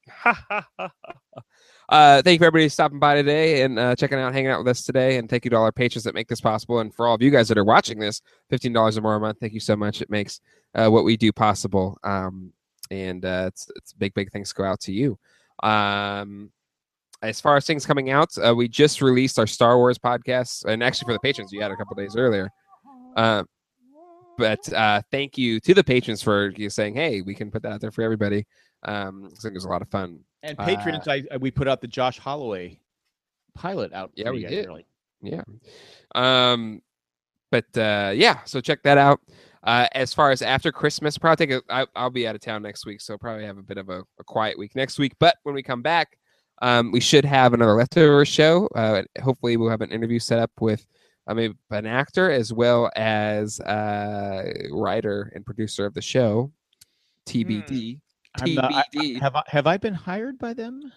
Speaker 1: uh, thank you for everybody stopping by today and uh, checking out, hanging out with us today. And thank you to all our patrons that make this possible. And for all of you guys that are watching this, fifteen dollars or more a month. Thank you so much. It makes uh, what we do possible. Um, and uh, it's it's big, big things go out to you. Um, as far as things coming out, uh, we just released our Star Wars podcast, and actually for the patrons, you had a couple days earlier. Uh, but uh, thank you to the patrons for you know, saying, "Hey, we can put that out there for everybody." Um, 'cause I think it was a lot of fun.
Speaker 2: And
Speaker 1: uh,
Speaker 2: patrons, I, I- we put out the Josh Holloway pilot out.
Speaker 1: Yeah,
Speaker 2: for
Speaker 1: we
Speaker 2: you guys
Speaker 1: did.
Speaker 2: early.
Speaker 1: Yeah. Um, but uh, yeah, so check that out. Uh, as far as after Christmas, probably take a, I, I'll be out of town next week, so I'll probably have a bit of a, a quiet week next week. But when we come back, um, we should have another leftover show. Uh, hopefully, we'll have an interview set up with I mean, an actor as well as uh, writer and producer of the show, TBD.
Speaker 2: Hmm. I'm not- I- I-
Speaker 1: TBD.
Speaker 2: have I have I been hired by them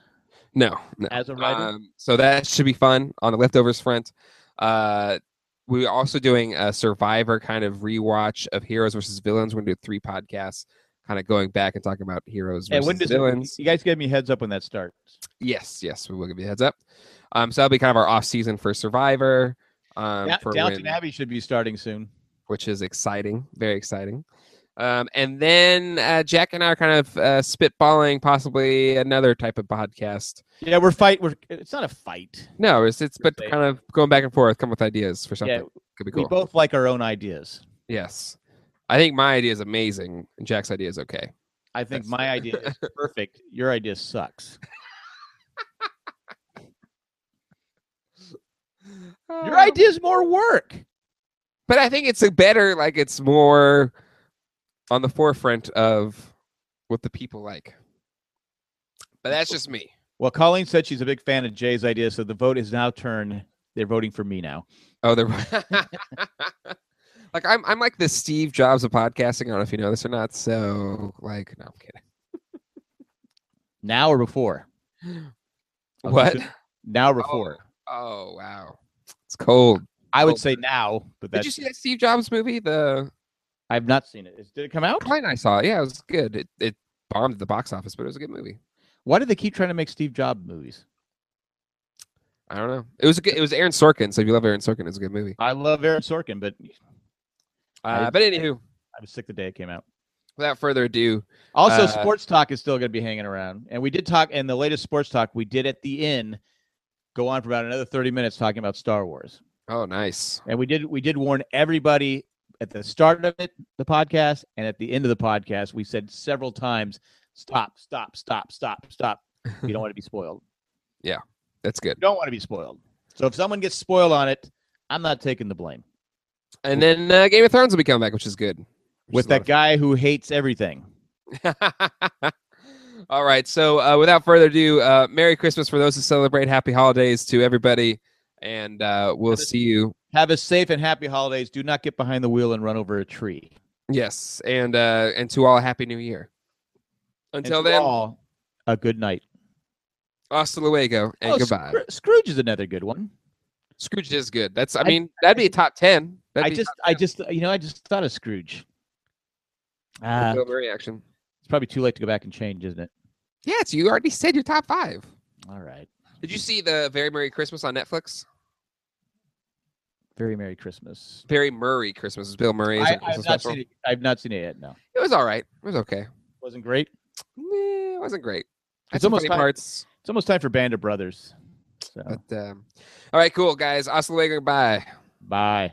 Speaker 1: No, no.
Speaker 2: as a writer?
Speaker 1: Um, so that should be fun on the leftovers front. Uh, we're also doing a Survivor kind of rewatch of Heroes versus Villains. We're gonna do three podcasts, kind of going back and talking about heroes
Speaker 2: and
Speaker 1: versus
Speaker 2: when does
Speaker 1: villains.
Speaker 2: you guys give me heads up when that starts?
Speaker 1: Yes, yes, we will give you a heads up. Um, so that'll be kind of our off season for Survivor. Um,
Speaker 2: Da-
Speaker 1: for
Speaker 2: Downton
Speaker 1: when-
Speaker 2: Abbey should be starting soon.
Speaker 1: which is exciting, very exciting. Um, and then uh, Jack and I are kind of uh, spitballing possibly another type of podcast
Speaker 2: Yeah, we're fight. We're it's not a fight.
Speaker 1: No, it's it's but
Speaker 2: say.
Speaker 1: kind of going back and forth, come with ideas for something.
Speaker 2: Yeah,
Speaker 1: Could be
Speaker 2: we
Speaker 1: cool.
Speaker 2: both like our own ideas.
Speaker 1: yes. I think my idea is amazing. and Jack's idea is okay.
Speaker 2: I think
Speaker 1: That's-
Speaker 2: my idea is perfect. Your idea sucks.
Speaker 1: Oh.
Speaker 2: Your idea is more work.
Speaker 1: But I think it's a better like it's more on the forefront of what the people like. But that's just me.
Speaker 2: Well, Colleen said she's a big fan of Jay's idea, so the vote is now turned. They're voting for me now.
Speaker 1: Oh, they're like I'm I'm like the Steve Jobs of podcasting. I don't know if you know this or not. So like no I'm kidding.
Speaker 2: Now or before? I'll
Speaker 1: What?
Speaker 2: consider- Now or before?
Speaker 1: Oh wow. It's cold.
Speaker 2: I would
Speaker 1: oh.
Speaker 2: say now, but
Speaker 1: Did
Speaker 2: that's
Speaker 1: you see that Steve Jobs movie? The
Speaker 2: I've not seen it. Is- Did it come out?
Speaker 1: Klein I saw. it. Yeah, it was good. It it bombed at the box office, but it was a good movie.
Speaker 2: Why do they keep trying to make Steve Jobs movies?
Speaker 1: I don't know. It was a good, it was Aaron Sorkin. So if you love Aaron Sorkin, it's a good movie.
Speaker 2: I love Aaron Sorkin, but
Speaker 1: Uh,
Speaker 2: I-
Speaker 1: but anywho,
Speaker 2: I was sick the day it came out.
Speaker 1: without further ado,
Speaker 2: Also,
Speaker 1: Uh,
Speaker 2: sports talk is still going to be hanging around, and we did talk. And the latest sports talk we did at the end go on for about another thirty minutes talking about Star Wars,
Speaker 1: oh nice,
Speaker 2: and we did we did warn everybody at the start of it, the podcast, and at the end of the podcast, we said several times, "Stop! Stop! Stop! Stop! Stop!" You don't want to be spoiled.
Speaker 1: that's good.
Speaker 2: You don't want to be spoiled. So if someone gets spoiled on it, I'm not taking the blame.
Speaker 1: And then uh, Game of Thrones will be coming back, which is good. which is
Speaker 2: with
Speaker 1: a lot
Speaker 2: that
Speaker 1: of
Speaker 2: guy who hates everything.
Speaker 1: All right. So, uh, without further ado, uh, Merry Christmas for those who celebrate. Happy holidays to everybody. And uh, we'll see you.
Speaker 2: Have a safe and happy holidays. Do not get behind the wheel and run over a tree.
Speaker 1: Yes. And, uh, and to all, a Happy New Year.
Speaker 2: And
Speaker 1: Until
Speaker 2: to
Speaker 1: then,
Speaker 2: all, a good night.
Speaker 1: hasta luego and
Speaker 2: Oh,
Speaker 1: goodbye.
Speaker 2: Scroo- Scrooge is another good one.
Speaker 1: Scrooge is good. That's, I
Speaker 2: I-
Speaker 1: mean, that'd be a top 10. That'd
Speaker 2: I
Speaker 1: be
Speaker 2: just, I just, you know, I just thought of Scrooge.
Speaker 1: top
Speaker 2: Ah,
Speaker 1: 10 of reaction.
Speaker 2: it's probably too late to go back and change, isn't it?
Speaker 1: Yes, you already said your top five.
Speaker 2: All right.
Speaker 1: Did you see the Very Merry Christmas on Netflix?
Speaker 2: Very Merry Christmas.
Speaker 1: Very Murray Christmas is Bill Murray.
Speaker 2: I, I've not seen it. I've not seen it yet. No,
Speaker 1: It was all right. It was okay.
Speaker 2: wasn't great.
Speaker 1: Nah, it wasn't great. Had
Speaker 2: It's
Speaker 1: some
Speaker 2: almost
Speaker 1: funny
Speaker 2: time- Oh.
Speaker 1: parts.
Speaker 2: It's almost time for Band of Brothers. So,
Speaker 1: But um, all right, cool guys. Hasta luego. Bye.
Speaker 2: bye.